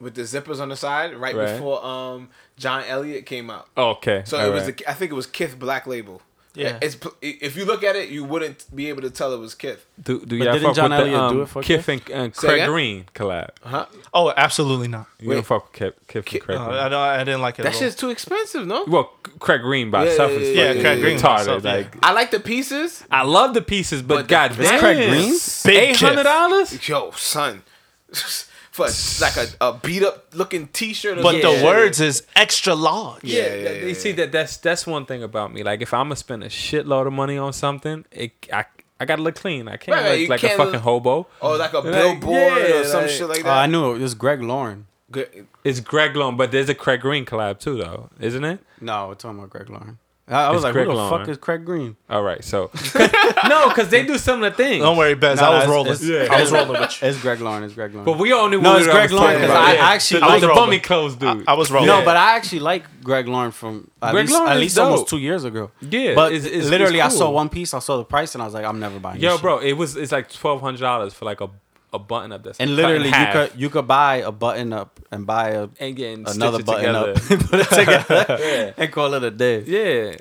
Speaker 7: with the zippers on the side right,
Speaker 9: Right.
Speaker 7: before um John Elliott came out.
Speaker 9: Okay.
Speaker 7: So it was, the, I think it was Kith Black Label.
Speaker 3: Yeah.
Speaker 7: it's pl- if you look at it, you wouldn't be able to tell it was Kith.
Speaker 9: do, do
Speaker 5: But
Speaker 9: y'all
Speaker 5: didn't
Speaker 9: fuck
Speaker 5: John
Speaker 9: with the
Speaker 5: Elliott do
Speaker 9: um,
Speaker 5: it for
Speaker 9: Kif and, and
Speaker 7: Say
Speaker 9: Craig
Speaker 7: again?
Speaker 9: Green collab?
Speaker 7: Huh?
Speaker 3: Oh, absolutely not.
Speaker 9: You
Speaker 7: Wait.
Speaker 9: don't fuck with Kif, Kif and Craig
Speaker 3: Uh,
Speaker 9: Green.
Speaker 3: I, don't- I didn't like it.
Speaker 7: That
Speaker 3: at all.
Speaker 7: shit's too expensive, no?
Speaker 9: well, C- Craig Green by
Speaker 7: Yeah,
Speaker 9: itself
Speaker 7: yeah,
Speaker 9: is
Speaker 7: yeah,
Speaker 9: fucking
Speaker 7: yeah, yeah, yeah.
Speaker 9: retarded.
Speaker 3: Himself, yeah.
Speaker 9: Like
Speaker 7: I like the pieces.
Speaker 9: I love the pieces, but,
Speaker 7: But
Speaker 9: God,
Speaker 7: the-
Speaker 9: damn,
Speaker 7: Craig
Speaker 5: Green?
Speaker 9: Eight
Speaker 3: Big Kif.
Speaker 9: hundred dollars?
Speaker 7: Yo, son, for like a, a beat up looking T shirt.
Speaker 3: but
Speaker 7: yeah.
Speaker 3: the words is extra large.
Speaker 7: Yeah, yeah,
Speaker 9: that- you see that that's that's one thing about me. Like if I'm gonna spend a shitload of money on something, it I I gotta look clean. I can't
Speaker 7: Right,
Speaker 9: look
Speaker 7: you
Speaker 9: like
Speaker 7: can't
Speaker 9: a fucking
Speaker 7: look-
Speaker 9: hobo.
Speaker 7: or like a
Speaker 9: Like,
Speaker 7: billboard
Speaker 9: yeah,
Speaker 7: or some
Speaker 9: like-
Speaker 7: shit like
Speaker 5: Oh, I
Speaker 7: that.
Speaker 5: knew it. It was Greg Lauren.
Speaker 7: Good-
Speaker 9: It's Greg Long, but there's a Craig Green collab too, though, isn't it?
Speaker 5: No, we're talking about Greg Lauren. I, I was
Speaker 9: It's
Speaker 5: like,
Speaker 9: Greg
Speaker 5: who the
Speaker 9: Lauren.
Speaker 5: fuck is Craig Green?
Speaker 9: All right, so 'Cause- no, because they do similar things.
Speaker 3: Don't worry, Bez. I was rolling.
Speaker 5: It's,
Speaker 9: Yeah.
Speaker 5: I was rolling with you. It's Greg Lauren. It's Greg Lauren.
Speaker 9: But we all knew.
Speaker 5: no,
Speaker 9: what
Speaker 5: it's
Speaker 9: I was
Speaker 5: Greg Lauren
Speaker 9: talking
Speaker 5: because
Speaker 9: about.
Speaker 5: I
Speaker 9: Yeah.
Speaker 5: actually
Speaker 3: I
Speaker 9: I
Speaker 3: was
Speaker 9: was
Speaker 5: like.
Speaker 9: the
Speaker 3: rolling.
Speaker 9: bummy clothes dude.
Speaker 3: I was rolling.
Speaker 5: No, but I actually like Greg Lauren from at
Speaker 9: Greg
Speaker 5: least,
Speaker 9: Lauren
Speaker 5: at
Speaker 9: is
Speaker 5: least
Speaker 9: dope.
Speaker 5: almost two years ago.
Speaker 9: Yeah,
Speaker 5: but
Speaker 9: it's- it's-
Speaker 5: literally,
Speaker 9: it's
Speaker 5: I saw
Speaker 9: cool.
Speaker 5: one piece, I saw the price, and I was like, I'm never buying. this
Speaker 9: Yo,
Speaker 5: shit.
Speaker 9: bro, it was it's like twelve hundred dollars for like a a button up that's
Speaker 5: And
Speaker 9: cut in
Speaker 5: literally, you
Speaker 9: half
Speaker 5: could you could buy a button up and buy a
Speaker 9: and getting
Speaker 5: another button
Speaker 9: together.
Speaker 5: up, and put it together, and call it a day.
Speaker 9: yeah,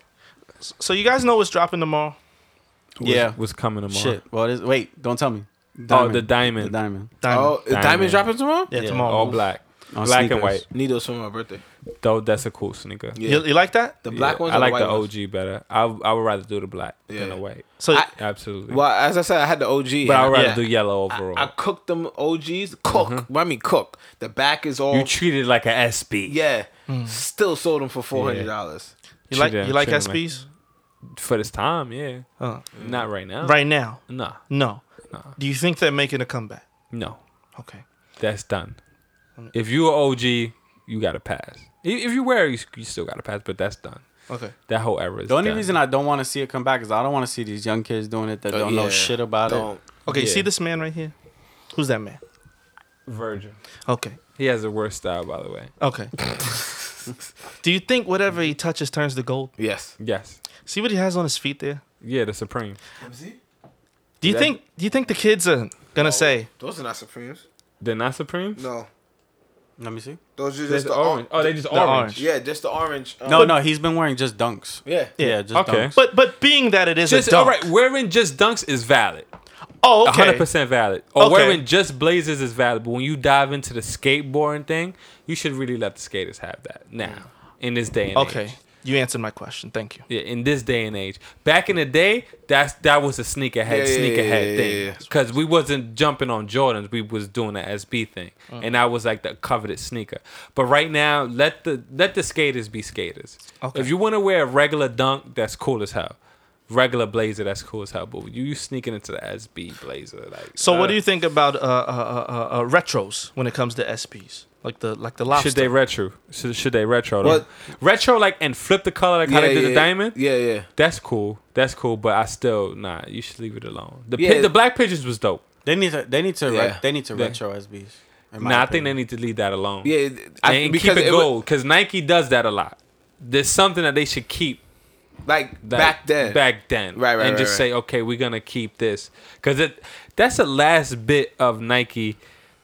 Speaker 3: so you guys know what's dropping tomorrow?
Speaker 5: Yeah.
Speaker 9: was coming tomorrow.
Speaker 5: Shit. Well, this, wait, don't tell me.
Speaker 9: Oh, the diamond,
Speaker 5: The diamond.
Speaker 7: Oh,
Speaker 3: Diamond.
Speaker 7: is diamond dropping tomorrow?
Speaker 3: yeah,
Speaker 5: yeah.
Speaker 3: tomorrow.
Speaker 9: all black,
Speaker 5: On
Speaker 9: black and
Speaker 5: sneakers.
Speaker 9: white.
Speaker 7: Need those for my birthday.
Speaker 9: Though that's a cool sneaker.
Speaker 7: Yeah.
Speaker 3: You, you like that?
Speaker 7: The black
Speaker 9: Yeah,
Speaker 7: ones.
Speaker 9: I
Speaker 7: or
Speaker 9: like
Speaker 7: the,
Speaker 9: the
Speaker 7: white ones?
Speaker 9: OG better. I I would rather do the black than
Speaker 7: Yeah.
Speaker 9: the white.
Speaker 3: So
Speaker 7: I-
Speaker 9: Absolutely.
Speaker 7: Well, as I said, I had the OG.
Speaker 9: but I'd
Speaker 7: and
Speaker 9: rather
Speaker 7: yeah.
Speaker 9: do yellow overall.
Speaker 7: I cooked them OGs. Cook. Well, I mean, cook. The back is all.
Speaker 9: Mm-hmm. you treat it like an SB.
Speaker 7: yeah. Still sold them for four hundred dollars.
Speaker 3: you like
Speaker 9: Cheetah,
Speaker 3: you like
Speaker 9: cheetah, man.
Speaker 3: SPs?
Speaker 9: For this time, yeah.
Speaker 3: Uh,
Speaker 9: Not right now.
Speaker 3: Right now,
Speaker 9: Nah.
Speaker 3: no. Do you think they're making a comeback?
Speaker 9: No.
Speaker 3: Okay.
Speaker 9: That's done. If you're OG, you gotta pass. If if you wear, it, you, you still gotta pass. But that's done.
Speaker 3: Okay.
Speaker 9: That whole era is
Speaker 5: The only
Speaker 9: done.
Speaker 5: reason I don't want to see it come back is I don't want to see these young kids doing it that don't know
Speaker 7: yeah.
Speaker 5: shit about
Speaker 7: Don't.
Speaker 5: it.
Speaker 3: Okay. You
Speaker 9: Yeah.
Speaker 3: see this man right here? Who's that man?
Speaker 9: Virgin.
Speaker 3: Okay.
Speaker 9: He has the worst style, by the way.
Speaker 3: Okay. Do you think whatever he touches turns to gold?
Speaker 7: Yes.
Speaker 9: Yes.
Speaker 3: See what he has on his feet there?
Speaker 9: Yeah, the Supreme.
Speaker 3: Do you
Speaker 7: That-
Speaker 3: think do you think the kids are gonna say
Speaker 7: Those are not Supremes.
Speaker 9: They're not Supreme.
Speaker 7: No.
Speaker 5: Let me see.
Speaker 7: Those are
Speaker 9: There's
Speaker 7: just
Speaker 9: the
Speaker 7: the or-
Speaker 9: orange. Oh, they just
Speaker 3: the
Speaker 9: orange.
Speaker 3: orange.
Speaker 7: Yeah, just the orange. um,
Speaker 5: No, no, he's been wearing just dunks.
Speaker 7: Yeah.
Speaker 5: Yeah, just
Speaker 9: Okay.
Speaker 5: dunks.
Speaker 3: but but being that it is
Speaker 9: Just
Speaker 3: a dunk.
Speaker 9: all right. Wearing just dunks is valid.
Speaker 3: Oh,
Speaker 9: A
Speaker 3: okay.
Speaker 9: hundred percent valid. Or
Speaker 3: Okay.
Speaker 9: wearing just blazers is valid. But when you dive into the skateboarding thing, you should really let the skaters have that now in this day and age.
Speaker 3: Okay. You answered my question. Thank you.
Speaker 9: Yeah, in this day and age. Back in the day, that's that was a sneakerhead
Speaker 7: Yeah, yeah,
Speaker 9: sneakerhead
Speaker 7: yeah, yeah,
Speaker 9: thing.
Speaker 7: yeah.
Speaker 9: Cause we wasn't jumping on Jordans, we was doing the SB thing.
Speaker 7: Mm.
Speaker 9: And that was like the coveted sneaker. But right now, let the let the skaters be skaters.
Speaker 3: Okay.
Speaker 9: If you wanna wear a regular dunk, that's cool as hell. Regular blazer, that's cool as hell. But you, you sneaking into the SB blazer, like
Speaker 3: So
Speaker 9: uh,
Speaker 3: what do you think about uh, uh, uh, uh, uh, retros when it comes to SPs? Like the like the lobster.
Speaker 9: should they retro? Should, should they retro?
Speaker 7: Well-
Speaker 9: Them? Retro like and flip the color like how they did the diamond.
Speaker 7: Yeah, yeah.
Speaker 9: That's cool. That's cool, but I still nah. You should leave it alone. The pi-
Speaker 7: Yeah.
Speaker 9: the black pictures was dope.
Speaker 5: They need to. They need to. re-
Speaker 7: Yeah.
Speaker 5: they need to
Speaker 9: Yeah.
Speaker 5: retro SBs. in
Speaker 9: No,
Speaker 5: my
Speaker 9: I think they
Speaker 5: opinion.
Speaker 9: need to leave that alone.
Speaker 7: Yeah, I-
Speaker 9: and
Speaker 7: because
Speaker 9: keep it,
Speaker 7: it wa-
Speaker 9: gold because Nike does that a lot. There's something that they should keep
Speaker 7: Like
Speaker 9: that
Speaker 7: back then.
Speaker 9: back then,
Speaker 7: Right, right,
Speaker 9: and
Speaker 7: right,
Speaker 9: just
Speaker 7: right.
Speaker 9: say, okay, we're gonna keep this because it that's the last bit of Nike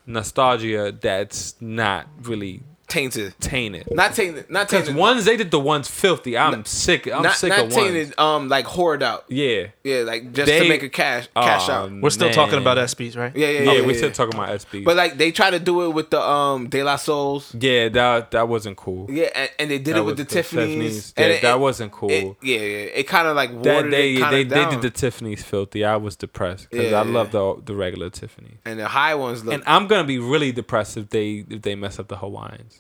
Speaker 9: nostalgia that's not really
Speaker 7: tainted.
Speaker 9: tainted.
Speaker 7: Not tainted. Not
Speaker 9: Because
Speaker 7: tainted.
Speaker 9: ones they did the ones filthy. I'm sick. I'm
Speaker 7: not,
Speaker 9: sick
Speaker 7: not
Speaker 9: of
Speaker 7: tainted.
Speaker 9: ones.
Speaker 7: Um, like hoard out. Yeah,
Speaker 9: Yeah.
Speaker 7: like just to
Speaker 9: They-
Speaker 7: make a cash cash
Speaker 9: Aw,
Speaker 7: out.
Speaker 3: We're still
Speaker 9: man.
Speaker 3: talking about SBs, right?
Speaker 7: Yeah, yeah,
Speaker 9: Yeah,
Speaker 7: yeah.
Speaker 9: we're
Speaker 7: yeah,
Speaker 9: still
Speaker 7: yeah.
Speaker 9: talking about SB.
Speaker 7: But like they try to do it with the um De La Souls.
Speaker 9: yeah, that that wasn't cool.
Speaker 7: Yeah, and, and they did
Speaker 9: That
Speaker 7: it with the
Speaker 9: was
Speaker 7: Tiffany's.
Speaker 9: Yeah,
Speaker 7: and it-
Speaker 9: that
Speaker 7: it-
Speaker 9: wasn't cool.
Speaker 7: it- yeah, yeah, it kind of like watered
Speaker 9: that they
Speaker 7: it kinda
Speaker 9: they, they
Speaker 7: down.
Speaker 9: did the Tiffany's filthy. I was depressed because
Speaker 7: Yeah,
Speaker 9: I
Speaker 7: yeah.
Speaker 9: love the the regular Tiffany.
Speaker 7: and the high ones look.
Speaker 9: And I'm gonna be really depressed if they if they mess up the Hawaiians.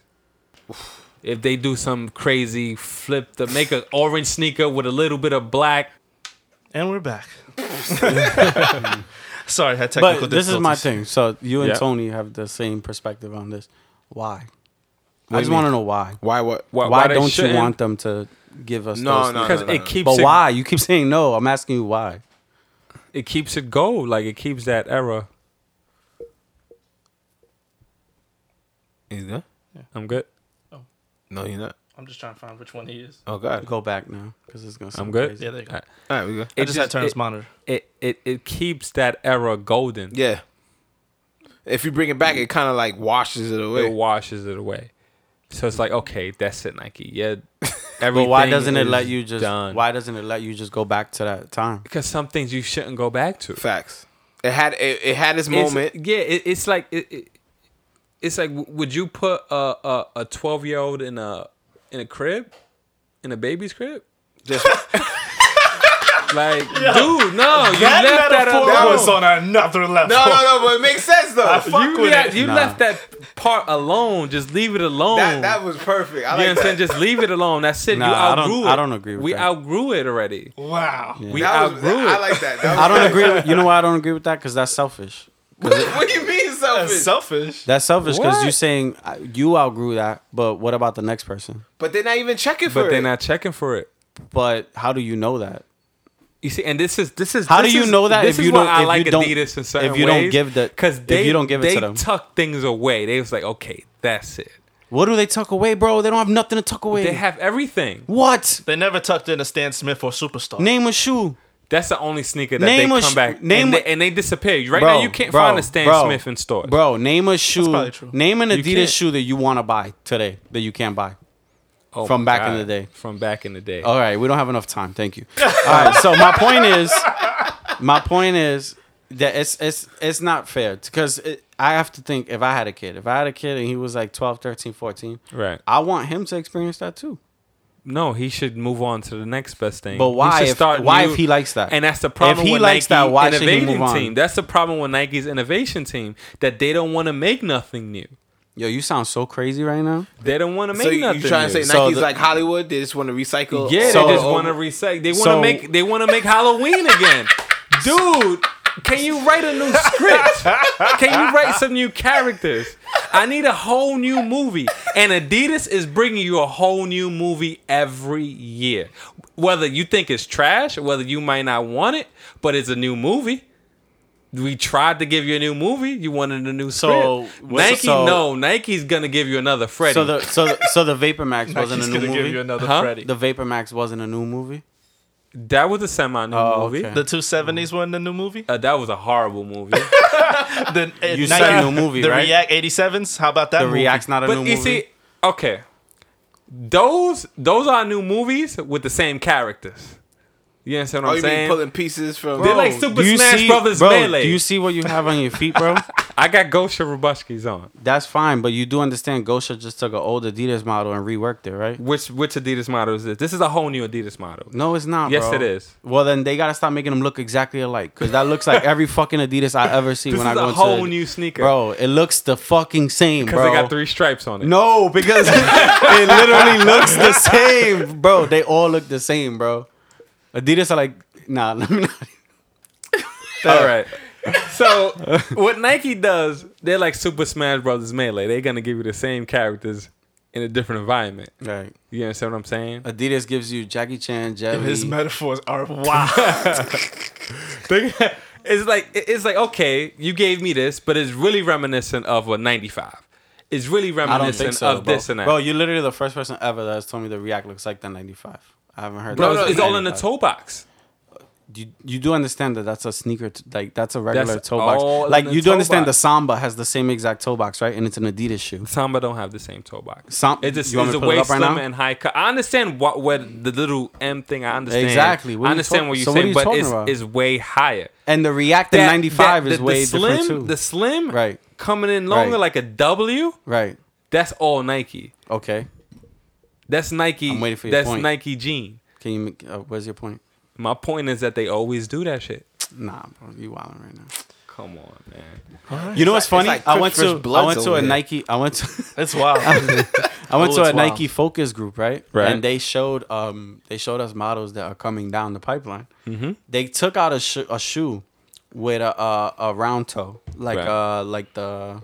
Speaker 9: If they do some crazy flip the make an orange sneaker with a little bit of black.
Speaker 3: And we're back. Sorry, I had technical
Speaker 5: But this is my
Speaker 3: difficulties.
Speaker 5: thing. So you and
Speaker 9: Yeah.
Speaker 5: Tony have the same perspective on this. Why? I
Speaker 9: do
Speaker 5: just
Speaker 9: you
Speaker 5: want to know why.
Speaker 7: why what?
Speaker 5: Why,
Speaker 9: they
Speaker 5: don't you
Speaker 9: shouldn't-
Speaker 5: want them to give us?
Speaker 7: No,
Speaker 5: those
Speaker 7: no,
Speaker 5: things?
Speaker 9: Because it keeps
Speaker 5: But
Speaker 9: it,
Speaker 5: why? You keep saying no. I'm asking you why.
Speaker 9: it keeps it gold. Like it keeps that era.
Speaker 7: He's not.
Speaker 9: I'm good.
Speaker 7: No, you're not.
Speaker 3: I'm just trying to find which one he is.
Speaker 7: Oh God.
Speaker 5: Go back now because it's gonna. Sound
Speaker 9: I'm good.
Speaker 5: Crazy.
Speaker 3: Yeah, there you go.
Speaker 9: All right.
Speaker 7: All right, we go.
Speaker 3: I
Speaker 9: It
Speaker 3: just, had to turn his
Speaker 9: it,
Speaker 3: monitor.
Speaker 9: it, it it keeps that era golden.
Speaker 7: Yeah. If you bring it back, it kind of like washes it away.
Speaker 9: It washes it away. So it's like okay, that's it, Nike. Yeah.
Speaker 5: But
Speaker 9: Everything
Speaker 5: why doesn't it
Speaker 9: is
Speaker 5: let you just?
Speaker 9: done.
Speaker 5: Why doesn't it let you just go back to that time?
Speaker 9: because some things you shouldn't go back to.
Speaker 7: Facts. It had it, it had its moment.
Speaker 9: It's, yeah, it, it's like it, it, it's like w- would you put a a, a twelve year old in a in a crib, in a baby's crib?
Speaker 7: just
Speaker 9: Like, dude, no, you
Speaker 3: That
Speaker 9: left that
Speaker 3: metaphor
Speaker 9: alone.
Speaker 3: was on another level.
Speaker 7: no, no, no. But it makes sense though.
Speaker 9: you
Speaker 3: with
Speaker 9: left,
Speaker 3: it.
Speaker 9: you left that part alone. Just leave it alone.
Speaker 7: That that was perfect. I
Speaker 9: you
Speaker 7: like
Speaker 9: understand?
Speaker 7: that.
Speaker 9: Just leave it alone. That's it. you
Speaker 5: Nah, I don't-
Speaker 9: outgrew it.
Speaker 5: I don't agree with
Speaker 9: we
Speaker 5: that.
Speaker 9: outgrew it already.
Speaker 3: Wow.
Speaker 9: We
Speaker 7: that was,
Speaker 9: outgrew
Speaker 7: I
Speaker 9: it.
Speaker 7: like that. that
Speaker 5: I
Speaker 7: was,
Speaker 5: don't agree. With, you know why I don't agree with that? Because that's selfish.
Speaker 7: what do you mean selfish?
Speaker 3: That's selfish.
Speaker 5: That's selfish because
Speaker 9: What?
Speaker 5: you're saying uh, you outgrew that. But what about the next person?
Speaker 7: but they're not even checking for
Speaker 9: but they're
Speaker 7: it.
Speaker 9: not checking for it.
Speaker 5: But how do you know that?
Speaker 9: You see, and this is this is
Speaker 5: How
Speaker 9: this
Speaker 5: do you
Speaker 9: is-
Speaker 5: know that
Speaker 9: this
Speaker 5: if
Speaker 9: is
Speaker 5: you
Speaker 9: why
Speaker 5: don't-
Speaker 9: I
Speaker 5: if
Speaker 9: like
Speaker 5: you don't-
Speaker 9: Adidas in certain
Speaker 5: if you don't
Speaker 9: ways,
Speaker 5: give the-
Speaker 9: because
Speaker 5: if
Speaker 9: they
Speaker 5: you don't give it
Speaker 9: they
Speaker 5: to them.
Speaker 9: tuck things away. They was like, okay, that's it.
Speaker 5: What do they tuck away, bro? They don't have nothing to tuck away.
Speaker 9: They have everything.
Speaker 5: what?
Speaker 3: They never tucked in a Stan Smith or superstar.
Speaker 5: Name a shoe.
Speaker 9: That's the only sneaker that
Speaker 5: Name
Speaker 9: they
Speaker 5: a
Speaker 9: come
Speaker 5: sh-
Speaker 9: back
Speaker 5: name
Speaker 9: and, they,
Speaker 5: a-
Speaker 9: and they disappear. Right
Speaker 5: bro,
Speaker 9: now, you can't
Speaker 5: bro,
Speaker 9: find a Stan
Speaker 5: bro,
Speaker 9: Smith in stores.
Speaker 5: Bro, name a shoe.
Speaker 3: probably true.
Speaker 5: Name an
Speaker 9: You
Speaker 5: Adidas
Speaker 9: can't.
Speaker 5: shoe that you want to buy today that you can't buy.
Speaker 9: Oh
Speaker 5: from
Speaker 9: my
Speaker 5: back in the day.
Speaker 9: From back in the day.
Speaker 5: All right, we don't have enough time. Thank you. All right, so my point is, my point is that it's it's it's not fair because it, I have to think if I had a kid, if I had a kid and he was like 12, 13, 14,
Speaker 9: Right.
Speaker 5: I want him to experience that too.
Speaker 9: No, he should move on to the next best thing.
Speaker 5: But
Speaker 9: He
Speaker 5: why
Speaker 9: should
Speaker 5: if- why if he likes that?
Speaker 9: And that's the problem.
Speaker 5: If he
Speaker 9: with
Speaker 5: likes
Speaker 9: Nike
Speaker 5: that, why should he
Speaker 9: innovating
Speaker 5: move on?
Speaker 9: team? That's the problem with Nike's innovation team that they don't want to make nothing new.
Speaker 5: Yo, you sound so crazy right now.
Speaker 9: They don't want to make
Speaker 7: So you,
Speaker 9: nothing.
Speaker 7: you trying to
Speaker 9: new.
Speaker 7: say
Speaker 5: So
Speaker 7: Nike's
Speaker 5: the-
Speaker 7: like Hollywood? They just want to recycle.
Speaker 9: Yeah,
Speaker 5: So-
Speaker 9: they just want to recycle. They want to
Speaker 5: so-
Speaker 9: make. They want to make Halloween again, dude. Can you write a new script? Can you write some new characters? I need a whole new movie, and Adidas is bringing you a whole new movie every year. Whether you think it's trash, or whether you might not want it, but it's a new movie. We tried to give you a new movie. You wanted a new script.
Speaker 5: So-
Speaker 9: Nike,
Speaker 5: so-
Speaker 9: no, Nike's gonna give you another Freddy.
Speaker 5: So the so the, so the Vapor Max wasn't a
Speaker 3: He's
Speaker 5: new
Speaker 3: gonna
Speaker 5: movie.
Speaker 3: give you another
Speaker 9: Huh?
Speaker 3: Freddy.
Speaker 5: the Vapor Max wasn't a new movie.
Speaker 9: that was a semi new
Speaker 5: Oh,
Speaker 9: movie.
Speaker 5: okay.
Speaker 3: The two seventies were in the new movie.
Speaker 9: Uh, that was a horrible movie.
Speaker 3: The uh,
Speaker 5: You said new movie,
Speaker 3: the
Speaker 5: right?
Speaker 3: React eighty sevens. How about that?
Speaker 5: The
Speaker 3: movie?
Speaker 5: React's not a
Speaker 9: but
Speaker 5: new
Speaker 9: you
Speaker 5: movie.
Speaker 9: see, okay, those those are new movies with the same characters. You understand what
Speaker 7: Oh,
Speaker 9: I'm
Speaker 7: you mean
Speaker 9: saying?
Speaker 7: pulling pieces from?
Speaker 9: They're like Super
Speaker 5: Do you
Speaker 9: Smash
Speaker 5: see-
Speaker 9: Brothers
Speaker 5: bro,
Speaker 9: melee.
Speaker 5: Do you see what you have on your feet, bro?
Speaker 9: I got Gosha Robushki's on.
Speaker 5: That's fine, but you do understand Gosha just took an old Adidas model and reworked it, right?
Speaker 9: Which which Adidas model is this? This is a whole new Adidas model.
Speaker 5: No, it's not.
Speaker 9: Yes,
Speaker 5: bro.
Speaker 9: it is.
Speaker 5: Well, then they gotta stop making them look exactly alike, cause that looks like every fucking Adidas I ever see
Speaker 9: This
Speaker 5: when I
Speaker 9: is
Speaker 5: go
Speaker 9: a
Speaker 5: into
Speaker 9: whole new sneaker.
Speaker 5: Bro, it looks the fucking same,
Speaker 9: because
Speaker 5: bro.
Speaker 9: they got three stripes on it.
Speaker 5: No, because it literally looks the same, bro. They all look the same, bro. Adidas are like, nah, let me not.
Speaker 9: All right. So what Nike does, they're like Super Smash Brothers melee. They're gonna give you the same characters in a different environment.
Speaker 5: Right.
Speaker 9: You understand what I'm saying?
Speaker 5: Adidas gives you Jackie Chan, Jevy.
Speaker 3: His metaphors are wow.
Speaker 9: They- It's like it- it's like okay, you gave me this, but it's really reminiscent of a '95. It's really
Speaker 5: I don't think
Speaker 9: reminiscent
Speaker 5: so,
Speaker 9: of
Speaker 5: bro.
Speaker 9: this and that.
Speaker 5: Bro, you're literally the first person ever that has told me the React looks like the 95. I haven't heard.
Speaker 9: Bro,
Speaker 5: that.
Speaker 9: it's, it's all in the toe box.
Speaker 5: You, you do understand that that's a sneaker, t- like that's a regular
Speaker 9: That's
Speaker 5: toe
Speaker 9: all in
Speaker 5: box. Like
Speaker 9: the
Speaker 5: you do
Speaker 9: toe
Speaker 5: understand
Speaker 9: box.
Speaker 5: the Samba has the same exact toe box, right? And it's an Adidas shoe.
Speaker 9: Samba don't have the same toe box.
Speaker 5: Sam-
Speaker 9: it just
Speaker 5: you want
Speaker 9: is
Speaker 5: me
Speaker 9: a
Speaker 5: to pull it
Speaker 9: way
Speaker 5: up right
Speaker 9: slimmer
Speaker 5: now?
Speaker 9: and high cut. I understand what where the little M thing. I understand
Speaker 5: Exactly. What are
Speaker 9: I
Speaker 5: you
Speaker 9: understand
Speaker 5: talk-
Speaker 9: what you're
Speaker 5: so what are
Speaker 9: saying,
Speaker 5: you
Speaker 9: but
Speaker 5: talking
Speaker 9: it's,
Speaker 5: about?
Speaker 9: it's way higher.
Speaker 5: And the React in
Speaker 9: That-
Speaker 5: '95
Speaker 9: that-
Speaker 5: is
Speaker 9: the-
Speaker 5: way
Speaker 9: the slim,
Speaker 5: different too.
Speaker 9: The slim,
Speaker 5: Right.
Speaker 9: coming in longer
Speaker 5: Right.
Speaker 9: like a W.
Speaker 5: right.
Speaker 9: That's all Nike.
Speaker 5: Okay.
Speaker 9: That's Nike.
Speaker 5: I'm waiting for your
Speaker 9: That's
Speaker 5: point.
Speaker 9: Nike jean.
Speaker 5: Can you? make- Uh, where's your point?
Speaker 9: My point is that they always do that shit.
Speaker 5: Nah, bro, you wilding right now.
Speaker 9: Come on, man.
Speaker 5: You know what's funny?
Speaker 7: like
Speaker 5: I went
Speaker 7: Christopher
Speaker 5: to I
Speaker 7: Blood's
Speaker 5: went to
Speaker 7: over
Speaker 5: a
Speaker 7: here.
Speaker 5: Nike. I went to.
Speaker 3: It's wild.
Speaker 5: I went
Speaker 3: Oh,
Speaker 5: to
Speaker 3: it's
Speaker 5: a
Speaker 3: wild.
Speaker 5: Nike focus group, right?
Speaker 9: Right.
Speaker 5: And they showed um they showed us models that are coming down the pipeline. They took out a, sho a shoe with a, a a round toe, like
Speaker 9: Right.
Speaker 5: uh like the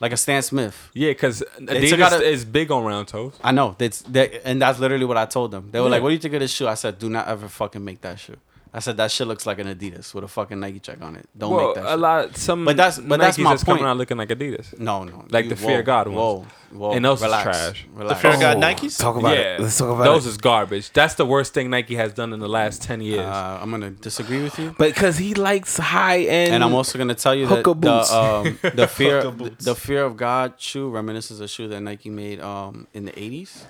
Speaker 5: like a Stan Smith.
Speaker 9: Yeah, because
Speaker 5: took
Speaker 9: Adidas
Speaker 5: out a-
Speaker 9: is big on round toes.
Speaker 5: I know that's that, and that's literally what I told them. They were
Speaker 9: Yeah.
Speaker 5: like, "What do you think of this shoe?" I said, "Do not ever fucking make that shoe." I said that shit looks like an Adidas with a fucking Nike check on it. Don't
Speaker 9: Well,
Speaker 5: make that.
Speaker 9: a
Speaker 5: shit.
Speaker 9: lot. Some,
Speaker 5: But that's- but that's
Speaker 9: Nikes
Speaker 5: my
Speaker 9: coming
Speaker 5: point.
Speaker 9: out looking like Adidas.
Speaker 5: No, no,
Speaker 9: Like the Fear of God ones.
Speaker 5: Whoa, whoa,
Speaker 9: And those is
Speaker 5: relax,
Speaker 9: trash.
Speaker 5: Relax. Oh.
Speaker 3: Fear of God Nikes?
Speaker 7: Talk about
Speaker 9: yeah,
Speaker 7: it. Let's talk about
Speaker 9: those
Speaker 7: it.
Speaker 9: is garbage. That's the worst thing Nike has done in the last ten years.
Speaker 5: Uh, I'm gonna disagree with you.
Speaker 7: but because he likes high end,
Speaker 5: And I'm also gonna tell you that
Speaker 7: Hooker boots.
Speaker 5: the um, the fear
Speaker 3: Hooker boots.
Speaker 5: the fear of God shoe reminisces a shoe that Nike made um, in the '80s.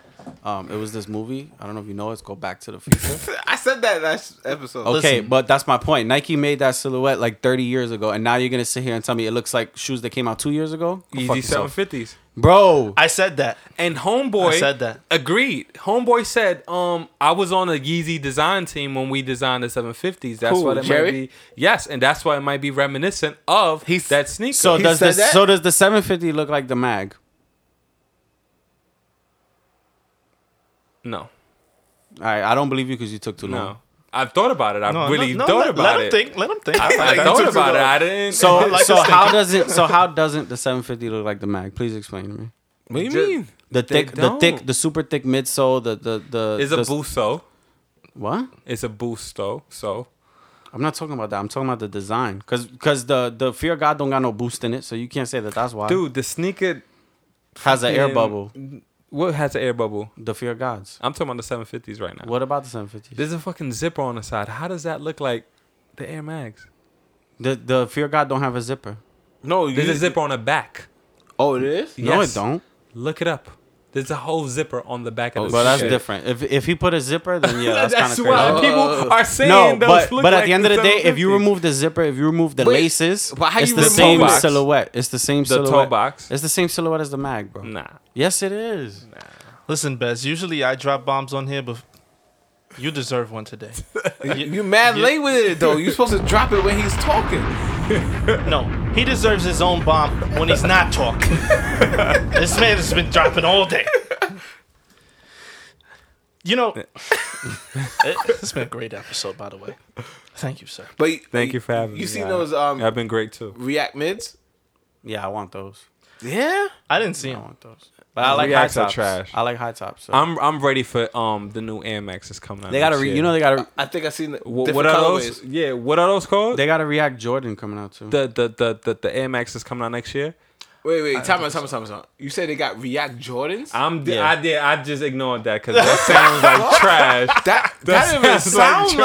Speaker 5: Um, it was this movie. I don't know if you know. It's called Back to the Future.
Speaker 7: I said that last episode.
Speaker 5: Okay,
Speaker 3: Listen.
Speaker 5: but that's my point. Nike made that silhouette like 30 years ago, and now you're gonna sit here and tell me it looks like shoes that came out two years ago. Go fuck
Speaker 9: Easy seven
Speaker 5: yourself.
Speaker 9: fifties.
Speaker 5: bro.
Speaker 3: I said that.
Speaker 9: And homeboy
Speaker 3: I said that.
Speaker 9: Agreed. Homeboy said, "Um, I was on a Yeezy design team when we designed the 750s. That's
Speaker 7: Who,
Speaker 9: why it
Speaker 7: Jerry?
Speaker 9: might be yes, and that's why it might be reminiscent of that sneaker.
Speaker 5: so does
Speaker 7: said
Speaker 5: this?
Speaker 7: that?
Speaker 5: So does the 750 look like the Mag?
Speaker 9: no,
Speaker 5: All right, I don't believe you because you took too long.
Speaker 9: no. I've thought about it. I've
Speaker 3: No,
Speaker 9: really
Speaker 3: no, no,
Speaker 9: thought
Speaker 3: let,
Speaker 9: about
Speaker 3: let
Speaker 9: it.
Speaker 3: Him think, let him think.
Speaker 9: I thought about it. I didn't.
Speaker 5: So,
Speaker 3: like
Speaker 5: so
Speaker 3: this
Speaker 5: how does it? So how doesn't the 750 look like the Mag? Please explain to me.
Speaker 9: what do you
Speaker 7: Ju-
Speaker 9: mean?
Speaker 5: The
Speaker 9: They
Speaker 5: thick, the thick,
Speaker 9: don't.
Speaker 5: the super thick midsole, the the the
Speaker 9: It's a
Speaker 5: the-
Speaker 9: busto.
Speaker 5: What?
Speaker 9: It's a busto. So
Speaker 5: I'm not talking about that. I'm talking about the design, cause cause the the fear of God don't got no boost in it, so you can't say that that's why.
Speaker 9: dude, the sneaker
Speaker 5: has an air
Speaker 9: fucking-
Speaker 5: bubble.
Speaker 9: what has an air bubble?
Speaker 5: The fear of gods.
Speaker 9: I'm talking about the 750s right now.
Speaker 5: What about the 750?
Speaker 9: There's a fucking zipper on the side. How does that look like the Air Mags?
Speaker 5: The the fear of God don't have a zipper.
Speaker 7: No,
Speaker 9: There's a zipper on the back.
Speaker 7: Oh, it is.
Speaker 5: No,
Speaker 9: Yes.
Speaker 5: it don't.
Speaker 9: Look it up. There's a whole zipper on the back of
Speaker 7: Oh,
Speaker 9: the
Speaker 5: But that's
Speaker 7: Shit.
Speaker 5: different. If if he put a zipper, then yeah, that's,
Speaker 9: that's
Speaker 5: kind of
Speaker 9: why
Speaker 5: crazy.
Speaker 9: people are saying
Speaker 5: No,
Speaker 9: those
Speaker 5: but but
Speaker 9: look
Speaker 5: at
Speaker 9: like
Speaker 5: the end of the day, if you
Speaker 9: 750s.
Speaker 5: remove the zipper, if you remove the
Speaker 7: Wait,
Speaker 5: laces,
Speaker 7: but how
Speaker 5: it's
Speaker 7: you
Speaker 5: the
Speaker 7: remove
Speaker 5: same
Speaker 9: box?
Speaker 5: silhouette. It's the same
Speaker 9: The toe
Speaker 5: silhouette.
Speaker 9: box? Mm.
Speaker 5: It's the same silhouette as the mag, bro.
Speaker 9: Nah.
Speaker 5: Yes, it is.
Speaker 3: Listen, Bez, usually I drop bombs on here, but you deserve one today.
Speaker 7: You mad late with it though. You supposed to drop it when he's talking.
Speaker 3: No, he deserves his own bomb when he's not talking. this man has been dropping all day. You know, it's been a great episode, by the way. Thank you, sir.
Speaker 7: But
Speaker 9: Thank you for having me.
Speaker 7: You seen
Speaker 9: I-
Speaker 7: those um
Speaker 9: I've been great too.
Speaker 7: React mids?
Speaker 5: Yeah, I want those.
Speaker 7: Yeah.
Speaker 3: I didn't see
Speaker 5: I
Speaker 3: him.
Speaker 5: want those. But I like
Speaker 9: Reacts
Speaker 5: high
Speaker 9: are
Speaker 5: tops.
Speaker 9: trash.
Speaker 5: I like high tops. So.
Speaker 9: I'm I'm ready for um the new Air Max that's coming out.
Speaker 5: they gotta
Speaker 9: next
Speaker 5: re-
Speaker 9: year.
Speaker 5: you know they gotta
Speaker 7: I think I seen the
Speaker 9: Wh- what
Speaker 7: different
Speaker 9: are
Speaker 7: colorways.
Speaker 9: those? Yeah, what are those called?
Speaker 5: they gotta react Jordan coming out too.
Speaker 9: the, the the the the Air Max that's coming out next year.
Speaker 7: Wait, wait, time out, time out, time out, time out. You said they got React Jordans?
Speaker 5: Uh,
Speaker 9: I'm I did I just ignored that because that sounds like
Speaker 7: that
Speaker 9: trash. That
Speaker 7: that didn't even
Speaker 9: sounds
Speaker 7: sound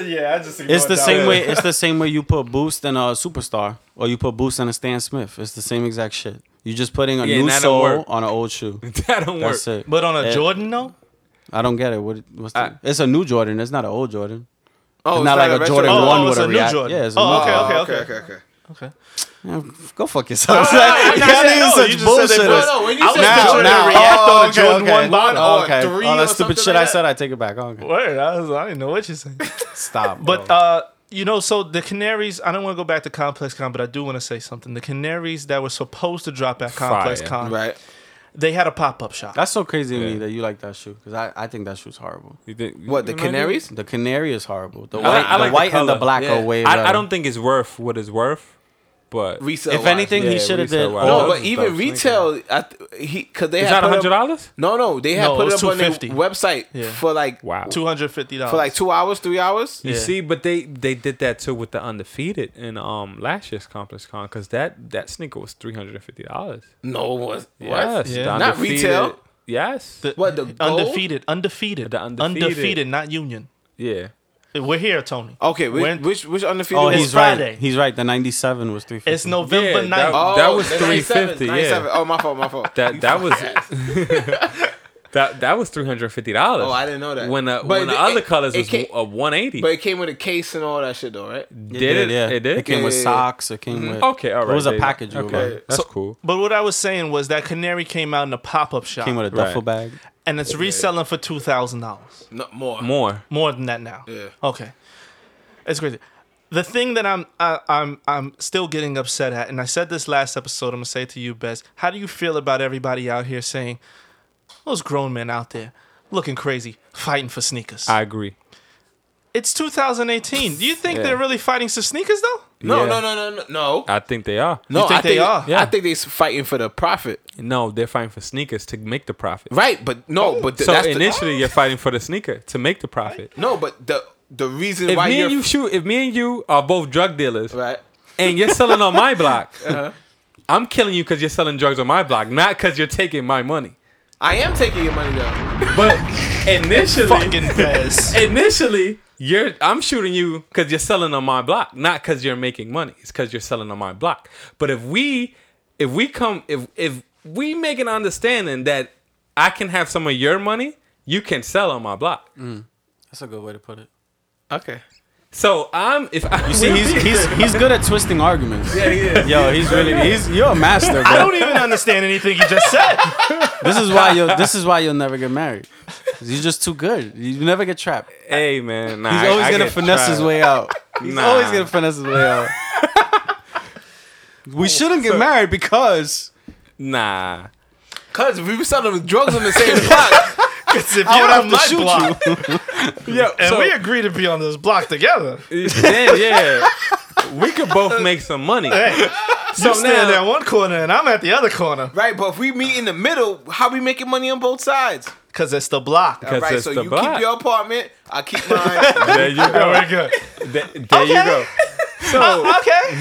Speaker 7: like
Speaker 3: Yeah, I just.
Speaker 5: it's the same way. It's the same way you put Boost in a superstar, or you put Boost in a Stan Smith. It's the same exact shit. You're just putting a
Speaker 9: Yeah, and
Speaker 5: new
Speaker 9: that don't
Speaker 5: sole
Speaker 9: work.
Speaker 5: on an old shoe.
Speaker 9: that don't work.
Speaker 5: That's it.
Speaker 3: But on a
Speaker 5: Eh,
Speaker 3: Jordan, though?
Speaker 5: I don't get it. What? What's
Speaker 9: I-
Speaker 5: the, it's a new Jordan. It's not an old Jordan.
Speaker 7: Oh,
Speaker 5: It's not like a
Speaker 7: retro-
Speaker 5: Jordan
Speaker 3: Oh,
Speaker 5: one
Speaker 3: oh,
Speaker 5: with
Speaker 3: it's
Speaker 5: a,
Speaker 3: a new
Speaker 5: react.
Speaker 3: Jordan.
Speaker 5: Yeah, it's a
Speaker 3: Oh,
Speaker 5: new
Speaker 3: okay,
Speaker 5: Jordan.
Speaker 7: Oh,
Speaker 3: okay, okay.
Speaker 7: okay.
Speaker 5: Yeah, go fuck yourself.
Speaker 3: I'm not saying no, you just said they
Speaker 7: No, no, when you
Speaker 3: I
Speaker 7: said
Speaker 3: was picturing
Speaker 7: Jordan,
Speaker 3: a
Speaker 7: React,
Speaker 3: React on a
Speaker 5: okay,
Speaker 3: Jordan
Speaker 5: okay.
Speaker 3: 1 bomb.
Speaker 7: Oh,
Speaker 5: Oh, okay.
Speaker 7: three
Speaker 5: All
Speaker 7: or
Speaker 5: that stupid
Speaker 7: something
Speaker 5: shit
Speaker 7: like
Speaker 5: I said,
Speaker 7: that.
Speaker 5: I take it back. Oh, okay.
Speaker 3: Word, I, was, I didn't know what you're saying.
Speaker 5: Stop.
Speaker 3: But
Speaker 5: bro.
Speaker 3: uh, you know, so the Canaries. I don't want to go back to Complex Con, but I do want to say something. The Canaries that were supposed to drop at Complex
Speaker 9: Fire.
Speaker 3: Con,
Speaker 7: Right.
Speaker 3: they had a pop up shop.
Speaker 5: that's so crazy to
Speaker 9: Yeah.
Speaker 5: me that you like that shoe because I, I think that shoe's horrible.
Speaker 9: You think-
Speaker 7: What, the
Speaker 9: you know I do?
Speaker 7: Canaries?
Speaker 5: The canary is horrible. The
Speaker 9: I
Speaker 5: white,
Speaker 9: like- I like
Speaker 5: the
Speaker 9: the
Speaker 5: white and the
Speaker 9: color.
Speaker 5: black
Speaker 7: Yeah.
Speaker 5: are way.
Speaker 9: I, I
Speaker 5: better.
Speaker 9: don't think it's worth what it's worth. But
Speaker 7: Resale.
Speaker 5: If anything,
Speaker 9: Yeah,
Speaker 5: he should have
Speaker 9: resale
Speaker 5: did.
Speaker 9: wise.
Speaker 5: all
Speaker 7: No,
Speaker 9: Oh,
Speaker 5: those
Speaker 7: but
Speaker 9: those
Speaker 7: even
Speaker 9: dogs, thank
Speaker 7: retail, I th- he because they
Speaker 9: is
Speaker 7: had
Speaker 9: that
Speaker 7: put up-
Speaker 9: hundred dollars?
Speaker 7: No, no, they had
Speaker 3: No, it
Speaker 7: put it
Speaker 3: was
Speaker 7: up on their
Speaker 3: $250.
Speaker 7: website
Speaker 3: Yeah.
Speaker 7: for like
Speaker 9: Wow.
Speaker 3: Two hundred fifty dollars
Speaker 7: for like two hours, three hours.
Speaker 9: You
Speaker 3: Yeah.
Speaker 9: see, but they they did that too with the undefeated in um last year's Complex Con because that that sneaker was three hundred and fifty dollars.
Speaker 7: No, what? What?
Speaker 9: Yes,
Speaker 3: Yeah.
Speaker 9: the
Speaker 7: Not
Speaker 9: Undefeated-
Speaker 7: retail.
Speaker 9: Yes,
Speaker 7: What the gold?
Speaker 3: undefeated, undefeated,
Speaker 9: The undefeated.
Speaker 3: undefeated, not union.
Speaker 9: yeah.
Speaker 3: We're here, Tony.
Speaker 7: Okay,
Speaker 3: We're-
Speaker 7: which which, which undefeated?
Speaker 5: Oh,
Speaker 7: is-
Speaker 3: It's
Speaker 5: he's right.
Speaker 3: Friday.
Speaker 5: He's right. The '97 was three.
Speaker 3: it's November
Speaker 9: Yeah,
Speaker 3: 9th.
Speaker 9: that-
Speaker 7: oh,
Speaker 9: was
Speaker 7: the 97,
Speaker 9: 350, yeah.
Speaker 7: 97. Oh, my fault, my fault.
Speaker 9: That that was that that was three hundred fifty dollars.
Speaker 7: Oh, I didn't know that.
Speaker 9: When the
Speaker 7: But
Speaker 9: when the
Speaker 7: it-
Speaker 9: other
Speaker 7: it-
Speaker 9: colors
Speaker 7: it
Speaker 9: was
Speaker 7: can't-
Speaker 9: a one eighty.
Speaker 7: But it came with a case and all that shit, though, right?
Speaker 9: Did it?
Speaker 5: Yeah,
Speaker 9: It did.
Speaker 5: It came with
Speaker 7: Yeah, yeah, yeah.
Speaker 5: socks. It came with.
Speaker 9: Okay, all right.
Speaker 5: It was
Speaker 9: there
Speaker 5: a
Speaker 9: you go.
Speaker 5: package. you
Speaker 9: Okay,
Speaker 5: were-
Speaker 9: that's cool.
Speaker 3: But what I was saying was that Canary came out in a pop up shop
Speaker 5: Came with a
Speaker 9: Right.
Speaker 5: duffel bag.
Speaker 3: and it's reselling for two thousand dollars.
Speaker 7: No, more.
Speaker 9: More.
Speaker 3: More than that now.
Speaker 7: Yeah.
Speaker 3: Okay. It's crazy. The thing that I'm I, I'm I'm still getting upset at, and I said this last episode. I'm gonna say it to you, Bez. How do you feel about everybody out here saying those grown men out there looking crazy, fighting for sneakers?
Speaker 9: I agree.
Speaker 3: it's 2018. Do you think
Speaker 9: Yeah.
Speaker 3: they're really fighting for sneakers though?
Speaker 7: No,
Speaker 9: Yeah.
Speaker 7: no, no, no, no, no.
Speaker 9: I think they are.
Speaker 7: No,
Speaker 3: think
Speaker 7: I
Speaker 3: they
Speaker 7: think
Speaker 3: are?
Speaker 7: I
Speaker 9: Yeah.
Speaker 7: think they're fighting for the profit,
Speaker 9: No, they're fighting for sneakers to make the profit.
Speaker 7: right? But no, but th-
Speaker 9: Oh. So
Speaker 7: that's the-
Speaker 9: initially, you're fighting for the sneaker to make the profit.
Speaker 7: no, but the the reason
Speaker 9: If
Speaker 7: why
Speaker 9: me
Speaker 7: you're
Speaker 9: and you shoot, if me and you are both drug dealers,
Speaker 7: right, Uh-huh.
Speaker 9: and you're selling on my block, I'm killing you because you're selling drugs on my block, not because you're taking my money.
Speaker 7: I am taking your money though.
Speaker 9: But initially,
Speaker 3: Fucking Bez.
Speaker 9: initially, you're I'm shooting you because you're selling on my block, not because you're making money. It's because you're selling on my block. But if we, if we come, if if we make an understanding that I can have some of your money, you can sell on my block.
Speaker 5: Mm. That's a good way to put it.
Speaker 7: Okay,
Speaker 9: So I'm if I
Speaker 5: You see, he's he's he's good at twisting arguments. Yeah, he is. Yo, he's really he's you're a master,
Speaker 3: I
Speaker 5: bro.
Speaker 3: don't even understand anything you just said.
Speaker 5: This is why you this is why you'll never get married. 'Cause You're just too good. You never get trapped.
Speaker 9: hey man, nah,
Speaker 5: He's
Speaker 9: I-
Speaker 5: always
Speaker 9: I
Speaker 5: gonna
Speaker 9: get
Speaker 5: finesse his
Speaker 9: tried.
Speaker 5: way out. He's
Speaker 9: Nah.
Speaker 5: always gonna finesse his way out. We shouldn't get married because
Speaker 9: Nah,
Speaker 7: cause if we were selling drugs on the same block,
Speaker 3: Because if you're
Speaker 5: I
Speaker 3: on
Speaker 5: would have to
Speaker 3: my
Speaker 5: shoot
Speaker 3: block,
Speaker 5: you.
Speaker 3: and we agree to be on this block together,
Speaker 9: Damn, yeah. We could both make some money. so
Speaker 3: you stand at
Speaker 9: now,
Speaker 3: one corner and I'm at the other corner.
Speaker 7: right? But if we meet in the middle, how we making money on both sides?
Speaker 3: Because it's the block.
Speaker 9: because
Speaker 7: right,
Speaker 9: it's
Speaker 7: so
Speaker 9: the
Speaker 7: you
Speaker 9: block.
Speaker 7: keep your apartment, I keep mine.
Speaker 9: there you go.
Speaker 3: Very good.
Speaker 9: There, there you go. So
Speaker 3: Okay.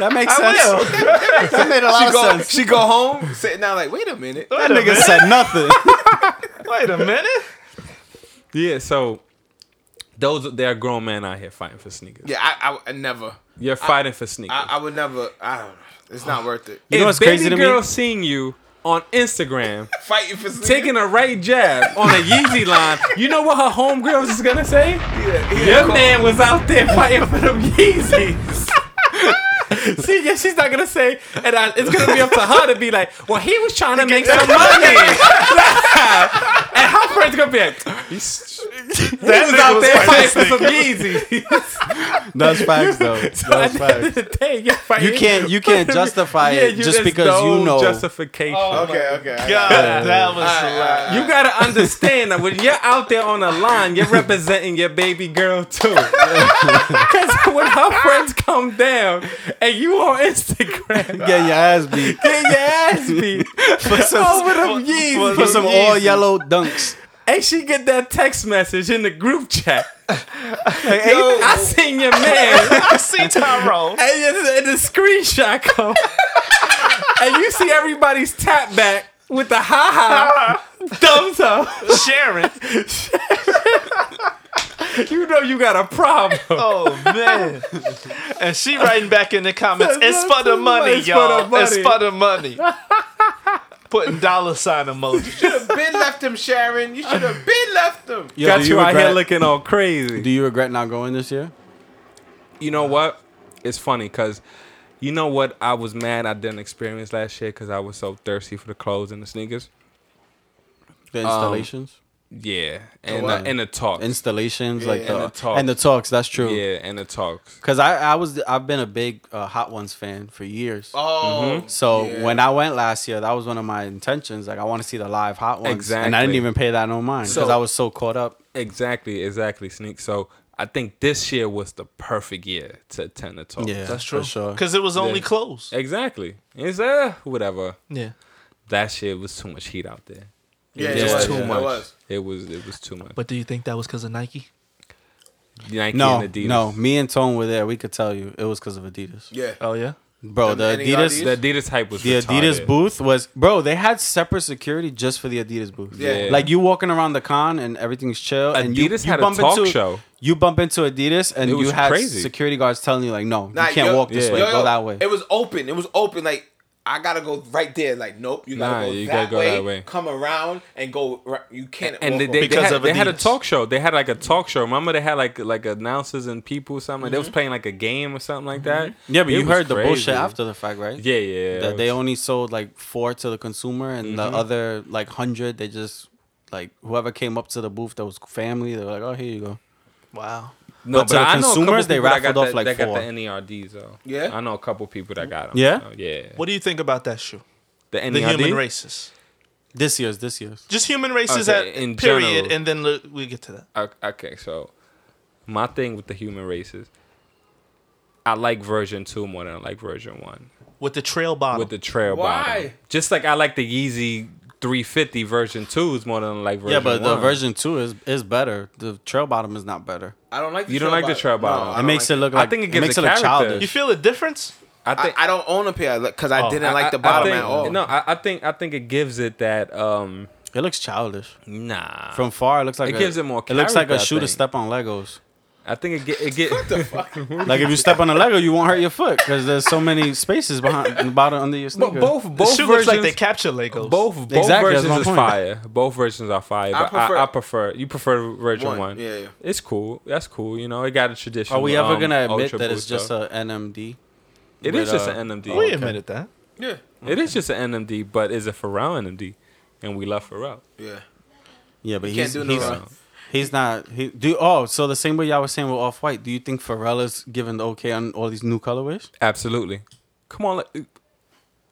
Speaker 5: That makes sense. that made a lot
Speaker 7: she
Speaker 5: of
Speaker 7: go,
Speaker 5: sense.
Speaker 7: she go home, sitting down like, wait a minute.
Speaker 3: Wait
Speaker 5: That
Speaker 3: a
Speaker 5: nigga
Speaker 3: minute.
Speaker 5: said nothing.
Speaker 3: Wait a minute.
Speaker 9: yeah, so those they are grown men out here fighting for sneakers.
Speaker 7: Yeah, I, I, I never,
Speaker 9: You're fighting for sneakers.
Speaker 7: I, I would never. I don't know. It's not worth it.
Speaker 5: You know
Speaker 9: if
Speaker 5: what's
Speaker 9: baby
Speaker 5: crazy to me?
Speaker 9: girl seeing you on Instagram
Speaker 7: Fighting for sleep.
Speaker 9: taking a right jab on a Yeezy line, you know what her homegirls is gonna say? Your man was out there fighting for them Yeezys. See, yeah, she's not gonna say, and I, it's gonna be up to her to be like, "Well, he was trying to make some money," and her friend's gonna be like, "He s- he was out there fighting for some Yeezys."
Speaker 5: That's facts though.
Speaker 9: so at
Speaker 5: That's
Speaker 9: the end
Speaker 5: facts.
Speaker 9: of the day, you're fighting.
Speaker 5: You can't- you can't justify it just
Speaker 9: there's
Speaker 5: because you know.
Speaker 9: justification.
Speaker 7: Okay, okay. I got
Speaker 3: God, that was a lot.
Speaker 9: You gotta understand that when you're out there on the line, you're representing your baby girl too. Because when her friends come down and you on Instagram,
Speaker 5: Get your ass beat
Speaker 9: get your ass beat
Speaker 5: for some,
Speaker 9: over them Yeezys.
Speaker 5: for some all yellow dunks.
Speaker 9: And she get that text message in the group chat.
Speaker 5: Like, hey,
Speaker 9: I seen your man
Speaker 3: I see Tyrone.
Speaker 9: and, it's- and the screenshot come. and you see everybody's tap back with the ha ha thumbs up.
Speaker 3: Sharon.
Speaker 9: You know you got a problem.
Speaker 3: Oh man. And she writing back in the comments,
Speaker 9: That's
Speaker 3: it's for the
Speaker 9: too much.
Speaker 3: money,
Speaker 9: It's for the
Speaker 3: y'all. It's
Speaker 9: money."
Speaker 3: for the money. Putting dollar sign emoji.
Speaker 7: should have been left him, Sharon. You should have been left him.
Speaker 5: yo,
Speaker 9: Got
Speaker 5: do
Speaker 9: you out here
Speaker 5: regret-
Speaker 9: looking all crazy.
Speaker 5: Do you regret not going this year?
Speaker 9: you know what? It's funny because you know what? I was mad I didn't experience last year because I was so thirsty for the clothes and the sneakers.
Speaker 5: The
Speaker 9: Um,
Speaker 5: installations,
Speaker 9: Yeah, and
Speaker 7: wow.
Speaker 9: uh, and the talk.
Speaker 5: installations like the,
Speaker 9: and
Speaker 5: and the
Speaker 9: the talks.
Speaker 5: talks. That's true.
Speaker 9: yeah, and the talks.
Speaker 5: Cause I, I was I've been a big uh, Hot Ones fan for years.
Speaker 7: Oh,
Speaker 5: so
Speaker 7: yeah.
Speaker 5: when I went last year, that was one of my intentions. Like I want to see the live Hot Ones, and I
Speaker 9: Exactly.
Speaker 5: didn't even pay that no mind because
Speaker 9: So-
Speaker 5: I was so caught up.
Speaker 9: Exactly, exactly. Sneak. So I think this year was the perfect year to attend the talk.
Speaker 5: Yeah,
Speaker 3: That's true.
Speaker 5: For sure.
Speaker 3: Because it was only
Speaker 9: Yeah.
Speaker 3: clothes.
Speaker 9: Exactly. It's uh whatever.
Speaker 3: Yeah.
Speaker 9: That shit was too much heat out there.
Speaker 7: Yeah,
Speaker 9: It was
Speaker 7: was,
Speaker 9: too
Speaker 7: it
Speaker 9: much.
Speaker 7: was.
Speaker 9: It was it was too much.
Speaker 3: But do you think that was because of Nike?
Speaker 9: Nike
Speaker 5: No,
Speaker 9: and Adidas.
Speaker 5: no. Me and Tone were there. We could tell you it was because of Adidas.
Speaker 7: Yeah.
Speaker 3: Oh yeah.
Speaker 5: Bro,
Speaker 7: Them
Speaker 5: the
Speaker 7: any
Speaker 5: Adidas,
Speaker 9: The Adidas hype was
Speaker 5: the Adidas
Speaker 9: retarded.
Speaker 5: booth was bro. They had separate security just for the Adidas booth.
Speaker 7: Yeah.
Speaker 5: like you walking around the con and everything's chill. and you,
Speaker 9: Adidas
Speaker 5: you
Speaker 9: had a
Speaker 5: bump
Speaker 9: talk
Speaker 5: into,
Speaker 9: show.
Speaker 5: You bump into Adidas and
Speaker 9: It was
Speaker 5: you had
Speaker 9: crazy.
Speaker 5: security guards telling you like, no,
Speaker 7: Nah,
Speaker 5: you can't
Speaker 7: yo-
Speaker 5: walk this
Speaker 9: yeah.
Speaker 5: way.
Speaker 7: yo, yo,
Speaker 5: go that way.
Speaker 7: It was open. It was open. Like I gotta go right there. Like nope, you gotta
Speaker 9: Nah,
Speaker 7: go,
Speaker 9: you
Speaker 7: that,
Speaker 9: gotta go
Speaker 7: way,
Speaker 9: that way.
Speaker 7: Come around and go. Right, you can't.
Speaker 9: and they,
Speaker 7: walk
Speaker 9: they,
Speaker 7: over.
Speaker 9: they,
Speaker 3: Because
Speaker 9: had,
Speaker 3: of
Speaker 9: they had a
Speaker 3: Adidas.
Speaker 9: talk show. They had like a talk show. Remember they had like like announcers and people or something. They was playing like a game or something like that.
Speaker 5: Mm-hmm. yeah, but
Speaker 9: It
Speaker 5: you
Speaker 9: was
Speaker 5: heard the
Speaker 9: crazy.
Speaker 5: bullshit after the fact, right?
Speaker 9: Yeah, yeah.
Speaker 5: that
Speaker 9: it
Speaker 5: they
Speaker 9: was- Mm-hmm.
Speaker 5: only sold like four to the consumer and the other like hundred they just like whoever came up to the booth that was family they were like oh here you go
Speaker 3: Wow.
Speaker 9: no,
Speaker 5: but to the
Speaker 9: I know a couple
Speaker 5: consumers, they
Speaker 9: people that
Speaker 5: raffled
Speaker 9: got
Speaker 5: off,
Speaker 9: the-
Speaker 5: like,
Speaker 9: that
Speaker 5: four.
Speaker 9: got the NERDs though.
Speaker 7: Yeah?
Speaker 9: I know a couple people that got them.
Speaker 5: Yeah?
Speaker 9: yeah.
Speaker 3: What do you think about that shoe?
Speaker 9: the E
Speaker 3: The
Speaker 9: NERD?
Speaker 3: human races.
Speaker 5: this year's this year's
Speaker 3: Just human races
Speaker 9: Okay,
Speaker 3: at
Speaker 9: in
Speaker 3: period,
Speaker 9: general.
Speaker 3: and then look, we get to that.
Speaker 9: O- Okay, so my thing with the human races, I like version two more than I like version one
Speaker 3: With the trail bottom.
Speaker 9: with the trail bottom.
Speaker 7: Why?
Speaker 9: Just like I like the Yeezy 350 version twos more than I like version
Speaker 5: yeah but the
Speaker 9: one.
Speaker 5: version two is is better the trail bottom is not better
Speaker 7: I don't like. The
Speaker 9: You don't like the trail bottom.
Speaker 7: I
Speaker 5: it
Speaker 7: don't
Speaker 5: makes
Speaker 7: like
Speaker 5: it look
Speaker 9: I
Speaker 5: like
Speaker 9: think it
Speaker 5: it
Speaker 9: gives
Speaker 5: makes
Speaker 9: a
Speaker 5: it look
Speaker 9: character.
Speaker 3: you
Speaker 5: childish
Speaker 3: feel the difference?
Speaker 9: I think Oh,
Speaker 7: I, I don't own a pair because I didn't like the
Speaker 9: I- I
Speaker 7: bottom
Speaker 9: think-
Speaker 7: at all.
Speaker 9: No, I, I think I think it gives it that um
Speaker 5: it looks childish
Speaker 9: nah.
Speaker 5: from far it looks like
Speaker 9: It
Speaker 5: a-
Speaker 9: gives it more
Speaker 5: it looks like
Speaker 9: character, I
Speaker 5: a shoe to
Speaker 9: think.
Speaker 5: step on legos
Speaker 9: I think it get it get what the fuck?
Speaker 5: like if you step on a lego you won't hurt your foot because there's so many spaces behind the bottom under your
Speaker 9: But
Speaker 5: sneaker
Speaker 9: both
Speaker 3: The
Speaker 9: both
Speaker 3: shoe looks
Speaker 9: versions
Speaker 3: like they capture Legos.
Speaker 9: both both
Speaker 5: Exactly, that's
Speaker 9: versions
Speaker 5: my
Speaker 9: is
Speaker 5: point.
Speaker 9: fire. Both versions are fire.
Speaker 7: I
Speaker 9: But I prefer,
Speaker 7: prefer-
Speaker 9: I, prefer you prefer version one.
Speaker 7: One, yeah, yeah.
Speaker 9: It's cool. That's cool. You know, it got a um, tradition.
Speaker 5: are we ever gonna admit that it's just a NMD?
Speaker 9: It is
Speaker 5: with,
Speaker 9: just
Speaker 5: uh,
Speaker 9: an NMD.
Speaker 3: we admitted that.
Speaker 7: yeah,
Speaker 9: It is just an NMD, but it's a Pharrell NMD, and we love Pharrell.
Speaker 7: yeah.
Speaker 5: Yeah, but
Speaker 7: Can't
Speaker 5: he's,
Speaker 7: do no
Speaker 5: he's
Speaker 7: wrong.
Speaker 5: He's not. He do. Oh, so the same way y'all was saying with Off White. Do you think Pharrell is giving the okay on all these new colorways?
Speaker 9: Absolutely. Come on, like,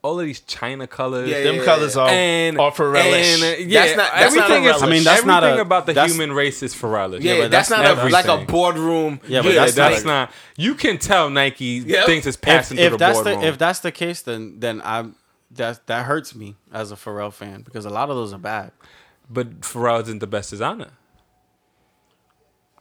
Speaker 9: all of these China colors.
Speaker 7: Yeah,
Speaker 3: Them
Speaker 7: yeah,
Speaker 3: colors
Speaker 7: yeah.
Speaker 3: are,
Speaker 9: And
Speaker 3: are for relish.
Speaker 9: and, uh, yeah,
Speaker 7: That's not- that's not
Speaker 9: everything
Speaker 7: a
Speaker 9: is.
Speaker 7: relish.
Speaker 9: I mean, that's not a, about the
Speaker 5: that's-
Speaker 9: human race is Pharrell.
Speaker 7: Yeah,
Speaker 5: but
Speaker 7: that's,
Speaker 5: that's
Speaker 7: not a, like
Speaker 9: everything.
Speaker 7: a boardroom.
Speaker 5: Yeah, but
Speaker 9: Yeah,
Speaker 5: that's
Speaker 9: that's,
Speaker 5: not a-
Speaker 9: not. You can tell Nike
Speaker 7: Yep.
Speaker 9: thinks it's
Speaker 5: If,
Speaker 9: passing
Speaker 5: if
Speaker 9: through the
Speaker 5: that's
Speaker 9: boardroom.
Speaker 5: the if that's the case, then then I'm that that hurts me as a Pharrell fan because a lot of those are bad.
Speaker 9: but Pharrell isn't the best designer.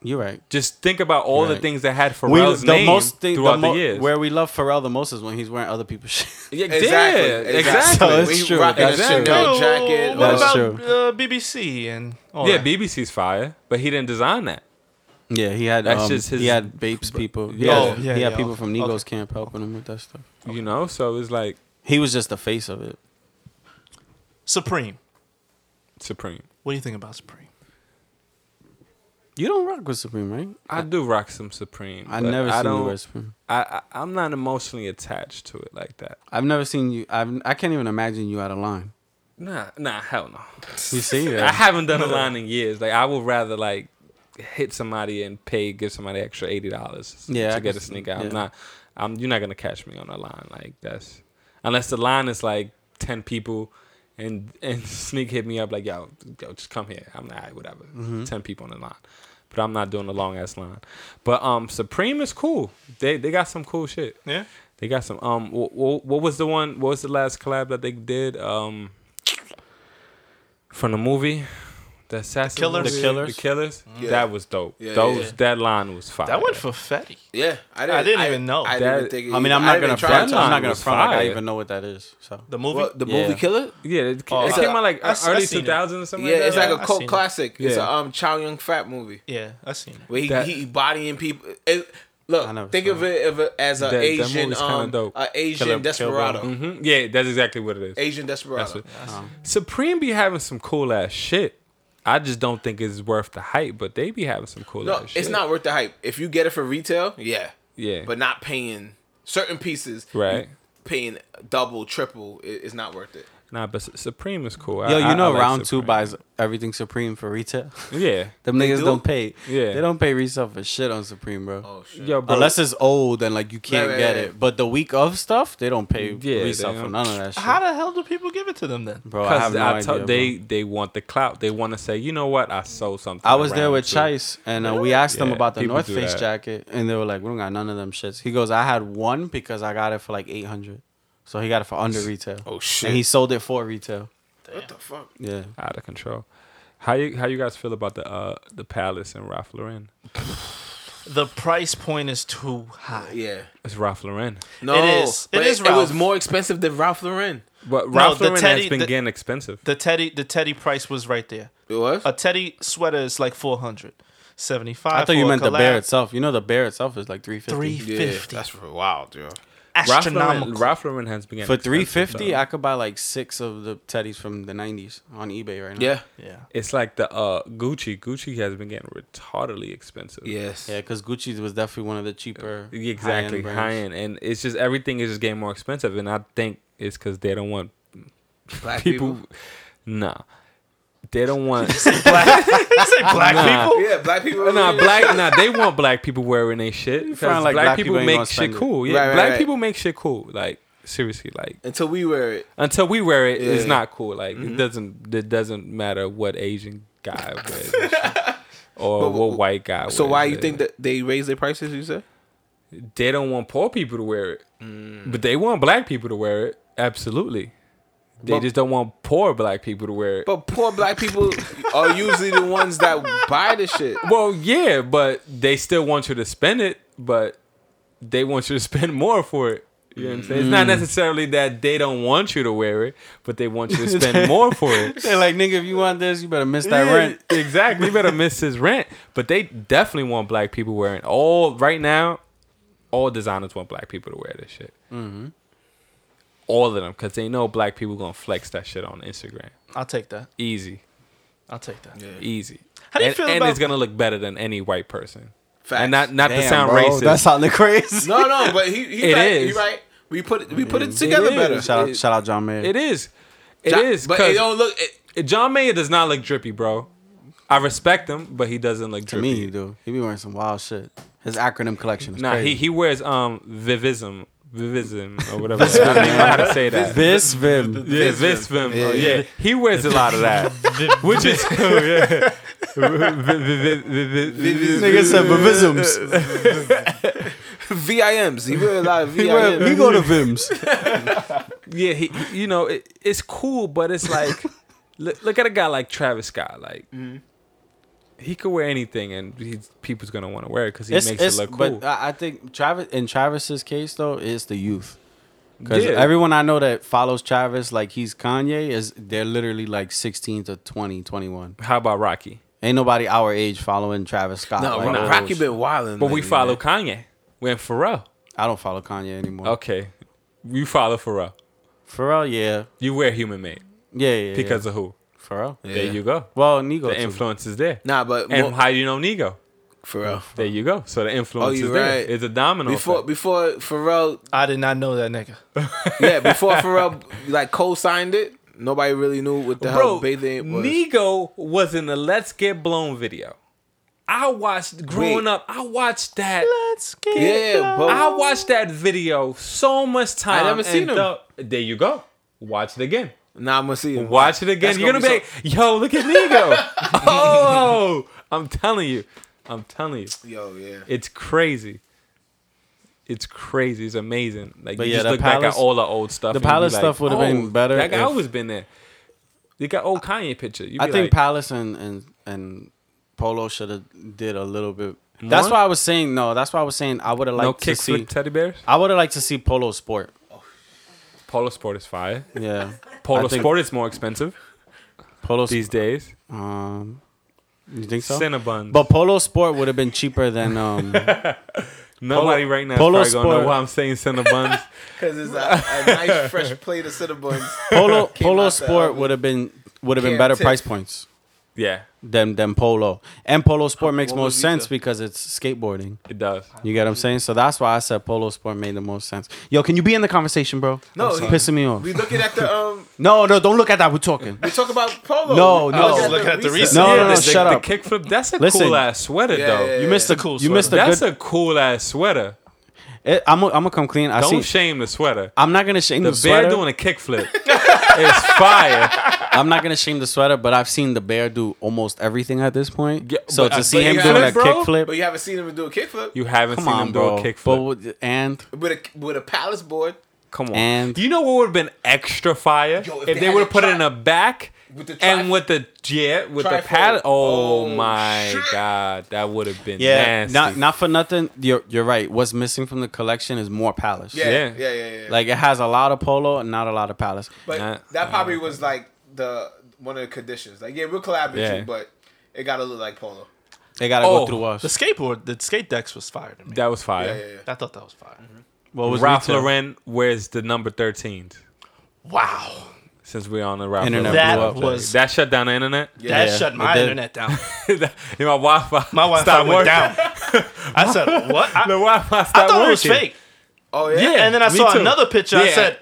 Speaker 5: You're right.
Speaker 9: Just think about all the
Speaker 5: Right.
Speaker 9: things that had Pharrell's name
Speaker 5: thing-
Speaker 9: throughout the,
Speaker 5: mo-
Speaker 9: years.
Speaker 5: where we love Pharrell the most is when he's wearing other people's shit.
Speaker 9: yeah,
Speaker 7: Exactly,
Speaker 9: exactly.
Speaker 7: exactly.
Speaker 5: So
Speaker 9: exactly.
Speaker 5: it's
Speaker 7: When he
Speaker 5: true,
Speaker 7: rocking
Speaker 5: that's
Speaker 7: a
Speaker 5: true.
Speaker 7: Chanel jacket.
Speaker 3: Oh, what
Speaker 5: That's
Speaker 3: about
Speaker 5: true.
Speaker 3: Uh, BBC and all
Speaker 9: yeah,
Speaker 3: that?
Speaker 9: BBC's fire, but he didn't design that.
Speaker 5: Yeah, he had
Speaker 9: That's
Speaker 5: um,
Speaker 9: just his-
Speaker 5: he had Bapes people. Yeah,
Speaker 9: Yeah.
Speaker 3: Oh, yeah,
Speaker 5: he had
Speaker 3: yeah,
Speaker 5: people
Speaker 3: okay.
Speaker 5: from Nego's camp helping him with that stuff.
Speaker 9: You know, so it's like
Speaker 5: He was just the face of it.
Speaker 3: Supreme.
Speaker 9: supreme.
Speaker 3: What do you think about Supreme?
Speaker 5: You don't rock with Supreme, right?
Speaker 9: I do rock some Supreme.
Speaker 5: I
Speaker 9: but
Speaker 5: never
Speaker 9: I
Speaker 5: seen you
Speaker 9: don't,
Speaker 5: wear Supreme.
Speaker 9: I, I I'm not emotionally attached to it like that.
Speaker 5: I've never seen you. I've, I can't even imagine you out of line.
Speaker 9: Nah, nah, hell no.
Speaker 5: You see
Speaker 9: I
Speaker 5: that?
Speaker 9: haven't done a line in years. Like I would rather like hit somebody and pay give somebody extra eighty dollars
Speaker 5: Yeah, I
Speaker 9: to get
Speaker 5: can
Speaker 9: a
Speaker 5: see-
Speaker 9: sneaker. I'm
Speaker 5: yeah.
Speaker 9: not. I'm. You're not gonna catch me on a line like that's unless the line is like ten people. And and sneak hit me up like yo, yo just come here. I'm like "All right, whatever.
Speaker 5: Mm-hmm.
Speaker 9: Ten people on the line, but I'm not doing a long ass line. But um, Supreme is cool. They they got some cool shit.
Speaker 3: Yeah.
Speaker 9: They got some. Um, wh- wh- what was the one? What was the last collab that they did? Um, from the movie, the assassin,
Speaker 3: Killers?
Speaker 9: movie?
Speaker 3: The
Speaker 5: Killers?
Speaker 9: the killers.
Speaker 7: Yeah.
Speaker 9: That was dope.
Speaker 7: Yeah, yeah,
Speaker 9: Those
Speaker 7: yeah.
Speaker 9: that line was fire.
Speaker 3: That went for Fetty.
Speaker 7: Yeah, I
Speaker 3: I didn't even know.
Speaker 7: I didn't
Speaker 9: That-
Speaker 7: think.
Speaker 5: I mean, I'm not gonna
Speaker 9: try
Speaker 5: front.
Speaker 9: to.
Speaker 5: I'm not
Speaker 9: Line
Speaker 5: gonna
Speaker 9: was
Speaker 5: front. Like I
Speaker 9: fire.
Speaker 5: even know what that is. So
Speaker 3: The movie?
Speaker 7: What, the
Speaker 5: Yeah.
Speaker 7: movie killer?
Speaker 9: yeah, it,
Speaker 7: Oh,
Speaker 9: it
Speaker 3: I-
Speaker 9: came out like
Speaker 3: I- I
Speaker 9: early
Speaker 3: seen it.
Speaker 9: 2000 or something.
Speaker 7: Yeah,
Speaker 9: like
Speaker 7: it's
Speaker 9: that.
Speaker 7: like
Speaker 3: Yeah,
Speaker 7: a
Speaker 3: I've
Speaker 7: cult
Speaker 3: seen it.
Speaker 7: classic. It's
Speaker 9: Yeah.
Speaker 7: a um Chow Yun Fat movie
Speaker 3: yeah, I seen it.
Speaker 7: where he,
Speaker 9: That-
Speaker 7: he bodying people. It,
Speaker 5: I never
Speaker 7: look, think
Speaker 5: saw
Speaker 7: of it, of it as
Speaker 9: That-
Speaker 7: an
Speaker 9: that
Speaker 7: Asian,
Speaker 9: movie's kinda
Speaker 7: um,
Speaker 9: dope.
Speaker 7: a Asian
Speaker 5: Kill Bill.
Speaker 7: desperado,
Speaker 9: Mhm. yeah, that's exactly what it is.
Speaker 7: Asian desperado.
Speaker 9: That's what- Supreme be having some cool ass shit. I just don't think it's worth the hype, but they be having some cool
Speaker 7: no,
Speaker 9: ass shit.
Speaker 7: it's not worth the hype. If you get it for retail, yeah,
Speaker 9: Yeah.
Speaker 7: but not paying certain pieces,
Speaker 9: right.
Speaker 7: Paying double, triple i- is not worth it.
Speaker 9: Nah, but Su- Supreme is cool.
Speaker 5: Yo, you know,
Speaker 9: like
Speaker 5: round two
Speaker 9: Supreme.
Speaker 5: buys everything Supreme for retail.
Speaker 9: Yeah.
Speaker 5: Them niggas do?
Speaker 7: do?
Speaker 5: not pay.
Speaker 9: Yeah.
Speaker 5: they don't pay resale for shit on Supreme, bro.
Speaker 7: Oh shit.
Speaker 9: Yo, bro.
Speaker 5: Unless it's old and like you can't
Speaker 7: Right, right,
Speaker 5: get
Speaker 7: right.
Speaker 5: it. But the week of stuff, they don't pay
Speaker 9: Yeah, they
Speaker 5: resale for
Speaker 9: don't.
Speaker 5: none of that shit.
Speaker 3: How the hell do people give it to them then?
Speaker 5: bro, I have
Speaker 9: Because
Speaker 5: no
Speaker 9: I
Speaker 5: idea.
Speaker 9: tell-
Speaker 5: bro.
Speaker 9: they they want the clout. They want to say, you know what, I sold something.
Speaker 5: I was
Speaker 9: at
Speaker 5: there
Speaker 9: round
Speaker 5: with
Speaker 9: two."
Speaker 5: Chase, and uh, we asked them
Speaker 9: Yeah,
Speaker 5: about the
Speaker 9: people
Speaker 5: North
Speaker 9: do
Speaker 5: Face
Speaker 9: that.
Speaker 5: jacket, and they were like, "We don't got none of them shits." He goes, "I had one because I got it for like eight hundred, so he got it for under retail.
Speaker 7: Oh, shit.
Speaker 5: And he sold it for retail.
Speaker 7: What the fuck?
Speaker 5: Yeah,
Speaker 9: Out of control. How you how you guys feel about the uh the Palace and Ralph Lauren?
Speaker 3: The price point is too high.
Speaker 7: Uh, Yeah.
Speaker 9: It's Ralph Lauren.
Speaker 7: No.
Speaker 3: It is. It
Speaker 7: but
Speaker 3: is
Speaker 7: It was
Speaker 3: Ralph.
Speaker 7: more expensive than Ralph Lauren.
Speaker 9: But Ralph
Speaker 3: the
Speaker 9: Lauren
Speaker 3: Teddy-
Speaker 9: has been
Speaker 3: the-
Speaker 9: getting expensive.
Speaker 3: The teddy, the teddy price was right there.
Speaker 7: It was.
Speaker 3: A teddy sweater is like 400 75
Speaker 5: I thought you
Speaker 3: for a
Speaker 5: meant the bear
Speaker 3: collab,
Speaker 5: itself. You know, the bear itself is like three fifty.
Speaker 7: yeah.
Speaker 3: 350
Speaker 7: That's wild, yo.
Speaker 9: Ralph Lauren,
Speaker 3: astronomical
Speaker 9: Ralph Lauren has been getting
Speaker 5: For
Speaker 9: expensive,
Speaker 5: three fifty,
Speaker 9: so-
Speaker 5: I could buy like six of the teddies from the nineties on eBay right now.
Speaker 7: Yeah.
Speaker 3: yeah
Speaker 9: It's like the uh Gucci. Gucci has been getting retardedly expensive.
Speaker 7: Yes.
Speaker 5: yeah, because Gucci was definitely one of the cheaper,
Speaker 9: exactly
Speaker 5: brands.
Speaker 9: high end, and it's just everything is just getting more expensive, and I think it's because they don't want
Speaker 7: Black
Speaker 9: people. Nah, they don't want.
Speaker 3: black people
Speaker 7: Yeah, black people.
Speaker 9: Nah, black. Nah, they want black people wearing their shit. 'cause
Speaker 5: find,
Speaker 9: black,
Speaker 5: like, black
Speaker 9: people,
Speaker 5: people ain't
Speaker 9: make
Speaker 5: gonna
Speaker 9: shit
Speaker 5: spend it.
Speaker 9: cool. Yeah,
Speaker 7: Right, right,
Speaker 9: black
Speaker 7: right.
Speaker 9: people make shit cool. Like seriously, like
Speaker 7: Until we wear it.
Speaker 9: until we wear it, it's
Speaker 7: Yeah.
Speaker 9: not cool. Like
Speaker 5: Mm-hmm.
Speaker 9: it doesn't. It doesn't matter what Asian guy wears and shit, or
Speaker 7: But-
Speaker 9: what white guy.
Speaker 7: So
Speaker 9: wears
Speaker 7: why you
Speaker 9: it.
Speaker 7: think that they raise their prices? You said.
Speaker 9: they don't want poor people to wear it,
Speaker 5: Mm.
Speaker 9: but they want black people to wear it. Absolutely. They
Speaker 7: But-
Speaker 9: just don't want poor black people to wear it.
Speaker 7: But poor black people are usually the ones that buy the shit.
Speaker 9: well, yeah, but they still want you to spend it, but they want you to spend more for it. You know what I'm saying? It's not necessarily that they don't want you to wear it, but they want you to spend more for it.
Speaker 5: They're like, nigga, if you want this, you better miss that
Speaker 9: Yeah,
Speaker 5: rent.
Speaker 9: Exactly. You better miss his rent. But they definitely want black people wearing all right now. All designers want black people to wear this shit. Mm-hmm. All of them, because they know black people gonna flex that shit on Instagram.
Speaker 3: i'll take that
Speaker 9: Easy,
Speaker 3: i'll take that
Speaker 9: easy.
Speaker 3: How do you
Speaker 9: and,
Speaker 3: feel
Speaker 9: and
Speaker 3: about-
Speaker 9: it's gonna look better than any white person.
Speaker 7: Facts.
Speaker 9: And not not to
Speaker 5: Damn,
Speaker 9: sound
Speaker 5: bro,
Speaker 9: racist.
Speaker 5: That sounded crazy.
Speaker 7: No, no, but he, he
Speaker 9: It
Speaker 7: right.
Speaker 9: is.
Speaker 7: He right. We put it, we put it together
Speaker 9: is.
Speaker 7: better.
Speaker 5: Shout
Speaker 9: It-
Speaker 5: out, shout out, John Mayer.
Speaker 9: it is. It
Speaker 7: Jo-
Speaker 9: is.
Speaker 7: but it
Speaker 9: 'cause
Speaker 7: don't look. It,
Speaker 9: John Mayer does not look drippy, bro. I respect him, but he doesn't look
Speaker 5: To
Speaker 9: drippy.
Speaker 5: me, you do. He be wearing some wild shit. His acronym collection is
Speaker 9: Nah,
Speaker 5: crazy.
Speaker 9: he, he wears um vivism, vivism or whatever. I don't even know how to say that.
Speaker 5: This Vim.
Speaker 9: yeah, visvim. Yeah, yeah, he wears a lot of that, which is cool. Yeah,
Speaker 5: Nigga said Vivisms.
Speaker 7: VIMs. He wear a lot of
Speaker 5: He, went- he
Speaker 7: VIMs.
Speaker 5: go to Vims.
Speaker 9: yeah. He, he- you know, it, it's cool, but it's like, look, look at a guy like Travis Scott. Like, he could wear anything, and he's, people's gonna want to wear it because he
Speaker 5: It's,
Speaker 9: makes
Speaker 5: it's,
Speaker 9: it look cool.
Speaker 5: But uh, I I think Travis in Travis's case though is the youth. Because
Speaker 9: Yeah.
Speaker 5: everyone I know that follows Travis like he's Kanye is they're literally like 16 to 20, 21.
Speaker 9: How about Rocky?
Speaker 5: Ain't nobody our age following Travis Scott.
Speaker 7: No,
Speaker 5: like,
Speaker 7: Ro-
Speaker 5: all
Speaker 7: Rocky
Speaker 5: those-
Speaker 7: been wilding.
Speaker 9: But we follow Kanye. We're Pharrell.
Speaker 5: I don't follow Kanye anymore.
Speaker 9: Okay, you follow Pharrell.
Speaker 5: Pharrell, yeah.
Speaker 9: You wear Human Made
Speaker 5: Yeah, yeah. yeah.
Speaker 9: because of who?
Speaker 5: Pharrell.
Speaker 9: There you go.
Speaker 5: Well, Nigo.
Speaker 9: the
Speaker 5: too.
Speaker 9: influence is there.
Speaker 7: Nah, but
Speaker 9: and
Speaker 7: mo-
Speaker 9: how do you know Nigo?
Speaker 7: for real.
Speaker 9: There you go. So the influence
Speaker 7: you
Speaker 9: is there.
Speaker 7: Oh, right.
Speaker 9: It's a domino.
Speaker 7: Before
Speaker 9: effect.
Speaker 7: before Pharrell,
Speaker 3: i did not know that nigga
Speaker 7: yeah, before Pharrell like co-signed it, nobody really knew what the
Speaker 9: Bro,
Speaker 7: hell bathing was.
Speaker 9: Nigo was in the Let's Get Blown video. I watched growing
Speaker 7: Wait.
Speaker 9: up. I watched that.
Speaker 3: let's get
Speaker 7: yeah, but
Speaker 9: I watched that video so much time.
Speaker 7: never
Speaker 9: and
Speaker 7: seen him.
Speaker 9: thought- there you go. Watch it again.
Speaker 7: nah, I'm gonna see him.
Speaker 9: Watch it again.
Speaker 7: That's
Speaker 9: You're gonna
Speaker 7: gonna
Speaker 9: be like, yo, look at Nigo. oh, I'm telling you. I'm telling you.
Speaker 7: Yo, yeah.
Speaker 9: It's crazy. It's crazy. It's amazing. Like
Speaker 5: But
Speaker 9: you
Speaker 5: yeah,
Speaker 9: just
Speaker 5: the
Speaker 9: look back
Speaker 5: Palace-
Speaker 9: at all the old stuff.
Speaker 5: the
Speaker 9: and you be
Speaker 5: Palace
Speaker 9: like, "Oh,
Speaker 5: stuff would've been better
Speaker 9: That guy
Speaker 5: if-
Speaker 9: always been there. They got old Kanye picture. You
Speaker 5: I
Speaker 9: be
Speaker 5: think
Speaker 9: like,
Speaker 5: Palace and and and Polo should have did a little bit. That's why I was saying no. That's why I was saying I would have
Speaker 9: no
Speaker 5: liked to
Speaker 9: kicks
Speaker 5: see.
Speaker 9: with teddy bears.
Speaker 5: I would have liked to see Polo Sport.
Speaker 9: Polo Sport is fire.
Speaker 5: Yeah,
Speaker 9: Polo
Speaker 5: I think-
Speaker 9: Sport is more expensive
Speaker 5: Polo.
Speaker 9: these
Speaker 5: Sport.
Speaker 9: days.
Speaker 5: Um, you think so?
Speaker 9: Cinnabon.
Speaker 5: But Polo Sport would have been cheaper than um.
Speaker 9: Nobody right now
Speaker 5: Polo
Speaker 9: is probably gonna know
Speaker 5: Sport-
Speaker 9: why I'm saying Cinnabons.
Speaker 7: Because it's a, a nice fresh plate of cinnamon buns.
Speaker 5: Polo
Speaker 7: Came out
Speaker 5: Polo
Speaker 7: the
Speaker 5: Sport
Speaker 7: album.
Speaker 5: would have been would have been
Speaker 7: Cam
Speaker 5: better
Speaker 7: Tiff.
Speaker 5: price points.
Speaker 9: Yeah,
Speaker 5: than than polo. And polo sport makes
Speaker 9: What
Speaker 5: more
Speaker 9: was you
Speaker 5: sense
Speaker 9: say?
Speaker 5: because it's skateboarding.
Speaker 9: it does.
Speaker 5: You get what I'm saying? So that's why I said polo sport made the most sense. Yo, can you be in the conversation, bro?
Speaker 7: No,
Speaker 5: it's
Speaker 7: he-
Speaker 5: pissing me off.
Speaker 7: We looking at the um.
Speaker 5: No, no, don't look at that. We're talking.
Speaker 7: We talk about polo.
Speaker 5: No,
Speaker 7: We
Speaker 5: no.
Speaker 7: look
Speaker 5: Looking
Speaker 3: at the recess.
Speaker 5: No, no, no,
Speaker 9: the,
Speaker 5: shut
Speaker 9: the
Speaker 5: up.
Speaker 9: kickflip. That's a
Speaker 5: Listen.
Speaker 9: cool ass sweater
Speaker 7: Yeah,
Speaker 9: though.
Speaker 7: yeah, yeah.
Speaker 5: You missed the
Speaker 3: Cool
Speaker 5: You
Speaker 3: sweater.
Speaker 5: missed the
Speaker 9: That's
Speaker 5: good.
Speaker 9: a cool ass sweater.
Speaker 5: it- I'm gonna- I'm gonna come clean. I
Speaker 9: Don't
Speaker 5: see.
Speaker 9: shame the sweater.
Speaker 5: I'm not gonna shame
Speaker 9: The
Speaker 5: the,
Speaker 9: bear
Speaker 5: sweater.
Speaker 9: doing a kickflip is fire.
Speaker 5: I'm not gonna shame the sweater, but I've seen the bear do almost everything at this point.
Speaker 9: Yeah,
Speaker 5: so
Speaker 9: but-
Speaker 5: to
Speaker 9: but
Speaker 5: see him
Speaker 7: you
Speaker 5: doing
Speaker 7: haven't,
Speaker 5: that
Speaker 9: bro?
Speaker 7: But
Speaker 5: kickflip,
Speaker 7: you haven't seen him do a kickflip
Speaker 9: You haven't
Speaker 5: come
Speaker 9: seen
Speaker 5: on,
Speaker 9: him do a
Speaker 5: bro.
Speaker 9: kickflip.
Speaker 5: But with- and
Speaker 7: with a with a palace board
Speaker 9: Come on.
Speaker 5: And-
Speaker 9: you know what would have been extra fire
Speaker 7: Yo,
Speaker 9: if,
Speaker 7: if they
Speaker 9: they,
Speaker 7: had
Speaker 9: would have
Speaker 7: the
Speaker 9: put it
Speaker 7: tri-
Speaker 9: in a back
Speaker 7: with the tri-
Speaker 9: and with the yeah with the
Speaker 7: trifold.
Speaker 9: paddle. Oh,
Speaker 7: Oh,
Speaker 9: my
Speaker 7: shit.
Speaker 9: god, that would have been
Speaker 5: yeah,
Speaker 9: nasty.
Speaker 5: not not for nothing. You're you're right. What's missing from the collection is more palace.
Speaker 7: yeah
Speaker 9: Yeah.
Speaker 7: yeah yeah yeah, yeah.
Speaker 5: Like it has a lot of polo and not a lot of palace.
Speaker 7: but
Speaker 9: Nah,
Speaker 7: that probably was like the one of the conditions like yeah we'll collab with
Speaker 9: Yeah.
Speaker 7: you but it gotta look like polo
Speaker 5: They gotta
Speaker 9: Oh,
Speaker 5: go through us.
Speaker 3: The skateboard, the skate decks was fire to me.
Speaker 9: that was fire.
Speaker 7: yeah yeah, yeah.
Speaker 3: I thought that was fire.
Speaker 5: What was
Speaker 9: Ralph
Speaker 5: retail?
Speaker 9: Lauren wears the number thirteen.
Speaker 3: Wow.
Speaker 9: Since we're on the Ralph
Speaker 5: Internet
Speaker 9: Lauren
Speaker 3: blew
Speaker 9: Lauren
Speaker 3: up.
Speaker 9: thing.
Speaker 3: That was-
Speaker 9: that shut down the internet.
Speaker 3: That
Speaker 5: Yeah,
Speaker 3: shut
Speaker 5: it
Speaker 3: my
Speaker 5: did.
Speaker 3: internet down.
Speaker 9: my Wi-Fi.
Speaker 3: My Wi Fi
Speaker 9: stopped
Speaker 3: went
Speaker 9: working.
Speaker 3: down. I said, what? I,
Speaker 9: The Wi-Fi stopped
Speaker 3: I thought it was
Speaker 9: working.
Speaker 3: fake.
Speaker 7: oh yeah
Speaker 3: Yeah, and then I
Speaker 9: me
Speaker 3: saw
Speaker 9: too.
Speaker 3: another picture. I
Speaker 9: Yeah.
Speaker 3: said,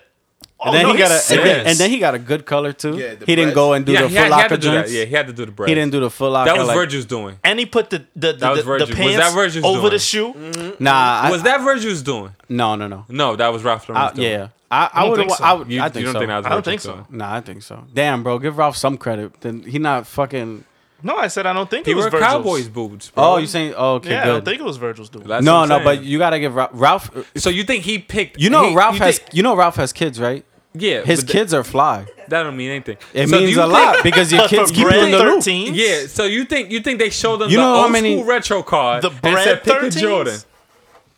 Speaker 3: oh,
Speaker 5: And then
Speaker 3: no,
Speaker 5: he
Speaker 3: he's
Speaker 5: got a and
Speaker 3: serious.
Speaker 5: then, and then he got a good color too.
Speaker 7: Yeah, the
Speaker 5: he didn't
Speaker 7: breads.
Speaker 5: go and do
Speaker 9: Yeah,
Speaker 5: the
Speaker 9: he
Speaker 5: full
Speaker 9: had, he had
Speaker 5: locker
Speaker 9: to do that.
Speaker 5: joints.
Speaker 9: Yeah, he had to do the bread.
Speaker 5: He didn't do the full locker.
Speaker 9: That was
Speaker 5: like-
Speaker 9: Virgil's doing.
Speaker 3: and he put the the, the,
Speaker 9: was
Speaker 3: the, the
Speaker 9: Virgil. Was that
Speaker 3: pants
Speaker 9: Virgil's
Speaker 3: over
Speaker 9: doing?
Speaker 3: the shoe.
Speaker 5: Nah, I,
Speaker 9: was that Virgil's doing?
Speaker 5: no, no, no.
Speaker 9: No, that was Ralph Lauren's
Speaker 5: I,
Speaker 9: doing.
Speaker 5: yeah, I, I
Speaker 3: don't
Speaker 5: would.
Speaker 3: think so.
Speaker 5: I, would-
Speaker 9: You,
Speaker 5: I think
Speaker 9: you don't
Speaker 5: so.
Speaker 9: think that was
Speaker 3: I don't think
Speaker 9: Virgil's
Speaker 3: so.
Speaker 9: doing?
Speaker 5: Nah, I think so. Damn, bro, give Ralph some credit. Then he not fucking.
Speaker 3: No, I said I don't think
Speaker 9: He
Speaker 3: it was
Speaker 9: wore
Speaker 3: Virgil's.
Speaker 9: Cowboys boots. Bro.
Speaker 5: Oh, you saying? Oh, okay,
Speaker 3: Yeah, I
Speaker 5: good.
Speaker 3: don't think it was Virgil's dude.
Speaker 9: That's
Speaker 5: no,
Speaker 9: what
Speaker 5: no,
Speaker 9: I'm
Speaker 5: but
Speaker 9: saying.
Speaker 5: you gotta give Ralph. Ralph
Speaker 9: So you think he picked?
Speaker 5: you know
Speaker 9: he-
Speaker 5: Ralph
Speaker 9: you
Speaker 5: has.
Speaker 9: think-
Speaker 5: you know Ralph has kids, right?
Speaker 9: yeah,
Speaker 5: His
Speaker 9: but th-
Speaker 5: kids are fly.
Speaker 9: that don't mean anything.
Speaker 5: It
Speaker 9: So do
Speaker 5: means
Speaker 9: you
Speaker 5: a lot
Speaker 9: think-
Speaker 5: because your
Speaker 3: But
Speaker 5: kids
Speaker 3: for
Speaker 5: keep you in
Speaker 3: brand
Speaker 5: the loop.
Speaker 3: 13s,
Speaker 9: Yeah, so you think you think they showed them
Speaker 5: You
Speaker 9: the
Speaker 5: know how
Speaker 9: old
Speaker 5: many-
Speaker 9: school retro card
Speaker 3: The
Speaker 9: and
Speaker 3: bread
Speaker 9: said pick a
Speaker 3: 13s?
Speaker 9: Jordan,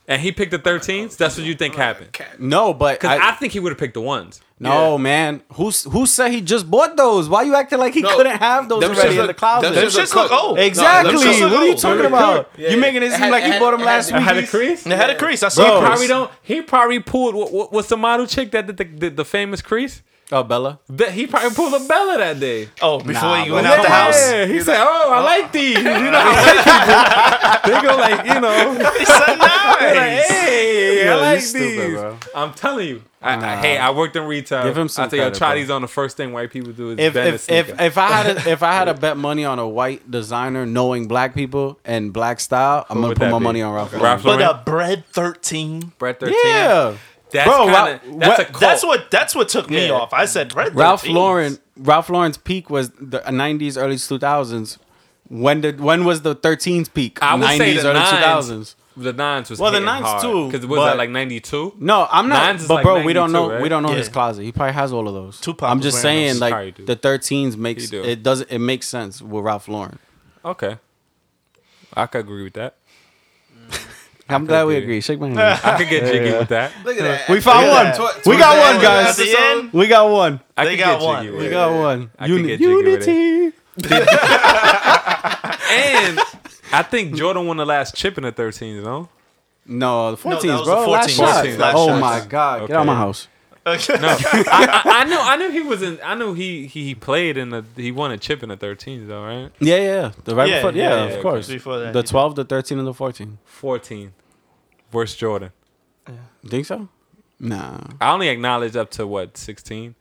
Speaker 9: and he picked the thirteens. That's what you
Speaker 3: Oh
Speaker 9: think happened?
Speaker 5: No, but
Speaker 9: Because
Speaker 5: I,
Speaker 9: I, think he would have picked the ones.
Speaker 5: no
Speaker 7: Yeah.
Speaker 5: man. Who's who said he just bought those? Why you acting like he
Speaker 7: No,
Speaker 5: couldn't have those
Speaker 7: them
Speaker 5: already
Speaker 7: shits
Speaker 5: in the
Speaker 7: look-
Speaker 5: closet?
Speaker 7: them
Speaker 3: Them shits look old.
Speaker 5: Exactly.
Speaker 7: No, them shits
Speaker 5: what
Speaker 7: look
Speaker 5: are you
Speaker 7: old.
Speaker 5: talking
Speaker 7: Really
Speaker 5: about?
Speaker 7: good. Yeah,
Speaker 5: you
Speaker 7: yeah.
Speaker 5: making it
Speaker 7: It
Speaker 5: seem
Speaker 7: had-
Speaker 5: like
Speaker 7: it
Speaker 5: you
Speaker 7: had-
Speaker 5: bought them
Speaker 7: it had
Speaker 5: last
Speaker 7: the
Speaker 5: week.
Speaker 9: had a crease.
Speaker 3: And it had a crease. I
Speaker 9: He
Speaker 3: saw a
Speaker 9: probably
Speaker 3: crease.
Speaker 9: don't. He probably pulled what, what, what's the model chick that did the, the, the famous crease?
Speaker 5: Oh, Bella.
Speaker 9: That he probably pulled a Bella that day.
Speaker 3: Oh, before
Speaker 5: Nah,
Speaker 3: he
Speaker 5: bro.
Speaker 3: went out the house.
Speaker 9: Yeah, he said, "Oh, I like these." You know, I like people. They go like, you know,
Speaker 3: He said,
Speaker 9: they're
Speaker 3: nice.
Speaker 9: like, "Hey,
Speaker 5: Yo,
Speaker 9: I
Speaker 5: you
Speaker 9: like
Speaker 5: stupid,
Speaker 9: these."
Speaker 5: bro.
Speaker 9: I'm telling you, I, I, hey, I worked in retail.
Speaker 5: Give him some
Speaker 9: I tell you,
Speaker 5: credit,
Speaker 9: try
Speaker 5: bro.
Speaker 9: these on the first thing white people do is
Speaker 5: if
Speaker 9: bend a
Speaker 5: if, if
Speaker 9: sneaker.
Speaker 5: if I had a, if I had to bet money on a white designer knowing black people and black style, I'm gonna
Speaker 9: would
Speaker 5: put
Speaker 9: that
Speaker 5: my
Speaker 9: be?
Speaker 5: money on Ralph. Lauren.
Speaker 9: Ralph
Speaker 3: But
Speaker 9: Lauren,
Speaker 3: a bread 13.
Speaker 9: Brett 13.
Speaker 5: Yeah,
Speaker 9: that's
Speaker 5: Bro,
Speaker 9: kind
Speaker 5: Ralph-
Speaker 9: of that's a
Speaker 5: what-
Speaker 9: cult.
Speaker 3: That's what that's what took me
Speaker 9: Yeah.
Speaker 3: off. I said bread 13.
Speaker 5: Ralph Lauren. Ralph Lauren's peak was the 90s, early 2000s. When did when was the 13s peak?
Speaker 9: I would
Speaker 5: 90s,
Speaker 9: say the
Speaker 5: early
Speaker 9: nines.
Speaker 5: 2000s.
Speaker 9: The nines was
Speaker 5: Well, the nines too,
Speaker 9: because was
Speaker 5: but-
Speaker 9: that like 92?
Speaker 5: No, I'm not.
Speaker 9: Nines is
Speaker 5: But
Speaker 9: like
Speaker 5: bro, we don't
Speaker 9: 92,
Speaker 5: know.
Speaker 9: right?
Speaker 5: We don't know his
Speaker 3: Yeah.
Speaker 5: closet. He probably has all of those.
Speaker 3: Tupac
Speaker 5: I'm
Speaker 3: was wearing
Speaker 5: just saying,
Speaker 3: those.
Speaker 9: Probably
Speaker 5: like
Speaker 9: do.
Speaker 5: the 13s
Speaker 9: He
Speaker 5: makes
Speaker 9: do.
Speaker 5: it doesn't it makes sense with Ralph Lauren.
Speaker 9: Okay, I could agree with that.
Speaker 5: I'm glad we
Speaker 9: agree.
Speaker 5: agree. Shake my hand.
Speaker 9: I could get jiggy with that.
Speaker 7: look at that
Speaker 5: We found
Speaker 7: Look
Speaker 5: one.
Speaker 7: at that.
Speaker 5: We got
Speaker 7: Towards the
Speaker 5: one,
Speaker 7: end of
Speaker 5: guys.
Speaker 7: the
Speaker 3: At the
Speaker 7: episode,
Speaker 3: end,
Speaker 5: we got one.
Speaker 9: I
Speaker 3: They
Speaker 9: could
Speaker 3: got
Speaker 9: get
Speaker 3: one.
Speaker 9: jiggy
Speaker 5: We
Speaker 9: with it.
Speaker 5: got one.
Speaker 9: I could
Speaker 5: Uni-
Speaker 9: get jiggy with it.
Speaker 5: Unity.
Speaker 9: And I think Jordan won the last chip in the 13s, no?
Speaker 5: No, the
Speaker 3: that
Speaker 5: 14s,
Speaker 3: was
Speaker 5: bro.
Speaker 3: the
Speaker 5: Last
Speaker 3: 14s.
Speaker 5: shot.
Speaker 9: 14s,
Speaker 3: last
Speaker 5: oh
Speaker 3: shots.
Speaker 5: my god,
Speaker 9: Okay.
Speaker 5: get out of my house.
Speaker 9: No, I, I, I know, I knew he was in. I knew he he he played in the. He won a chip in the 13s, though, right?
Speaker 5: Yeah, yeah, yeah. the right
Speaker 3: Yeah,
Speaker 5: before, yeah,
Speaker 3: yeah, yeah,
Speaker 5: of
Speaker 3: okay.
Speaker 5: course.
Speaker 3: Before that,
Speaker 5: the
Speaker 3: he did.
Speaker 5: 12, the 13, and the 14.
Speaker 9: 14, worst Jordan.
Speaker 5: Think so? Nah,
Speaker 9: I only acknowledge up to what 16,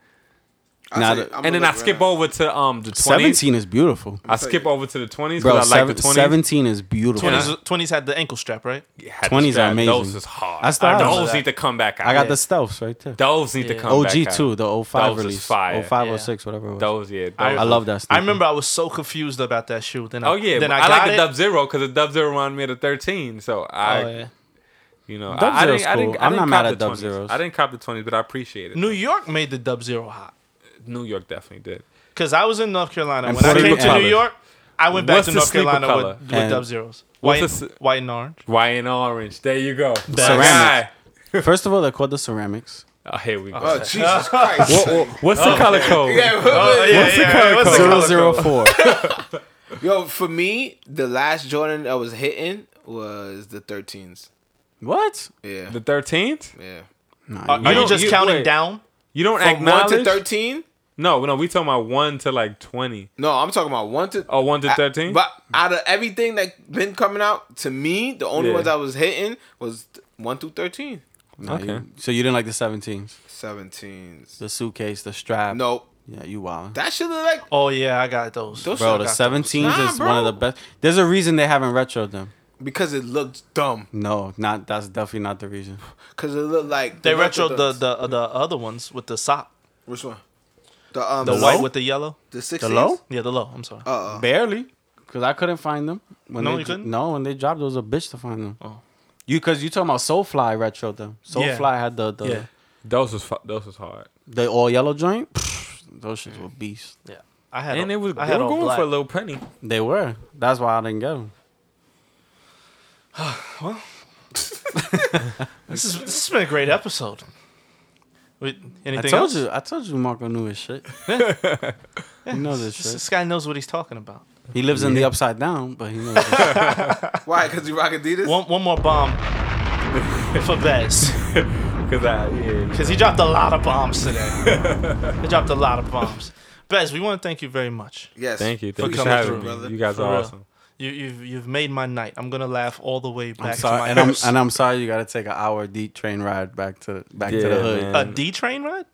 Speaker 7: I'll
Speaker 5: Nah,
Speaker 7: tell you,
Speaker 5: the-
Speaker 7: I'm
Speaker 9: and
Speaker 7: gonna
Speaker 9: then I
Speaker 7: look
Speaker 9: skip
Speaker 7: around.
Speaker 9: over to um the 20s.
Speaker 5: 17 is beautiful,
Speaker 9: I skip over to the 20s
Speaker 5: bro.
Speaker 9: because I like the
Speaker 5: 7-
Speaker 9: 20s.
Speaker 5: 17 is beautiful.
Speaker 3: 20s, 20s had the ankle strap, right?
Speaker 9: Had the
Speaker 5: 20s are
Speaker 9: strap.
Speaker 5: amazing.
Speaker 9: Those is hard.
Speaker 5: I still have
Speaker 9: those
Speaker 5: that.
Speaker 9: need to come back out.
Speaker 5: I got the stealths right there.
Speaker 9: Those need to come back
Speaker 5: OG
Speaker 9: out.
Speaker 5: too, the 05
Speaker 9: Those is
Speaker 5: release,
Speaker 9: fire.
Speaker 5: 05, 06, whatever. It was.
Speaker 9: Those yeah. Those
Speaker 5: I love that. Sneaker.
Speaker 3: I remember I was so confused about that shoe. Then I,
Speaker 9: Mm-hmm. Oh yeah,
Speaker 3: then
Speaker 9: but
Speaker 3: I,
Speaker 9: I,
Speaker 3: got
Speaker 9: like
Speaker 3: it.
Speaker 9: the Dub Oh, Zero because the Dub Zero reminded me of the thirteen. So I, you know,
Speaker 5: Oh, Dub
Speaker 9: I, I
Speaker 5: Zero's
Speaker 9: didn't, I didn't,
Speaker 5: cool.
Speaker 9: I
Speaker 5: I'm
Speaker 9: didn't
Speaker 5: not mad
Speaker 9: cop
Speaker 5: at
Speaker 9: the
Speaker 5: Dub
Speaker 9: 20s.
Speaker 5: Zeros.
Speaker 9: I didn't cop the twenties, but I appreciate it.
Speaker 3: New York made the Dub Zero hot
Speaker 9: New York definitely did.
Speaker 3: because I was in North Carolina.
Speaker 5: And
Speaker 3: when I
Speaker 5: Puerto
Speaker 3: came
Speaker 5: Rico
Speaker 3: to
Speaker 5: color.
Speaker 3: New York, I went back
Speaker 9: What's
Speaker 3: to
Speaker 9: the
Speaker 3: North
Speaker 9: sleeper
Speaker 3: Carolina
Speaker 9: color?
Speaker 3: with,
Speaker 5: And
Speaker 3: with Dub Zeros,
Speaker 9: what's
Speaker 3: white,
Speaker 9: the s-
Speaker 3: white and orange.
Speaker 9: White and orange. There you go.
Speaker 3: Ceramics.
Speaker 9: Guy.
Speaker 5: First of all, they're called the ceramics.
Speaker 9: Oh, here we go.
Speaker 7: oh Jesus Christ
Speaker 9: What's the color code?
Speaker 7: Yeah,
Speaker 3: yeah, yeah, yeah, what's the
Speaker 5: Zero
Speaker 3: color
Speaker 5: zero
Speaker 3: code?
Speaker 5: four.
Speaker 7: yo for me the last Jordan I was hitting was the 13s
Speaker 5: What?
Speaker 7: yeah
Speaker 9: The thirteenth.
Speaker 7: yeah
Speaker 3: Are, are you
Speaker 9: don't-
Speaker 3: just
Speaker 9: you-
Speaker 3: counting
Speaker 9: wait.
Speaker 3: down?
Speaker 9: You don't
Speaker 7: from one to
Speaker 9: acknowledge.
Speaker 7: 13
Speaker 9: No, no, we talking about one to like twenty.
Speaker 7: No, I'm talking about one to
Speaker 9: Oh, one to
Speaker 7: I-
Speaker 9: 13?
Speaker 7: But out of everything that been coming out, to me, the only
Speaker 9: Yeah.
Speaker 7: ones I was hitting was th- one through thirteen.
Speaker 5: No, you- so you didn't like the 17s,
Speaker 7: Seventeens.
Speaker 5: the suitcase, the strap.
Speaker 7: Nope.
Speaker 5: Yeah, you wild.
Speaker 7: That should have like
Speaker 3: Oh yeah, I got those.
Speaker 7: those
Speaker 5: Bro, the
Speaker 7: shoulda got
Speaker 5: 17s
Speaker 7: Nah,
Speaker 5: is one of the
Speaker 7: bro.
Speaker 5: best. There's a reason they haven't retroed them.
Speaker 7: because it looked dumb.
Speaker 5: No, not that's definitely not the reason.
Speaker 7: Because it looked like
Speaker 3: They
Speaker 7: looked
Speaker 3: retro
Speaker 7: at
Speaker 3: the the, the other ones with the sock,
Speaker 7: which one? The um
Speaker 3: the
Speaker 7: the
Speaker 3: white with the yellow.
Speaker 7: the sixteen.
Speaker 5: low?
Speaker 3: Yeah, the low. I'm sorry.
Speaker 7: Uh,
Speaker 5: Barely, because I couldn't find them. When
Speaker 3: No,
Speaker 5: they
Speaker 3: you
Speaker 5: dro-
Speaker 3: couldn't?
Speaker 5: No, when they dropped, it was a bitch to find them. Oh, you because you talking about Soulfly retro them.
Speaker 3: Yeah.
Speaker 5: Soulfly had the the
Speaker 3: Yeah.
Speaker 9: Those was fu- those was hard.
Speaker 5: the all yellow joint. Pfft, Those shits were beast.
Speaker 3: Yeah, I had.
Speaker 9: and
Speaker 3: all-
Speaker 9: it was
Speaker 3: I
Speaker 9: they
Speaker 3: had
Speaker 9: were
Speaker 3: all
Speaker 9: going
Speaker 3: black.
Speaker 9: for a little penny.
Speaker 5: They were. That's why I didn't get them.
Speaker 3: This, is, this has been a great episode. Wait,
Speaker 5: I
Speaker 3: anything
Speaker 5: told
Speaker 3: else?
Speaker 5: you. I told you Marco knew his shit. you know
Speaker 3: This,
Speaker 5: this shit.
Speaker 3: this guy knows what he's talking about.
Speaker 5: He lives in the upside down, but he knows. This shit.
Speaker 7: Why? Because you rock Adidas.
Speaker 3: One, one more bomb for Bez.
Speaker 9: Cause I yeah.
Speaker 3: Because he dropped a lot of bombs today. he dropped a lot of bombs. Bez, we want to thank you very much.
Speaker 7: Yes.
Speaker 9: Thank you,
Speaker 3: For
Speaker 9: thank you for
Speaker 3: coming
Speaker 9: having
Speaker 3: through,
Speaker 9: me.
Speaker 7: brother.
Speaker 9: You guys
Speaker 3: For
Speaker 9: are
Speaker 3: real.
Speaker 9: awesome.
Speaker 3: You, you've, you've made my night. I'm going to laugh all the way back
Speaker 5: I'm
Speaker 3: to my
Speaker 5: sorry, and I'm
Speaker 3: house.
Speaker 5: and I'm sorry you got to take an hour deep train ride back to back to the
Speaker 9: Yeah,
Speaker 5: hood.
Speaker 9: man.
Speaker 3: A D train ride?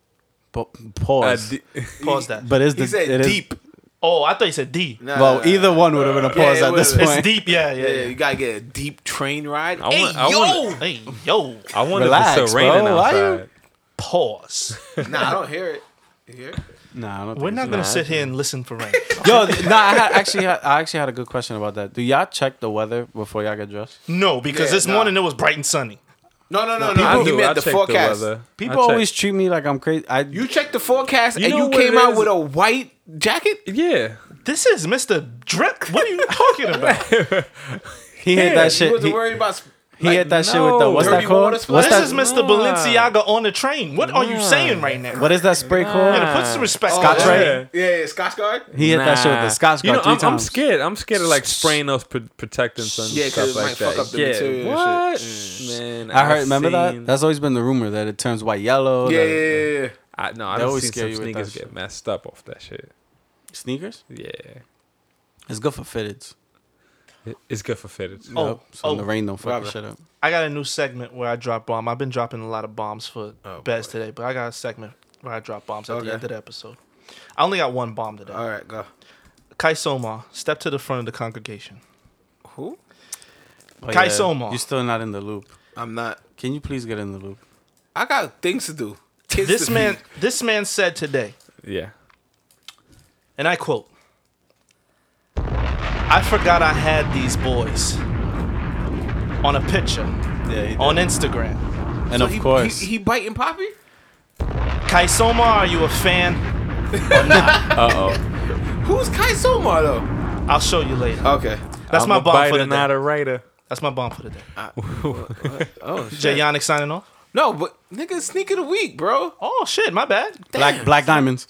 Speaker 5: Pa-
Speaker 9: Uh,
Speaker 5: pause.
Speaker 9: d-
Speaker 3: Pause that.
Speaker 5: but it's the
Speaker 7: He said
Speaker 5: it is-
Speaker 7: deep.
Speaker 3: oh, I thought you said D.
Speaker 7: Nah, nah,
Speaker 5: Well,
Speaker 7: nah.
Speaker 5: either one would have been a pause
Speaker 7: yeah,
Speaker 5: at this
Speaker 7: it would've-
Speaker 5: point.
Speaker 3: It's deep, yeah, yeah.
Speaker 7: Yeah,
Speaker 3: yeah.
Speaker 7: you gotta get a deep train ride.
Speaker 9: I want-
Speaker 7: hey,
Speaker 9: I
Speaker 7: yo!
Speaker 9: want-
Speaker 3: Hey, yo,
Speaker 9: I wanted
Speaker 5: Relax,
Speaker 9: it's still raining
Speaker 5: bro. Why you-
Speaker 9: outside.
Speaker 3: pause.
Speaker 7: Nah, I don't hear it. You hear it?
Speaker 5: Nah, I don't
Speaker 3: We're
Speaker 5: think
Speaker 3: not
Speaker 5: so.
Speaker 3: going to sit here and listen for rain.
Speaker 5: Yo, th- nah. I had, actually, had, I actually had a good question about that. Do y'all check the weather before y'all get dressed?
Speaker 3: no, because
Speaker 7: Yeah,
Speaker 3: this
Speaker 7: nah.
Speaker 3: morning it was bright and sunny.
Speaker 7: No, no, no,
Speaker 9: I
Speaker 7: no. He
Speaker 9: do. I
Speaker 7: meant the
Speaker 9: check
Speaker 7: forecast.
Speaker 9: The weather. I
Speaker 5: People
Speaker 9: check-
Speaker 5: always treat me like I'm crazy. I
Speaker 7: You checked the forecast and
Speaker 9: know
Speaker 7: you
Speaker 9: what
Speaker 7: came
Speaker 9: it
Speaker 7: out
Speaker 9: is?
Speaker 7: with a white jacket.
Speaker 9: yeah.
Speaker 3: This is Mr. Drip. What are you talking about?
Speaker 5: he hate
Speaker 9: Yeah,
Speaker 5: that shit.
Speaker 7: You wasn't
Speaker 5: He,
Speaker 7: worried about.
Speaker 5: he hate that shit with the
Speaker 9: no.
Speaker 5: what's that
Speaker 7: Dirty
Speaker 5: called?
Speaker 7: water
Speaker 5: What's
Speaker 7: splash?
Speaker 3: this
Speaker 5: that?
Speaker 3: is Mr. Balenciaga on the train. What are you saying right now?
Speaker 5: what is that spray called?
Speaker 3: Yeah, put some respect.
Speaker 5: Scotch
Speaker 3: on
Speaker 7: yeah.
Speaker 3: it.
Speaker 9: Right.
Speaker 7: Yeah, yeah, Scotch guard.
Speaker 5: He hit that shit with
Speaker 9: Nah.
Speaker 5: the Scotch
Speaker 9: You
Speaker 5: guard
Speaker 9: know,
Speaker 5: three
Speaker 9: I'm, I'm
Speaker 5: times.
Speaker 9: scared. I'm scared of like spraying those pr- protectants and
Speaker 7: Yeah, 'cause
Speaker 9: stuff
Speaker 7: it
Speaker 9: like
Speaker 7: might
Speaker 9: that.
Speaker 7: fuck up the
Speaker 9: yeah,
Speaker 7: material and
Speaker 9: what? Man,
Speaker 5: I heard.
Speaker 9: I've
Speaker 5: Remember
Speaker 9: seen-
Speaker 5: that? That's always been the rumor that it turns white yellow.
Speaker 7: Yeah,
Speaker 5: that-
Speaker 7: yeah, yeah, yeah.
Speaker 9: I, no, I
Speaker 5: They
Speaker 9: don't
Speaker 5: always
Speaker 9: see
Speaker 5: scare
Speaker 9: some
Speaker 5: you with that
Speaker 9: sneakers
Speaker 5: shit.
Speaker 9: get messed up off that shit.
Speaker 5: Sneakers.
Speaker 9: Yeah,
Speaker 5: It's good for fitteds.
Speaker 9: It- it's good for fitteds.
Speaker 3: Oh,
Speaker 5: Yep, so
Speaker 3: oh.
Speaker 5: the rain don't fuck your shit up.
Speaker 3: I got a new segment where I drop bomb. I've been dropping a lot of bombs for Bez today, but I got a segment where I drop bombs at
Speaker 7: Okay.
Speaker 3: the end of the episode. I only got one bomb today.
Speaker 7: All right, go.
Speaker 3: Kai Soma, step to the front of the congregation.
Speaker 7: Who?
Speaker 5: But
Speaker 3: Kai Somo.
Speaker 5: You're still not in the loop.
Speaker 7: I'm not.
Speaker 5: Can you please get in the loop?
Speaker 7: I got things to do. Kids
Speaker 3: This
Speaker 7: to
Speaker 3: man,
Speaker 7: feed.
Speaker 3: this man said today,
Speaker 9: Yeah,
Speaker 3: and I quote: "I forgot I had these boys on a picture
Speaker 5: Yeah, he
Speaker 3: on Instagram."
Speaker 5: Oh, and
Speaker 7: So
Speaker 5: of
Speaker 7: he,
Speaker 5: course,
Speaker 7: he, he biting Poppy.
Speaker 3: Kai Soma, are you a fan?
Speaker 7: Who's Kai Somar though?
Speaker 3: I'll show you later.
Speaker 7: Okay.
Speaker 3: That's
Speaker 9: I'm
Speaker 3: my
Speaker 9: a
Speaker 3: bomb for
Speaker 9: biter,
Speaker 3: the
Speaker 9: not
Speaker 3: day.
Speaker 9: a writer.
Speaker 3: That's my bomb for the day.
Speaker 7: Oh shit.
Speaker 3: Jay Yannick signing off.
Speaker 7: No, but nigga, sneak of the week, bro.
Speaker 3: Oh shit, my bad.
Speaker 5: black black diamonds.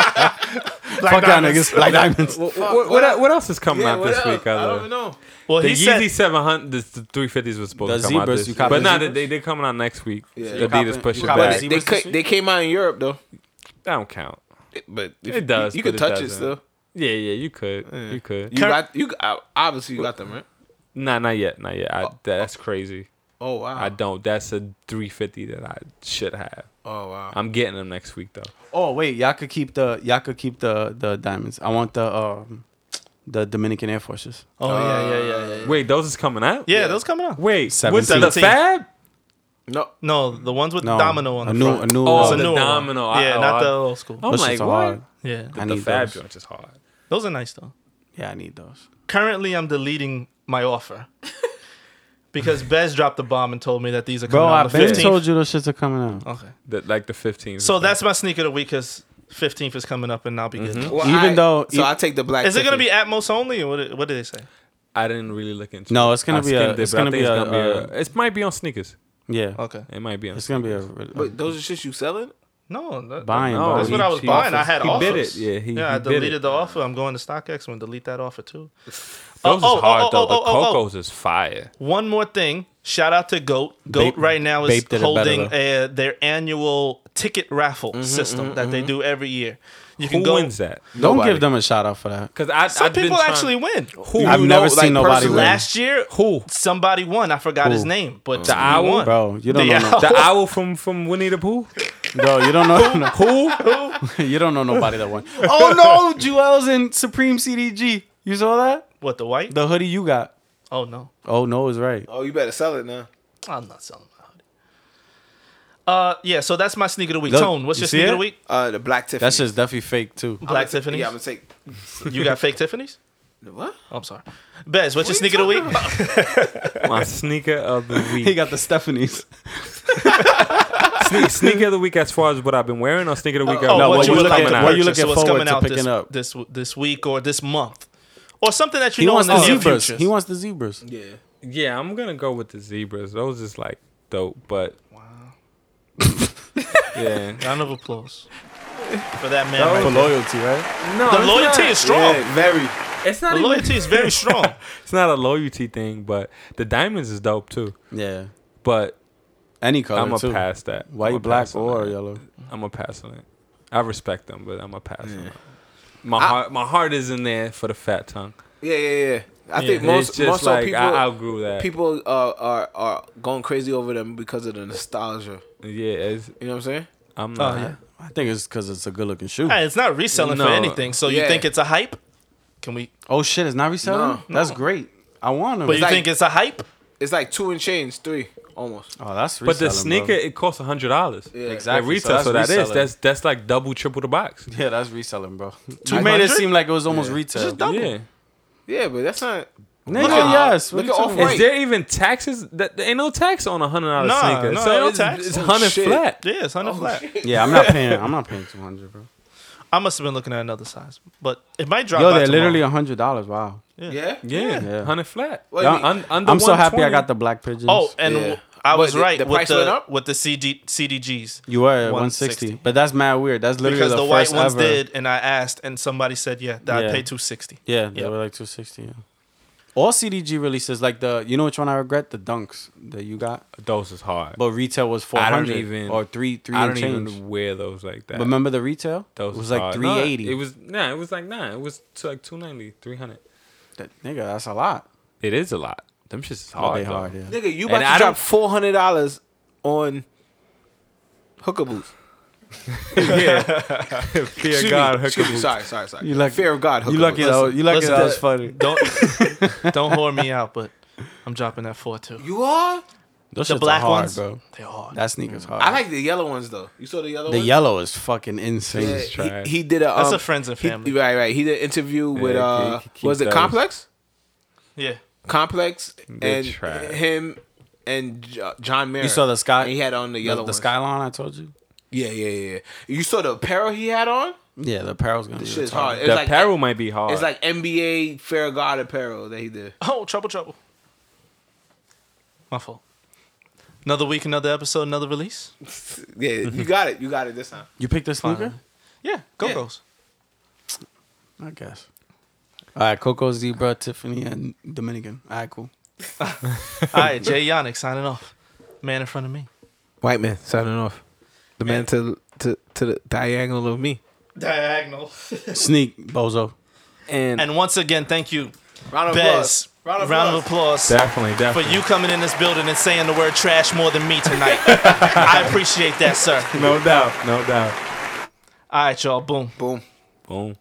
Speaker 5: Fuck y'all
Speaker 3: Diamonds.
Speaker 5: niggas. Black diamonds.
Speaker 9: What, what, what, what else is coming
Speaker 7: Yeah,
Speaker 9: out
Speaker 7: what
Speaker 9: this
Speaker 7: else?
Speaker 9: week?
Speaker 7: I
Speaker 9: other
Speaker 7: don't know.
Speaker 3: Well,
Speaker 9: The
Speaker 3: he
Speaker 9: Yeezy
Speaker 3: said,
Speaker 9: 700, the, the 350s was supposed
Speaker 5: The
Speaker 9: to come out
Speaker 5: Zebras,
Speaker 9: this
Speaker 5: you
Speaker 9: week.
Speaker 5: copy
Speaker 9: But
Speaker 5: the
Speaker 9: nah, they,
Speaker 5: Zebras?
Speaker 9: they, they're coming out next week.
Speaker 7: Yeah. You
Speaker 9: Adidas
Speaker 5: copy-
Speaker 9: pushing
Speaker 5: you copy
Speaker 7: But
Speaker 9: back.
Speaker 5: Right.
Speaker 7: they,
Speaker 9: That
Speaker 7: they,
Speaker 5: Zebras this
Speaker 7: ca- they came out in Europe though.
Speaker 9: don't count.
Speaker 7: But if-
Speaker 9: It does,
Speaker 7: You, you
Speaker 9: but
Speaker 7: could
Speaker 9: it
Speaker 7: touch it
Speaker 9: doesn't.
Speaker 7: still.
Speaker 9: Yeah, yeah, you could, you could.
Speaker 7: You got you. got- Obviously, you got them right.
Speaker 9: nah, not yet, not yet. I,
Speaker 3: oh.
Speaker 9: that's crazy.
Speaker 7: Oh wow.
Speaker 3: Uh-huh.
Speaker 9: I don't. That's a 350 that I should have.
Speaker 7: oh wow.
Speaker 9: I'm getting them next week though.
Speaker 5: Oh wait, y'all could keep the y'all could keep the the diamonds. I want the um the Dominican Air Forces.
Speaker 3: "Oh yeah, yeah, yeah, yeah, yeah."
Speaker 9: Wait, those is coming out?
Speaker 3: Yeah, those coming out.
Speaker 9: Wait, with the
Speaker 5: 17.
Speaker 9: Fab?
Speaker 7: No.
Speaker 3: No, the ones with
Speaker 5: No,
Speaker 3: domino on
Speaker 5: a
Speaker 3: the
Speaker 5: new
Speaker 3: front.
Speaker 5: a new.
Speaker 9: Oh,
Speaker 3: It's
Speaker 5: uh,
Speaker 3: a
Speaker 9: the
Speaker 3: new one.
Speaker 9: domino. I-
Speaker 3: Yeah,
Speaker 9: oh,
Speaker 3: not
Speaker 9: I-
Speaker 3: the old school.
Speaker 9: I'm
Speaker 5: those
Speaker 9: like,
Speaker 5: shits are
Speaker 9: what?
Speaker 5: hard.
Speaker 3: yeah,
Speaker 5: I
Speaker 9: The
Speaker 5: need
Speaker 9: Fab
Speaker 5: those.
Speaker 9: joint is hard.
Speaker 3: those are nice though.
Speaker 5: Yeah, I need those.
Speaker 3: Currently, I'm deleting my offer because Bez dropped the bomb and told me that these are coming
Speaker 5: Bro,
Speaker 3: out.
Speaker 5: I
Speaker 3: on the
Speaker 5: been
Speaker 3: 15th.
Speaker 5: told you those shits are coming out.
Speaker 3: Okay,
Speaker 9: The, like the 15.
Speaker 3: so that's my sneaker of the week because 15th is coming up and I'll be good.
Speaker 7: Well,
Speaker 5: Even
Speaker 7: I-
Speaker 5: though-
Speaker 9: e-
Speaker 7: so I take the black.
Speaker 3: Is it gonna
Speaker 7: Tiffany.
Speaker 3: be Atmos only or what? Did, what did they say?
Speaker 9: I didn't really look into.
Speaker 5: No,
Speaker 9: it.
Speaker 5: it's gonna
Speaker 9: I
Speaker 5: be a-
Speaker 9: skimmed
Speaker 5: it's
Speaker 9: but I
Speaker 5: gonna
Speaker 9: think
Speaker 5: be
Speaker 9: it's
Speaker 5: a,
Speaker 9: gonna be a- It might be on sneakers.
Speaker 5: Yeah,
Speaker 3: Okay,
Speaker 9: It might be on.
Speaker 5: it's gonna be a.
Speaker 7: But those are shit you selling?
Speaker 3: no, that,
Speaker 5: Buying, Oh,
Speaker 9: No,
Speaker 3: that's
Speaker 5: bro.
Speaker 3: what I was
Speaker 9: he
Speaker 3: buying. I
Speaker 9: offers-
Speaker 3: had
Speaker 9: he
Speaker 3: offers.
Speaker 9: bid it. Yeah, he-
Speaker 3: yeah.
Speaker 9: he
Speaker 3: I
Speaker 9: bid it.
Speaker 3: deleted the offer. I'm going to StockX. I'm gonna delete that offer too.
Speaker 9: Those
Speaker 3: Oh, oh,
Speaker 9: is hard
Speaker 3: oh,
Speaker 9: though.
Speaker 3: oh,
Speaker 9: the
Speaker 3: oh, oh.
Speaker 9: Cocos is fire.
Speaker 3: One more thing. Shout out to Goat. Goat
Speaker 5: Bape-
Speaker 3: right now is
Speaker 5: Bape did it better,
Speaker 3: holding uh, their annual ticket raffle system that they do every year. You can
Speaker 5: Who
Speaker 3: go
Speaker 5: wins that? Don't give them a shout out for that.
Speaker 9: Because I
Speaker 3: Some people actually win.
Speaker 5: Who? I've never seen nobody win.
Speaker 3: Last year, who? Somebody won. I forgot his
Speaker 5: Who?
Speaker 3: name, but
Speaker 5: The
Speaker 3: he
Speaker 5: owl?
Speaker 3: won.
Speaker 5: Bro, you don't
Speaker 3: the
Speaker 5: know no-
Speaker 3: Owl.
Speaker 5: The
Speaker 9: owl from from Winnie the Pooh.
Speaker 5: Bro, you don't know no,
Speaker 3: who?
Speaker 5: you don't know nobody that won. Oh no, Jewel's in Supreme CDG. You saw that?
Speaker 3: What the white?
Speaker 5: The hoodie you got.
Speaker 3: Oh no,
Speaker 5: Oh no, is right.
Speaker 7: Oh, you better sell it now.
Speaker 3: I'm not selling my hoodie. Uh, yeah. So that's my sneaker of the week.
Speaker 5: Look,
Speaker 3: Tone, what's
Speaker 5: you
Speaker 3: your
Speaker 5: see
Speaker 3: sneaker of
Speaker 5: it?
Speaker 3: the week?
Speaker 7: Uh, the black Tiffany.
Speaker 5: That's just definitely fake too.
Speaker 3: Black
Speaker 7: I'm gonna
Speaker 3: Tiffany's.
Speaker 7: take- yeah, I'm gonna take.
Speaker 3: You got fake Tiffany's? Oh,
Speaker 7: What?
Speaker 3: I'm sorry. Bez, what's your sneaker of the week?
Speaker 9: My sneaker of the week.
Speaker 5: He got the Stephanies.
Speaker 9: Sne- sneaker of the week as far as what I've been wearing, or sneaker of the week.
Speaker 3: Oh, what
Speaker 9: as-
Speaker 3: you
Speaker 9: what's
Speaker 3: looking
Speaker 9: coming
Speaker 3: to
Speaker 9: out?
Speaker 3: purchase, so what's coming out this, this this week or this month, or something that you
Speaker 5: He
Speaker 3: know
Speaker 5: wants
Speaker 3: in the,
Speaker 5: the
Speaker 3: near
Speaker 5: zebras.
Speaker 3: future.
Speaker 5: He wants the zebras.
Speaker 7: Yeah.
Speaker 9: Yeah, I'm gonna go with the zebras. Those is like dope, but wow. yeah,
Speaker 3: Round of applause for that man.
Speaker 9: That
Speaker 3: right
Speaker 9: was-
Speaker 5: For
Speaker 3: there.
Speaker 5: loyalty, right?
Speaker 9: No,
Speaker 3: the
Speaker 9: it's
Speaker 3: loyalty
Speaker 9: not.
Speaker 3: is strong.
Speaker 7: Yeah, very.
Speaker 9: It's not
Speaker 3: The
Speaker 9: even-
Speaker 3: loyalty is very strong.
Speaker 9: it's not a loyalty thing, but the diamonds is dope too.
Speaker 5: Yeah.
Speaker 9: But
Speaker 5: Any color.
Speaker 9: I'm gonna
Speaker 5: too.
Speaker 9: pass that.
Speaker 5: Why you
Speaker 9: I'ma
Speaker 5: black
Speaker 9: pass on
Speaker 5: or
Speaker 9: that.
Speaker 5: yellow?
Speaker 9: I'm gonna pass on it. I respect them, but I'm gonna pass on it. My heart, my heart is in there for the fat tongue.
Speaker 7: Yeah, yeah, yeah. I
Speaker 9: Yeah.
Speaker 7: think
Speaker 9: It's
Speaker 7: most,
Speaker 9: just
Speaker 7: most so
Speaker 9: like,
Speaker 7: people
Speaker 9: I outgrew that.
Speaker 7: People are, are are going crazy over them because of the nostalgia.
Speaker 9: Yeah, it's,
Speaker 7: You know what I'm saying?
Speaker 9: I'm not.
Speaker 3: yeah.
Speaker 5: I think it's because it's a good looking shoe.
Speaker 3: Hey, Uh, it's not reselling
Speaker 9: No.
Speaker 3: for anything. So you
Speaker 7: Yeah.
Speaker 3: think it's a hype? Can we?
Speaker 5: Oh shit, it's not reselling.
Speaker 7: No.
Speaker 5: That's great. I want them.
Speaker 3: But you
Speaker 7: like-
Speaker 3: think it's a hype?
Speaker 7: It's like two and change, three almost.
Speaker 5: oh, that's
Speaker 9: But
Speaker 5: reselling,
Speaker 9: the sneaker,
Speaker 5: bro.
Speaker 9: it costs hundred dollars.
Speaker 7: Yeah.
Speaker 5: Exactly.
Speaker 9: At
Speaker 5: So
Speaker 9: retail, so,
Speaker 5: that's
Speaker 9: that is
Speaker 5: reselling.
Speaker 9: that's that's like double, triple the box.
Speaker 5: yeah, that's reselling, bro. You
Speaker 3: 200?
Speaker 5: made it seem like it was almost retail.
Speaker 9: Yeah.
Speaker 7: Yeah, but that's not.
Speaker 5: Nigga,
Speaker 7: Look at-
Speaker 5: yes. what
Speaker 7: look at
Speaker 5: you
Speaker 7: off
Speaker 5: talking
Speaker 7: white.
Speaker 9: Is there even taxes? That there ain't no tax on a hundred dollar
Speaker 3: Nah,
Speaker 9: sneaker.
Speaker 3: nah,
Speaker 9: so
Speaker 3: ain't no
Speaker 9: it's,
Speaker 3: tax.
Speaker 9: it's
Speaker 3: Oh,
Speaker 9: hundred
Speaker 7: shit.
Speaker 9: flat.
Speaker 3: Yeah, it's
Speaker 7: Oh,
Speaker 3: hundred flat.
Speaker 5: about? Yeah, I'm not paying. I'm not paying two hundred, bro.
Speaker 3: I must have been looking at another size, but it might drop.
Speaker 5: Yo,
Speaker 3: by
Speaker 5: they're
Speaker 3: tomorrow.
Speaker 5: literally hundred dollars. Wow.
Speaker 7: Yeah.
Speaker 9: Yeah,
Speaker 5: Yeah.
Speaker 9: hundred flat.
Speaker 7: What do you mean?
Speaker 9: Un- under
Speaker 5: I'm so happy I
Speaker 9: 120.
Speaker 5: got the black pigeons.
Speaker 3: Oh, and
Speaker 7: Yeah.
Speaker 3: w- I
Speaker 7: But
Speaker 3: was
Speaker 7: the-
Speaker 3: right
Speaker 7: the
Speaker 3: with
Speaker 7: price went
Speaker 3: the
Speaker 7: up?
Speaker 3: with the CG, CDGs
Speaker 5: you were at 160, but that's mad weird. That's literally
Speaker 3: because
Speaker 5: the,
Speaker 3: the, white
Speaker 5: first
Speaker 3: ones
Speaker 5: ever.
Speaker 3: did, and I asked, and somebody said, "Yeah, that I
Speaker 5: Yeah.
Speaker 3: paid two sixty.
Speaker 5: Yeah, they
Speaker 3: Yep.
Speaker 5: were like 260. Yeah. All CDG releases, like the you know which one I regret, the Dunks that you got,
Speaker 9: Those is hard.
Speaker 5: but retail was
Speaker 9: I
Speaker 5: 400
Speaker 9: don't even
Speaker 5: or three three
Speaker 9: I
Speaker 5: and
Speaker 9: don't
Speaker 5: change.
Speaker 9: even wear those like that.
Speaker 5: But remember the retail?
Speaker 9: those
Speaker 5: it was
Speaker 9: is
Speaker 5: like
Speaker 9: hard.
Speaker 5: 380.
Speaker 9: Nah, it was nah. It was like nah. It was to like 290, 300.
Speaker 5: That- nigga, that's a lot.
Speaker 9: It is a lot. Them shits is
Speaker 5: But
Speaker 9: hard.
Speaker 5: they
Speaker 9: though.
Speaker 5: hard, yeah.
Speaker 7: Nigga, you
Speaker 9: And
Speaker 7: about
Speaker 9: I
Speaker 7: to drop
Speaker 9: don't-
Speaker 7: four hundred dollars on hooker boots.
Speaker 9: Fear
Speaker 7: Excuse
Speaker 9: God,
Speaker 7: me, excuse me,
Speaker 9: hookaboo.
Speaker 7: Sorry, sorry, sorry.
Speaker 5: You lucky-
Speaker 7: Fear of God. Hooker
Speaker 5: You lucky
Speaker 7: boots.
Speaker 5: that was, you lucky
Speaker 3: listen,
Speaker 5: that
Speaker 3: the-
Speaker 5: was funny.
Speaker 3: Don't don't whore me out, but I'm dropping that four too.
Speaker 7: You are.
Speaker 5: Those
Speaker 3: the
Speaker 5: shits are
Speaker 3: black
Speaker 5: hard,
Speaker 3: ones,
Speaker 5: bro.
Speaker 3: They are.
Speaker 5: That
Speaker 9: Mm.
Speaker 5: sneaker's hard.
Speaker 7: I like the yellow ones though. You saw the yellow.
Speaker 5: the
Speaker 7: ones?
Speaker 5: yellow is fucking insane.
Speaker 7: Yeah,
Speaker 9: trash.
Speaker 7: he, he did a. Um,
Speaker 3: That's a friends and
Speaker 7: he-
Speaker 3: family.
Speaker 7: right, right. He did an interview with
Speaker 9: keep-
Speaker 7: uh,
Speaker 9: keep
Speaker 7: was it
Speaker 9: those.
Speaker 7: Complex?
Speaker 3: Yeah.
Speaker 7: Complex
Speaker 9: They're
Speaker 7: and
Speaker 9: trash.
Speaker 7: him and Jo- John Mayer.
Speaker 5: You saw the sky.
Speaker 7: And he had on the
Speaker 5: the-
Speaker 7: yellow.
Speaker 5: the,
Speaker 7: ones.
Speaker 5: skyline. I told you.
Speaker 7: Yeah, yeah, yeah. You saw the apparel he had on.
Speaker 5: Yeah, the apparel's gonna.
Speaker 7: This
Speaker 5: be
Speaker 7: shit's
Speaker 5: retarded.
Speaker 7: hard. It's
Speaker 9: The
Speaker 7: like
Speaker 9: apparel might be hard.
Speaker 7: it's like NBA Fair God apparel that he did.
Speaker 3: Oh, trouble, trouble. My fault. Another week, another episode, another release.
Speaker 7: Yeah, you got it. You got it this time.
Speaker 5: You picked this sneaker?
Speaker 3: Yeah, go Girls.
Speaker 5: I guess. All right, Coco, Zebra, Tiffany, and Dominican. All right, cool.
Speaker 3: All right, Jay Yannick signing off. Man in front of me.
Speaker 7: White man signing off. The man to to to the diagonal of me.
Speaker 3: Diagonal.
Speaker 5: Sneak, bozo.
Speaker 9: and
Speaker 3: And once again, thank you,
Speaker 7: Round of
Speaker 3: Bez.
Speaker 7: applause.
Speaker 3: Round of applause.
Speaker 9: definitely,
Speaker 3: For
Speaker 9: definitely.
Speaker 3: you coming in this building and saying the word trash more than me tonight. I appreciate that, sir.
Speaker 9: no doubt, no doubt.
Speaker 3: All right, y'all. Boom.
Speaker 7: Boom.
Speaker 9: Boom.